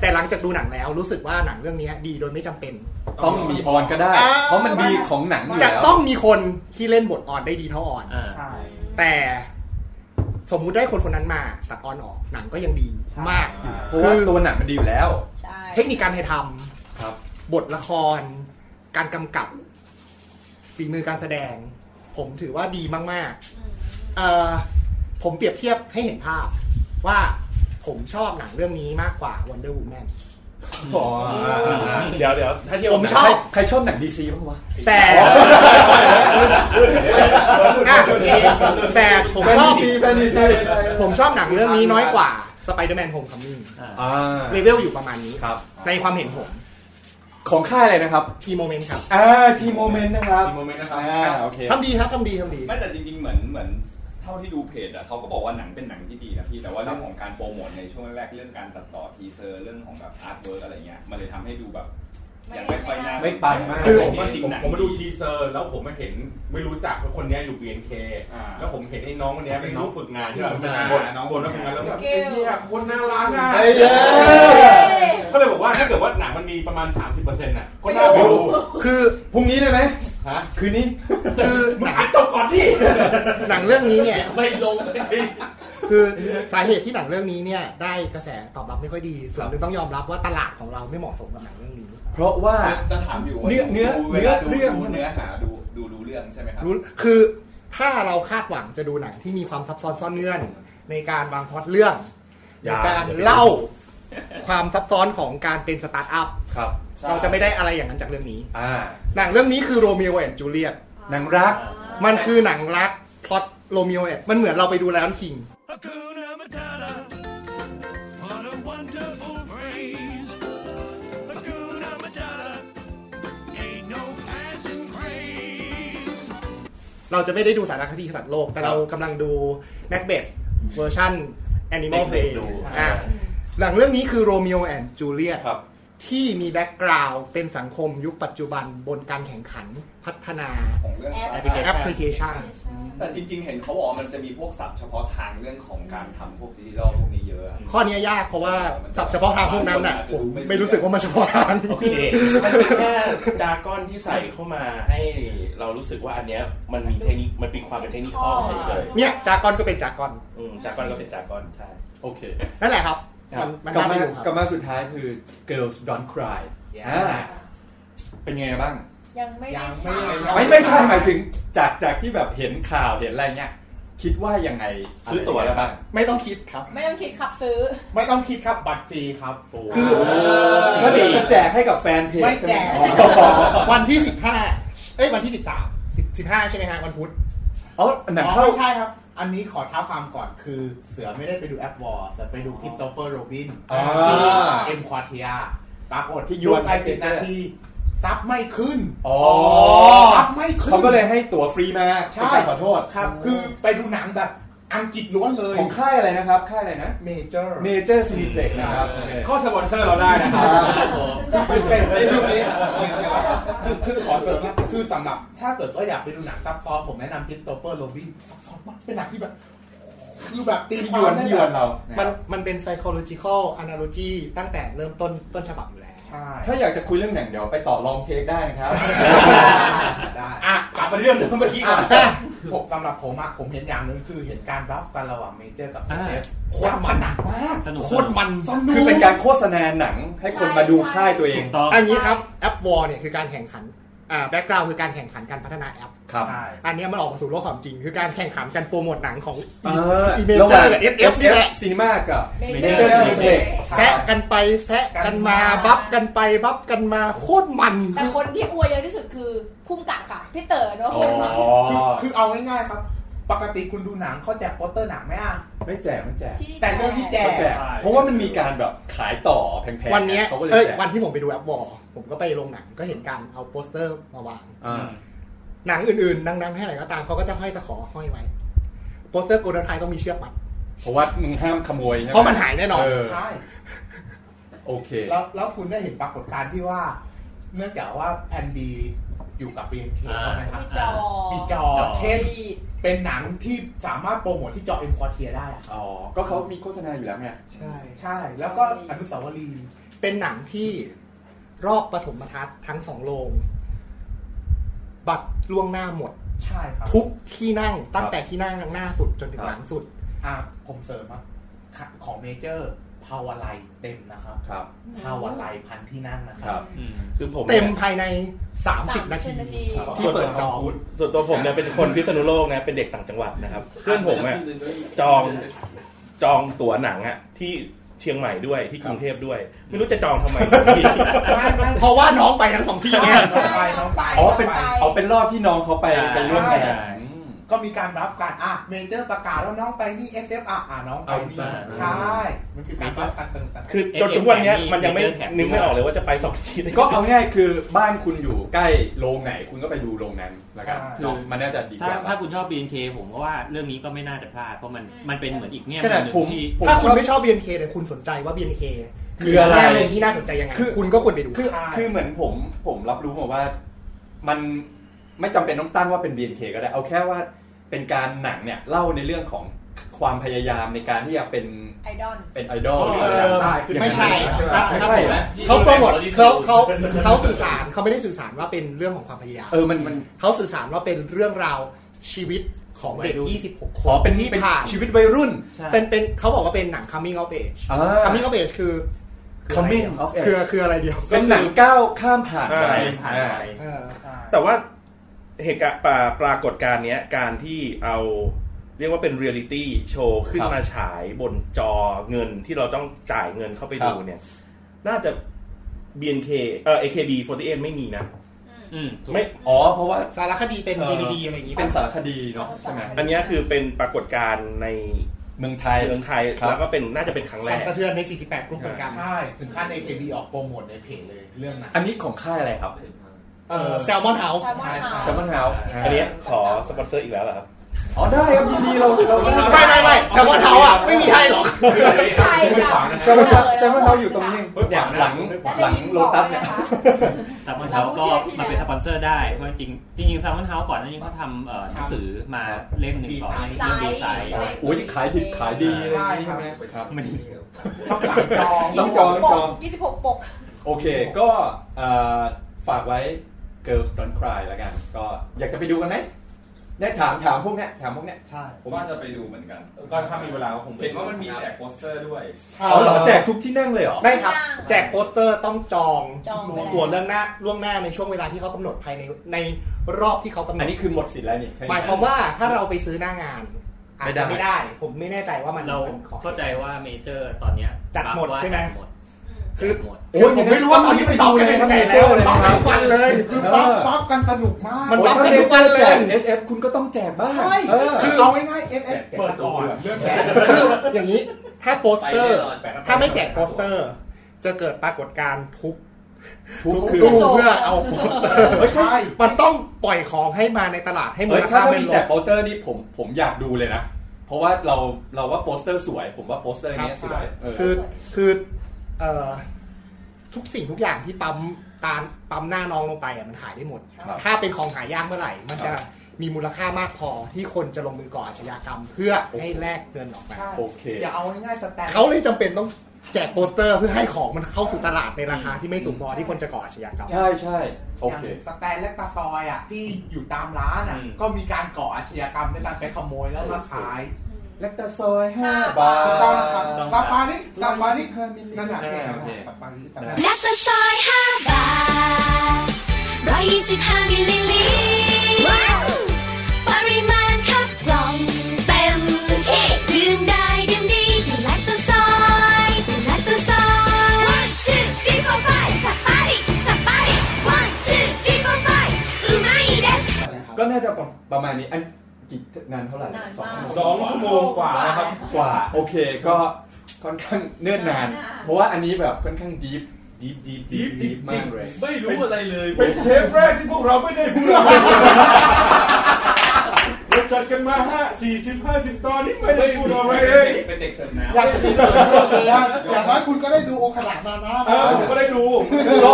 S4: แต่หลังจากดูหนังแล้วรู้สึกว่าหนังเรื่องนี้ดีโดยไม่จำเป็น
S2: ต้องมีออนก็ได้
S4: อ่
S2: เพราะมันดีของหนังอยู่
S4: จะ
S2: แล้ว
S4: ต้องมีคนที่เล่นบทออนได้ดีเท่าออนแต่สมมุติได้คนคนนั้นมาตัดออนออกหนังก็ยังดีมาก
S2: เพราะว่าตัวหนังมันดีอยู่แล้ว
S4: เทคนิคการถ่ายท
S2: ครับ
S4: ำบทละคร การกำกับฝีมือการแสดง ผมถือว่าดีมากๆเอ่อผมเปรียบเทียบให้เห็นภาพว่าผมชอบหนังเรื่องนี้มากกว่า Wonder Woman
S2: อ๋อ
S3: เดี๋ยวเดี๋ยวถ้าเทียบ
S4: ผมชอบ
S2: ใครชอบหนังดีซีบ้างวะ
S4: แต่อ่ะแต่ผมชอบ
S2: แฟนดีซีแฟนดีซี
S4: ผมชอบหนังเรื่องนี้น้อยกว่า Spider-Man Homecoming เลเวลอยู่ประมาณนี้ในความเห็นผม
S2: ของค่ายอะไรนะครับ
S4: ทีโมเมนต์ครับ
S2: อ่าทีโมเมนต์นะครับ
S7: ทีโมเมนต์นะครับ
S2: อ่าโอเค
S4: ทำดีครับทำดีทำดี
S7: ไม่แต่จริงๆเหมือนเหมือนเท่าที่ดูเพจอะเขาก็บอกว่าหนังเป็นหนังที่ดีนะพี่แต่ว่าเรื่องของการโปรโมทในช่วงแรกๆเรื่องการตัดต่อทีเซอร์เรื่องของแบบอาร์ตเวิร์กอะไรเงี้ยมันเลยทำให้ดูแบบยังไม่ค่อยน่า
S12: ไม่ปังมาก
S7: คือผมว่าจริง
S12: ผม
S7: หนัง
S12: ผมมาดูทีเซอร์ แล้วผมมาเห็นไม่รู้จักว่าคนเนี้ยอยู่ BNK แล้วผมเห็นไอ้น้องคนเนี้ยเป็นน้องฝึกงานที่แบบ
S7: อ่า
S12: บน
S7: น้
S12: น้
S7: อ
S12: องง
S7: ฝึ
S12: บ
S7: ก
S12: น
S7: งาน
S12: แล้วฝึกงานแล้วแบบเอ้ยเนี่ยคนน่ารักอ่ะ
S2: ไอ้เหี้ย
S12: ก็เลยบอกว่าถ้าเกิดว่าหนังมันมีประมาณ 30%น่ะก็น่าไปดู
S4: คือ
S2: พรุ่งนี้เลยไหม
S12: ฮะ
S2: คืนนี้
S4: คือ
S12: มึงอ่านจบก่อนดิ
S4: หนังเรื่องนี้เนี่ย
S12: ไม่ลง
S4: คือสาเหตุที่หนังเรื่องนี้เนี่ย ได้กระแสตอบรับไม่ค่อยดีส่วนหนึ่งต้องยอมรับว่าตลาดของเราไม่เหมาะสมกับหนังเรื่องนี้
S2: เพราะว่า
S7: จะถามอยู่ว่า
S2: เนื้อเนื้อ
S7: ดูว
S2: เนื้อ
S7: ลา
S2: เรื่อง
S7: ดูเนื้อหาดูดูรู้เรื่องใช่ไหมครับ
S4: รู้คือถ้าเราคาดหวังจะดูหนังที่มีความซับซ้อนซ่อนเงื่อน ในการวางพล็อตเรื่อง
S2: อ
S4: ใน
S2: ย่า
S4: การเล่าความซับซ้อนของการเป็นสตาร์ทอัพ
S2: ครับ
S4: เราจะไม่ได้อะไรอย่างนั้นจากเรื่องนี้
S2: อ่า
S4: หนังเรื่องนี้คือโรเมโอแอนด์จูเลียต
S2: หนังรัก
S4: มันคือหนังรักพล็อตโรเมโอแอนมันเหมือนเราไปดูไลออนคิง
S14: Hakuna Matata. What a wonderful phrase. Hakuna Matata. Ain't no passing craze.
S4: เราจะไม่ได้ดูสารคดีสัตว์โลก แต่เรากำลังดูแม็กเบดเวอร์ชันแอนิมอลเพล
S3: เด็
S4: ย
S3: กๆดู
S4: อ่ะหลังเรื่องนี้คือโรเมโอแอนด์จูเลียตที่มีแบ็กกราวด์เป็นสังคมยุคปัจจุบันบนการแข่งขันพัฒนา
S7: ของเรื่อง
S4: แอปพลิเคชัน
S7: แต่จริง ๆ เห็นเขาบอกว่ามันจะมีพวกศัพท์เฉพาะทางเรื่องของการทำพวกดิจิทัลพวกนี้เยอะอะ
S4: ข้อเนี้ยยากเพราะว่าสับเฉพาะทางพวกนั้นน่ะผมไม่รู้สึกว่ามันเฉพาะทาง
S3: โอเคมันเป็นแค่ดราก้อนที่ใส่เข้ามาให้เรารู้สึกว่าอันเนี้ยมันมีเทคนิค มันเป็นความเป็นเทคนิคอลเฉย
S4: เนี่ยจากรก็เป็นจากร
S3: ๆอืมจาก้อนก็เป็นจาก้อนใช่
S2: โอเค
S4: นั่นแหละครับ
S2: ครับ
S4: มัน
S2: กลับ
S4: น่าไป
S2: มา
S4: ดูครับ
S2: กลับมาสุดท้ายคือ girls don't cry
S4: Yeah
S2: อ่าเป็นไงบ้าง
S5: ยังไม่ได้
S4: ยัง
S5: ฉาย
S2: ไม่ไม่ใช่หมายถึงจากจากที่แบบเห็นข่าวเห็นอะไรเงี้ยคิดว่ายังไง
S3: ซื้อตั๋วแล้วปะ
S4: ไม่ต้องคิดครับ
S5: ไม่ต้องคิดขับซื้อ
S6: ไม่ต้องคิดครับบัตรฟรีครับ
S2: คือ ก็เดี๋ยวจะแจกให้กับแฟนเพจ
S4: ไม่แจก
S2: ใช่ไหม
S4: วันที่สิบห้าเอ้ยวันที่สิบสามสิบห้าใช่ไหมฮะวันพุธ
S2: อ๋อหนังเข้า
S6: ไม่ใช่ครับ อันนี้ขอท้าความก่อนคือเสือไม่ได้ไปดูแอปวอร์แต่ไปดูคริสโตเฟอร์โรบิน
S2: อ่า
S6: ที่เอ็มควาเทียปรากฏ
S2: ที่ยวน
S6: ไปสิบนาทีซับไม่ขึ้น
S2: อ๋อ
S6: ซับไม่ขึ้น
S2: เขาก็เลยให้ตั๋วฟรีมา
S6: ใช่
S2: เป็นการขอโทษ
S6: ครับ คือไปดูหนังแบบอังกฤษล้วนเลย
S2: ของค่ายอะไรนะครับ ค่ายอะไรนะ
S6: เมเจอร์
S2: Major Cineplex นะครับโอเค
S12: ข้อสปอนเซอร์เราได้นะครับ
S6: คือเป็น
S12: ในช่วงนี้
S6: คือคือขอเสริมนะคือสำหรับถ้าเกิดว่าอยากไปดูหนังซับซ้อนผมแนะนำคริสโตเฟอร์โรบินซับซ้อนมากเป็นหนังที่แบบ คือแบบตี
S2: ยว
S6: คาน มได้
S2: ที่
S6: แบ
S2: ยวน
S6: บ
S2: เรา
S4: มันมันเป็น psychological analogy ตั้งแต่เริ่มต้นต้นฉบับอยู่แล้ว
S6: ใช่
S2: ถ้าอยากจะคุยเรื่องหนังเดี๋ยวไปต่อลองเทคได้นะครับ
S6: ได้
S12: อ่ะกลับมาเรื่องเดิมเมื่อกี้ก่อน
S6: ผมสำหรับผมอะผมเห็นอย่างหนึ่งคือเห็นการรับกันระหว่างเมเจอร์กับเอ
S4: อ่า
S6: ฟโคตรมันหนักมาก
S11: สนุก
S6: โคตรมันสนุก
S2: คือเป็นการโฆษณาหนังให้คนมาดูค่ายตัวเอง
S4: อันนี้ครับแอปวอลเนี่ยคือการแข่งขันอ่าแบ็กกราวคือการแข่งขันการพัฒนาแอป
S2: ครับ
S6: ใช่
S4: อันเนี้ยมันออกมาสู่โลกความจริง คือการแข่งขันกันโปรโมทหนังของ
S2: เออ
S4: อีเมเจอร์กับเอฟเอฟนี่แหละ
S2: ซีนีมากับ
S5: Major
S2: Major Cineplex
S4: แซะกันไปแซะกันมาบัฟกันไปบัฟกันมาโคตรมัน
S5: แต่คนที่อวยเยอะที่สุดคือพุ่มกะค่ะ พี่เต๋อเนาะ
S2: อ๋อ
S6: คือเอาง่ายๆครับ ปกติคุณดูหนังเขาแจกโปสเตอร์หนังไหมอ่ะ
S2: ไม่แจกไม่แจก
S6: แต่เรื่องที่แจก
S2: เขาแจกเพราะว่ามันมีการแบบขายต่อแพงๆ
S4: วันเนี้ย
S2: เขาก็เลย
S4: เอ้ย
S2: แจก
S4: วันที่ผมไปดูแอปวอลผมก็ไปโรงหนังก็เห็นการเอาโปสเตอร์มาวาง
S2: อ่า
S4: หนังอื่นๆดังๆให้ไหนก็ตามเขาก็จะห้อยตะขอห้อยไว้ โปสเตอร์โกลเด้นไทยต้องมีเชือกมัด
S2: เพราะว่ามึงห้ามขโมยใช่ไ
S4: เพราะมันหายแน่นอน
S2: เ
S6: ใช่
S2: โอเค
S6: แล้วแล้วคุณได้เห็นปรากฏการณ์ที่ว่า เนื่องจากว่าแอนดีอยู่กับ BNK
S2: อ่า
S6: ใช่ไหมครับ
S2: มีจอ
S6: มีจอ
S2: จอ
S6: เช่น เป็นหนังที่สามารถโปรโมทที่จอเอ็มคอเทียได้อะ
S2: อ๋อ ก็เขามีโฆษณาอยู่แล้วไง
S4: ใช่
S6: ใช่ แล้วก็อนุสาวรีย์
S4: เป็นหนังที่รอบปฐมทัศน์ทั้งสองโรงบัตรล่วงหน้าหมด
S6: ใช่ครับ
S4: ทุกที่นั่งตั้
S6: ค
S4: ง
S6: รับ
S4: แต่ที่นั่งหน้าสุดจนถึงหลังสุด
S6: อ่าผมเสริมอ่ะค่ะของเมเจอร์ภาวะไลยเต็มนะครับ
S2: ครับ
S6: ภาวะไลยพันที่นั่งนะค
S3: ครั
S6: รับ
S3: บคือผม
S4: เต็ม
S3: นี่ย
S4: ภายใน 30 นาที ที่เปิดจอ
S3: ส่วนตัวผมเนี่ยเป็นคนพิษณุโลกนะเป็นเด็กต่างจังหวัดนะครับเพื่อนผมอะจองจองตั๋วหนังอะที่เชียงใหม่ด้วยที่กรุงเทพด้วย ไม่รู้จะจองทำไม
S4: เพราะว่าน้องไปทั้งสองที่ไง
S6: ไปน้องไป
S2: อ๋อ
S6: น้ง
S2: เป็น
S6: ไป
S2: เอาเป็นรอบที่น้องเขาไป
S6: ใช่
S2: ไปร่วมงาน
S6: ก็มีการรับการอ่ะเมเจอร์ประกาศแล้วน้องไปนี่ SF อ่ะอ่ะน้องไปนี่
S2: เอาไป
S6: ใช่ มันคือการรับการสนุกสนาน
S3: คือจนถึงวันเนี้ยมันยังไม่นึกไม่ออกเลยว่าจะไปสองที่
S2: ก็เอาง่ายๆคือบ้านคุณอยู่ใกล้โรงไหน คุณก็ไปดูโรงนั้นแล้วกัน
S11: คือ
S2: เนาะมันน่าจะดีก
S11: ถ้า
S2: ว่า
S11: ถ้าคุณชอบ BNK ผมก็ว่าเรื่องนี้ก็ไม่น่าจะพลาดเพราะมันมันเป็นเหมือนอีกแง่
S2: ขนาด
S11: หนึ่ง
S2: ผม
S11: ที่
S2: ผม
S4: ถ้าคุณ
S2: ชอบ
S4: ไม่ชอบ BNK แต่คุณสนใจว่า BNK
S2: คืออะไร
S4: แง่เลยที่น่าสนใจยังไง คุณก็ควรไปดู
S2: คือคือเหมือนผมผมรับรู้มาว่ามันไม่จำเป็นต้องตั้งว่าเป็น BNK ก็ได้ เอาแค่ว่าเป็นการหนังเนี่ย เล่าในเรื่องของความพยายามในการที่จะเป็น
S5: ไอดอล
S2: เป็นไอดอล
S4: เออไม่ใช่
S2: ไม่ใช่เหรอ
S4: เขาโปรโมทเขาเขาเขาสื่อสารเขาไม่ได้สื่อสารว่าเป็นเรื่องของความพยายาม
S2: เออมันมัน
S4: เขาสื่อสารว่าเป็นเรื่องราวชีวิตของเด็ก 26 ค
S2: ขอนเป็น
S4: ที่
S2: เป็น
S4: ผ่าน
S2: ชีวิตวัยรุ่น
S4: เป็นเป็นเขาบอกว่าเป็นหนัง coming of age
S2: อ่า
S4: coming of age คือ
S2: coming of age
S4: คือคืออะไรเดียว
S2: เป็นหนังก้าวข้ามผ่านไป
S3: ผ่านไป
S4: เออ
S3: แต่ว่าเหตุการณ์ปราปรากฏการณ์เนี้ยการที่เอาเรียกว่าเป็นเรียลิตี้โชว์ขึ้นมาฉายบนจอเงินที่เราต้องจ่ายเงินเข้าไปดูเนี่ย น่าจะ BNK เอ่อ AKB48 ไม่มีนะไม่
S2: อ๋อเพราะว่า
S4: สารคดีเป็น DVD อะไรอย่างงี้
S2: เป็นสารคดีเนาะใช่ไหม
S3: อันเนี้ยคือเป็นปรากฏการณ์ใน
S2: เมืองไทย
S3: เมืองไทยแล้วก็เป็นน่าจะเป็นครั้งแร
S4: สั่น
S3: ก
S4: สะเทือนใน 48 กลุ่มเหมือนกัน
S6: ใช่ ถึงขั้น AKB ออกโปรโมทในเพจเลยเรื่องนั้น
S2: อันนี้ของค่ายอะไรครับ
S4: เออแซลมอนเฮาส์
S2: s ซ m มอนเฮาส์
S3: อันเนี้ยขอสปอนเซอร์อีกแล้วเหรอครับ
S2: อ๋อได้ครับยินดีเราเรา
S4: ไม่ไม่ไม่แซลมอนเฮาส์อ่ะ ไม่มีให้หรอก
S2: ใช่แซมมอนเฮาแซมมอนเฮาอยู่ตรงนี้เนี่ยหลังหลังโลตัสเนี่ย
S11: ซามอนเฮาก็มาเป็นสปอนเซอร์ได้เพราะจริงจริงซามอนเฮาก่อนหน้านี้เขาทำเอ่อหนังสือมาเล่มหนึ่งก่อน
S6: ดีไซน์
S11: เล่มดีไซน์
S2: โอ้ยขายดิบขายดีอะไรอย่างงี้ใช่ไหมครับ
S6: ต้องสั่งจอง
S2: ต้องจองต้องจอง
S5: ยี่สิบหกปก
S2: โอเค ก็เอ่อฝากไว้ Girls Don't Cry แล้วกัน ก็อยากจะไปดูกันไหมได้ถามถามพวกเนี้ยถามพวกเนี้ย
S4: ใช่
S7: ผมว่าจะไปดูเหมือนกัน
S2: ก็ถ้ามีเวลาก็คงไป
S7: เห็นว่ามันมีแจกโปสเตอร์ด้วย
S2: เอาเหรอแจกทุกที่นั่งเลยเหรอ
S4: ได้ครับ แจกโปสเตอร์ต้องจอง
S5: จองไปแล้ว
S4: ตัวเรื่องหน้าล่วงหน้าในช่วงเวลาที่เขากำหนดภายในในรอบที่เขากำหนด
S2: อันนี้คือหมดสิทธิ์แล้วนี่
S4: หมายความว่าถ้าเราไปซื้อหน้างานอาจจะ
S2: ไม่ได้
S4: ไม่ได้ ผมไม่แน่ใจว่ามัน
S11: เรา
S4: เป็นของ
S11: เข้าใจว่าเมเจอร์ตอนเนี้ย
S4: จัดหมด
S11: ว่า
S4: ใช่ไหม
S11: จัดด
S4: คือ
S11: หมด
S4: คือผมไม่รู้ว่าตอนนี้มันเบากันไปทางไหนแล้วเบาทุกวันเลย
S6: คือป๊อปป๊อปกันสนุกมาก
S4: มันรับกันทุกวันเลย
S2: SF คุณก็ต้องแจกบ้าง
S6: ใช่
S2: เออ
S6: คือเอาง่ายๆ FF เปิดก่อนเรื่องแรก
S4: คืออย่างนี้ถ้าโปสเตอร์
S6: ไปแน่นอนไปครับ
S4: ถ้าไม่แจกโปสเตอร์ จะเกิดปรากฏการณ์ทุบ
S2: ทุบ
S4: ทุบ
S2: คือ
S4: ตู้เพื่อเอาโปสเตอร์
S6: ใช่
S4: มันต้องปล่อยของให้มาในตลาดให้มู
S2: เอ้ย
S4: ล
S2: ถ้า
S4: ค่า
S2: ถ้า
S4: เป็น
S2: มี
S4: ล
S2: แจก
S4: บ
S2: โปสเตอร์นี่ผมผมอยากดูเลยนะ เพราะว่าเราเราว่าโปสเตอร์สวย ผมว่าโปสเตอร์เนี้ยสวยเออ
S4: คือคือเอ่อทุกสิ่งทุกอย่างที่ปั๊มตามปั๊มหน้าน้องลงไปอ่ะมันขายได้หมด
S2: ครับ
S4: ถ้าเป็นของหายากเมื่อไหร่ มันจะมีมูลค่ามากพอที่คนจะลงมือก่ออาชญากรรม เพื่อให้แลกเงินออกมา
S6: ใช่
S2: โอเค
S6: จะเอาง่ายๆสแตน
S4: เขาเลยจำเป็นต้องแจกโปสเตอร์เพื่อให้ของมันเข้าสู่ตลาดในราคาที่ไม่สูงพอ ที่คนจะก่ออาชญากรรม
S2: ใช่ใช่โอ
S6: อย่าง
S2: เค
S6: สแตนและตาซอยอ่ะที่อยู่ตามร้านอ่ะ
S2: อืม
S6: ก็มีการก่ออาชญากรรมด้วยการไปขโมยแล้วมาขาย
S2: แลคตาซอยห้าบาท
S6: ถูกต้องครับซาปานิซาปานิ
S2: นั่
S6: นั่น
S2: น
S6: แห
S2: แห
S6: ละ
S2: ละ
S6: เนี่ย
S2: โอเค
S6: ซาปานิซาปานิ
S9: และก็ซอยห้าบาทร้อยยี่สิบห้ามิลลิลิตรปริมาณคับกล่องเต็มที่ดื่มได้ดื่มดีดื่มแลคโตซอยดื่มแลคโตซอย one two three four five สับปะริสับปะริ one two three four five うまいです
S2: ก็น่าจะประมาณนี้อัน กี่นานเท่าไหร่
S14: นานมาก
S2: สองชั่วโมงกว่านะครับกว่า โอเคก็ค่อนข้างเนิ่นนาน เพราะว่าอันนี้แบบค่อนข้างดีฟดีฟดีฟดีฟดีฟมากเลย
S7: ไม่รู้อะไรเลย
S2: เป็นเทปแรกที่พวกเราไม่ได้พูดอะไร
S12: เราจัดกันมาห้าสี่สิบห้าสิบตอนนี่ไม่ได้พูดอะไรเลย
S7: เป็นเด็กเสิร์ฟน้ำ
S12: อยากเป็นเด็กเสิร์ฟน้ำ
S4: อย่างน้อยคุณก็ได้ดูโอขนาดนานะ
S2: เออผมก็ได้ดู ก็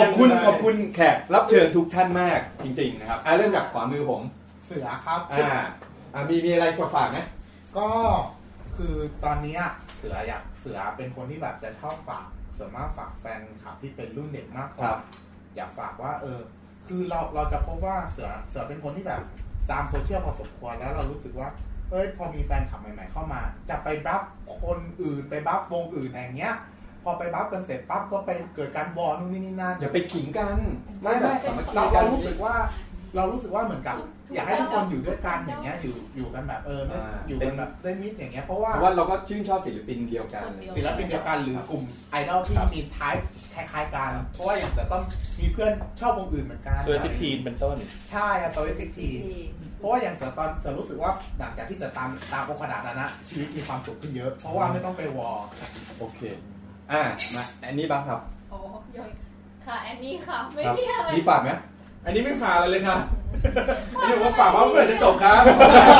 S2: ขอบคุณขอบคุณแขกรับเชิญทุกท่านมากจริงๆนะครับอ่ะเริ่มจากขวามือผม
S6: เสือครับ
S2: อ่าอ่ะมีมีอะไรจะฝากไหม
S6: ก็คือตอนเนี้ยเสืออยากเสือเป็นคนที่แบบจะชอบฝากส่วนมากฝากแฟนคลับที่เป็นรุ่นเด็กมากกว่าอยากฝากว่า เออ คือเราเราจะพบว่าเสือเสือเป็นคนที่แบบตามโซเชียลพอสมควรแล้วเรารู้สึกว่าเอ้ยพอมีแฟนคลับใหม่ ๆ เข้ามา จะไปบัฟคนอื่นไปบัฟวงอื่นอย่างเงี้ย พอไปบัฟกันเสร็จปั๊บก็ไปเกิดการบอลนู่นนี่นั่น
S2: อย่าไปขิงกัน
S6: ไม่ไม่
S2: สามัคคี
S6: เรา
S2: กัน
S6: เรารู้สึกว่า เรารู้สึกว่าเหมือนกับ อยากให้ทุกคนอยู่ด้วยกันอย่างเงี้ยอยู่อยู่กันแบบเออไม่อยู่กันแบบได้มิตรอย่างเงี้ยเพราะว่า
S2: เพราะว่าเราก็ชื่นชอบศิลปินเดียวกัน
S6: ศิลปินเดียวกันหรือกลุ่มไอดอลที่มีท้ายคล้ายๆกันเพราะว่าอย่างแต่ต้องมีเพื่อนชอบวงอื่นเหมือนกัน
S3: สวยสิบทีนเป็นต้น
S6: ใช่ครับตัวเวสิกทีเพราะว่าอย่างเสือตอนเสือรู้สึกว่าหลังจากที่เสือตามตามโอขนาดนั้นนะชีวิตมีความสุขขึ้นเยอะ เพราะว่าไม่ต้องไปวอร์
S2: โอเค อ่ามาอันนี้บ้างครับ
S8: โอ้ยอยค่ะแอนนี่ค่ะ ไม่มีอะไร
S2: นี่ฝากไหม
S12: อันนี้ไม่ฝากอะไรเลยครับ อันนี้ผมว่าฝากว่าเมื่อไหร่จะจบครับ
S2: ผ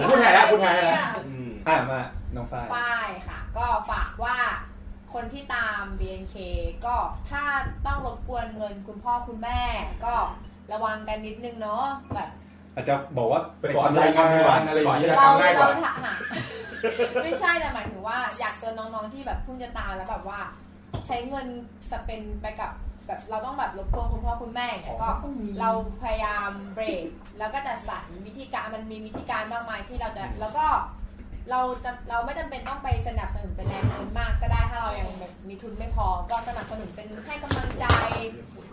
S2: มพูดแทนแล้วพูดแทนแล้วอ่ามาน้องฝ้าย
S5: ป้ายค่ะ ก็ฝากว่าคนที่ตาม BNK ก็ถ้าต้องรบกวนเงินคุณพ่อคุณแม่ ก็ระวังกันนิดนึงเนาะแบบ
S2: อาจจะบอกว่า
S12: ไปก่อนรายการ
S2: ไปก่อนอะไรอย่างเงี้ย
S12: ไปก่อนรายการง่ายก
S5: เราเรา
S12: ว่า
S5: ถาหา ไม่ใช่แต่หมายถึงว่าอยากเตือนน้องๆที่แบบเพิ่งจะตามแล้วแบบว่า ใช้เงินสเปนไปกับแบบเราต้องแบบรบกวนคุณพ่อคุณแม่อย่างเนี่ยก็เราพยายามเบรกแล้วก็จัดสรรวิธีการมันมีวิธีการมากมายที่เราจะแล้วก็ เราจะเราไม่จำเป็นต้องไปสนับสนุนเป็นแรงเงินมากก็ได้ถ้าเรายังแบบมีทุนไม่พอ ก็สนับสนุนเป็นให้กำลังใจ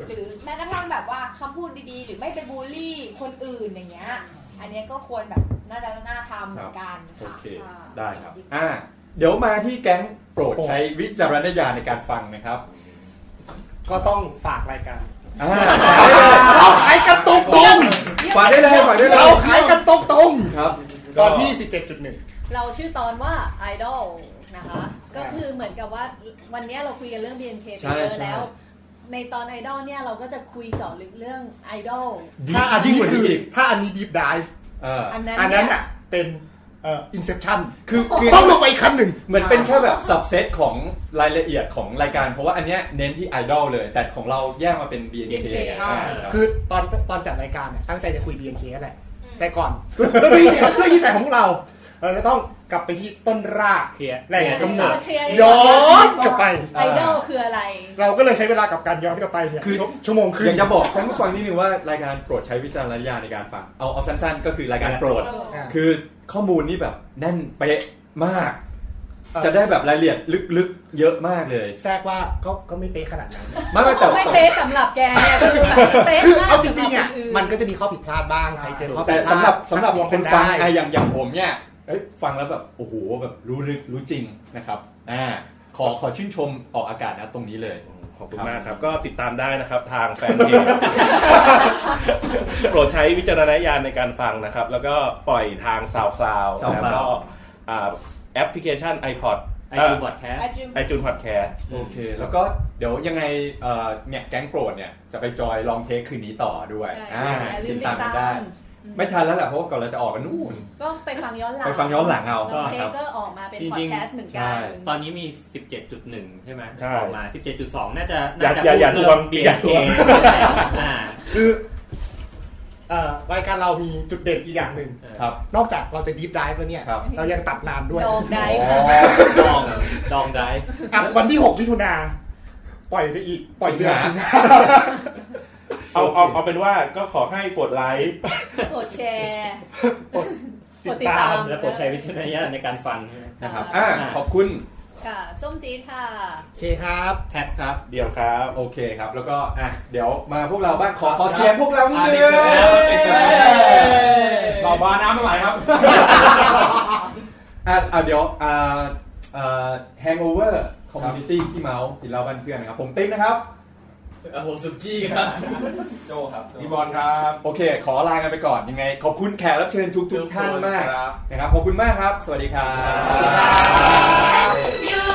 S5: หรือแม้กระทั่งแบบว่าคำพูดดีๆ หรือไม่ไปบูลลี่คนอื่นอย่างเงี้ย อันเนี้ยก็ควรแบบน่าจะน่าทำเหมือนกัน
S2: โอ
S5: ค่ะ
S2: เค ได้ครับ อ่า เดี๋ยวมาที่แก๊งโปรดใช้วิจารณญาณในการฟังนะครับ
S4: ก็ต้องฝากรายการ
S2: อ่า
S4: เราขายกันตรงตรง
S2: ฝากได้เลยฝากได้เลย
S4: เราขายกันตรงตรง
S2: ครับ
S4: ตอนที่ 17.1
S10: เราชื่อตอนว่า Idol นะคะ ก็คือเหมือนกับว่าวันเนี้ยเราคุยกันเรื่อง BNK ไป
S4: ใช่
S10: เยอะ
S4: ใช่
S10: แล้ว ในตอน Idol เนี่ยเราก็จะคุยเจาะลึกเรื่อง Idol
S4: ถ้าอันนี้คือถ้าอันนี้ดีฟดิฟ
S10: อันนั้น
S4: อันนั้นอ่ะ
S10: เนี่ย
S4: เป็นเอ่ออินเซปชั่น
S2: คือคือ
S4: ต้องลงไปอีกขั้นหนึ่ง
S2: เหมือนเป็นแค่แบบสับเซตของรายละเอียดของรายการ เพราะว่าอันเนี้ยเน้นที่ไอดอลเลย แต่ของเราแยกมาเป็น B N K
S4: คือตอนตอนจัดรายการเนี่ยตั้งใจจะคุย BNK แหละ แต่ก่อนเรื่องที่ใส่เรื่องที่ใส่ของพวกเรา เราจะต้องกลับไปที่ต้นราก
S11: เคลียร์
S4: แหล่งกำเนิด
S10: เคลียร์
S4: ย้อนกลับไป
S10: Idol คืออะไร
S4: เราก็เลยใช้เวลากับการย้อนกลับไปเนี่ย
S2: คือ
S4: ชั่วโมงครึ่ง
S2: อยากจะบอกท่านผู้ฟังนิดนึงว่ารายการโปรดใช้วิจารณญาณในการฟัง เอาเอาสั้นๆ ก็คือรายการโปรด
S4: อ่า
S2: คือข้อมูลนี่แบบแน่นเป๊ะมาก จะได้แบบรายละเอียดลึกๆ เยอะมากเลย
S4: แทรกว่าก็ก็ไม่เป๊ะขนาดนั้น
S2: ไม่ไม่แต่
S10: ไม่เป๊ะสำหรับแกเนี่ยคือแบบเป๊ะ
S4: คือ
S10: มาก
S4: เอาจริงๆอ่ะ
S10: สำหบคนน
S4: มันก็จะมีข้อผิดพลาดบ้างใครเจอข้อผิ
S2: แต่
S4: ดพลาด
S2: สำหรับสำหรับ
S4: วง
S2: ค
S4: กัน
S2: นฟั
S4: ได้
S2: งไอะอย่างอย่างผมเนี่ยเอ้ยฟังแล้วแบบโอ้โหแบบรู้ลึกรู้จริงนะครับอ่าขอขอชื่นชมออกอากาศนะตรงนี้เลย
S3: ขอบคุณมากครับ ก็ติดตามได้นะครับทาง แฟนเพจ โปรดใช้วิจารณญาณในการฟังนะครับ แล้วก็ปล่อยทาง SoundCloud แล้วก็
S2: SoundCloud
S3: อ่าแอปพลิเคชัน iPod
S11: iTunes Podcast
S3: ไอจูนพอดแคสต์
S2: โอเค แล้วก็เดี๋ยวยังไงเอ่อเนี่ยแก๊งโปรดเนี่ยจะไปจอยลองเทคคืนนี้ต่อด้วย
S10: ใช่
S2: อ่า
S10: อย่าลืม
S2: ติดตามกัน
S10: ติดตา
S2: ได้
S10: ม
S2: ไม่ทันแล้วแหละเพราะว่าก่อนเราจะออกกันนู่น
S10: ก็ไปฟังย้อนหลัง
S2: ไปฟังย้อนหลังเอา
S10: น้งเทปก็ออกมาเป็น
S11: จ
S10: พอ
S11: ริ
S10: ด
S11: ง
S10: แคสต์เหมือนกั
S11: ใช่
S10: น
S11: ตอนนี้มี 17.1 ใช่ไหม
S3: ใช่
S11: ออกมา 17.2 น่าจะ
S3: อย่า
S11: น่าจะ
S3: อย่าอย่า
S11: พูด
S3: ทวง
S11: เบี
S3: อย่า
S11: ร์
S3: ท
S11: เคว
S3: ง
S11: อ่า
S4: คือเอ่อรายการเรามีจุดเด่นอีกอย่างหนึ่ง
S2: ครับ
S4: นอกจากเราจะดีฟดิฟแล้วเนี่ย เรายังตัดน้ำด้วย
S10: ดอง dive
S11: ดองดองได้
S4: อัดวันที่ 6 มิถุนา ปล่อยไปอีก ปล่อยเดือน
S3: สิงหา เอาเอาเอาเป็นว่าก็ขอให้กดไลค์
S10: กดแชร์กด
S11: ติ
S10: ติ
S11: ด
S10: ด
S11: ตา
S10: ตาม ม
S11: และโปรดใช้วิจารณญาณในการฟัง
S2: นะครับอ่าขอบคุณ
S10: ค่ะ ส้มจีดค่ะ
S4: เคครับ
S11: แท็บครับ
S2: เดี๋ยวครับโอเคครับแล้วก็อ่ะเดี๋ยวมาพวกเราบ้างขอขอเสียงพวกเรานิดนึง
S12: อ่ะเดี๋ยวเสียงแล้วเดี๋ยวเสียงแล้ว
S2: ต่อบาน้ำไม่ไหวครับ อ่ะอ่ะเดี๋ยวอ่าเอ่อ hangover community ที่เมาส์กินเหล้าบ้านเพื่อนนะครับ ผมติ๊กนะครับ ผมสุกี้ครับ
S7: โจครับ
S2: พี่บอลครับ โอเค ขอลากันไปก่อนยังไง ขอบคุณแขกรับเชิญทุกทุกๆท่านมากนะครับ ขอบคุณมากครับ สวัสดีครับ
S1: You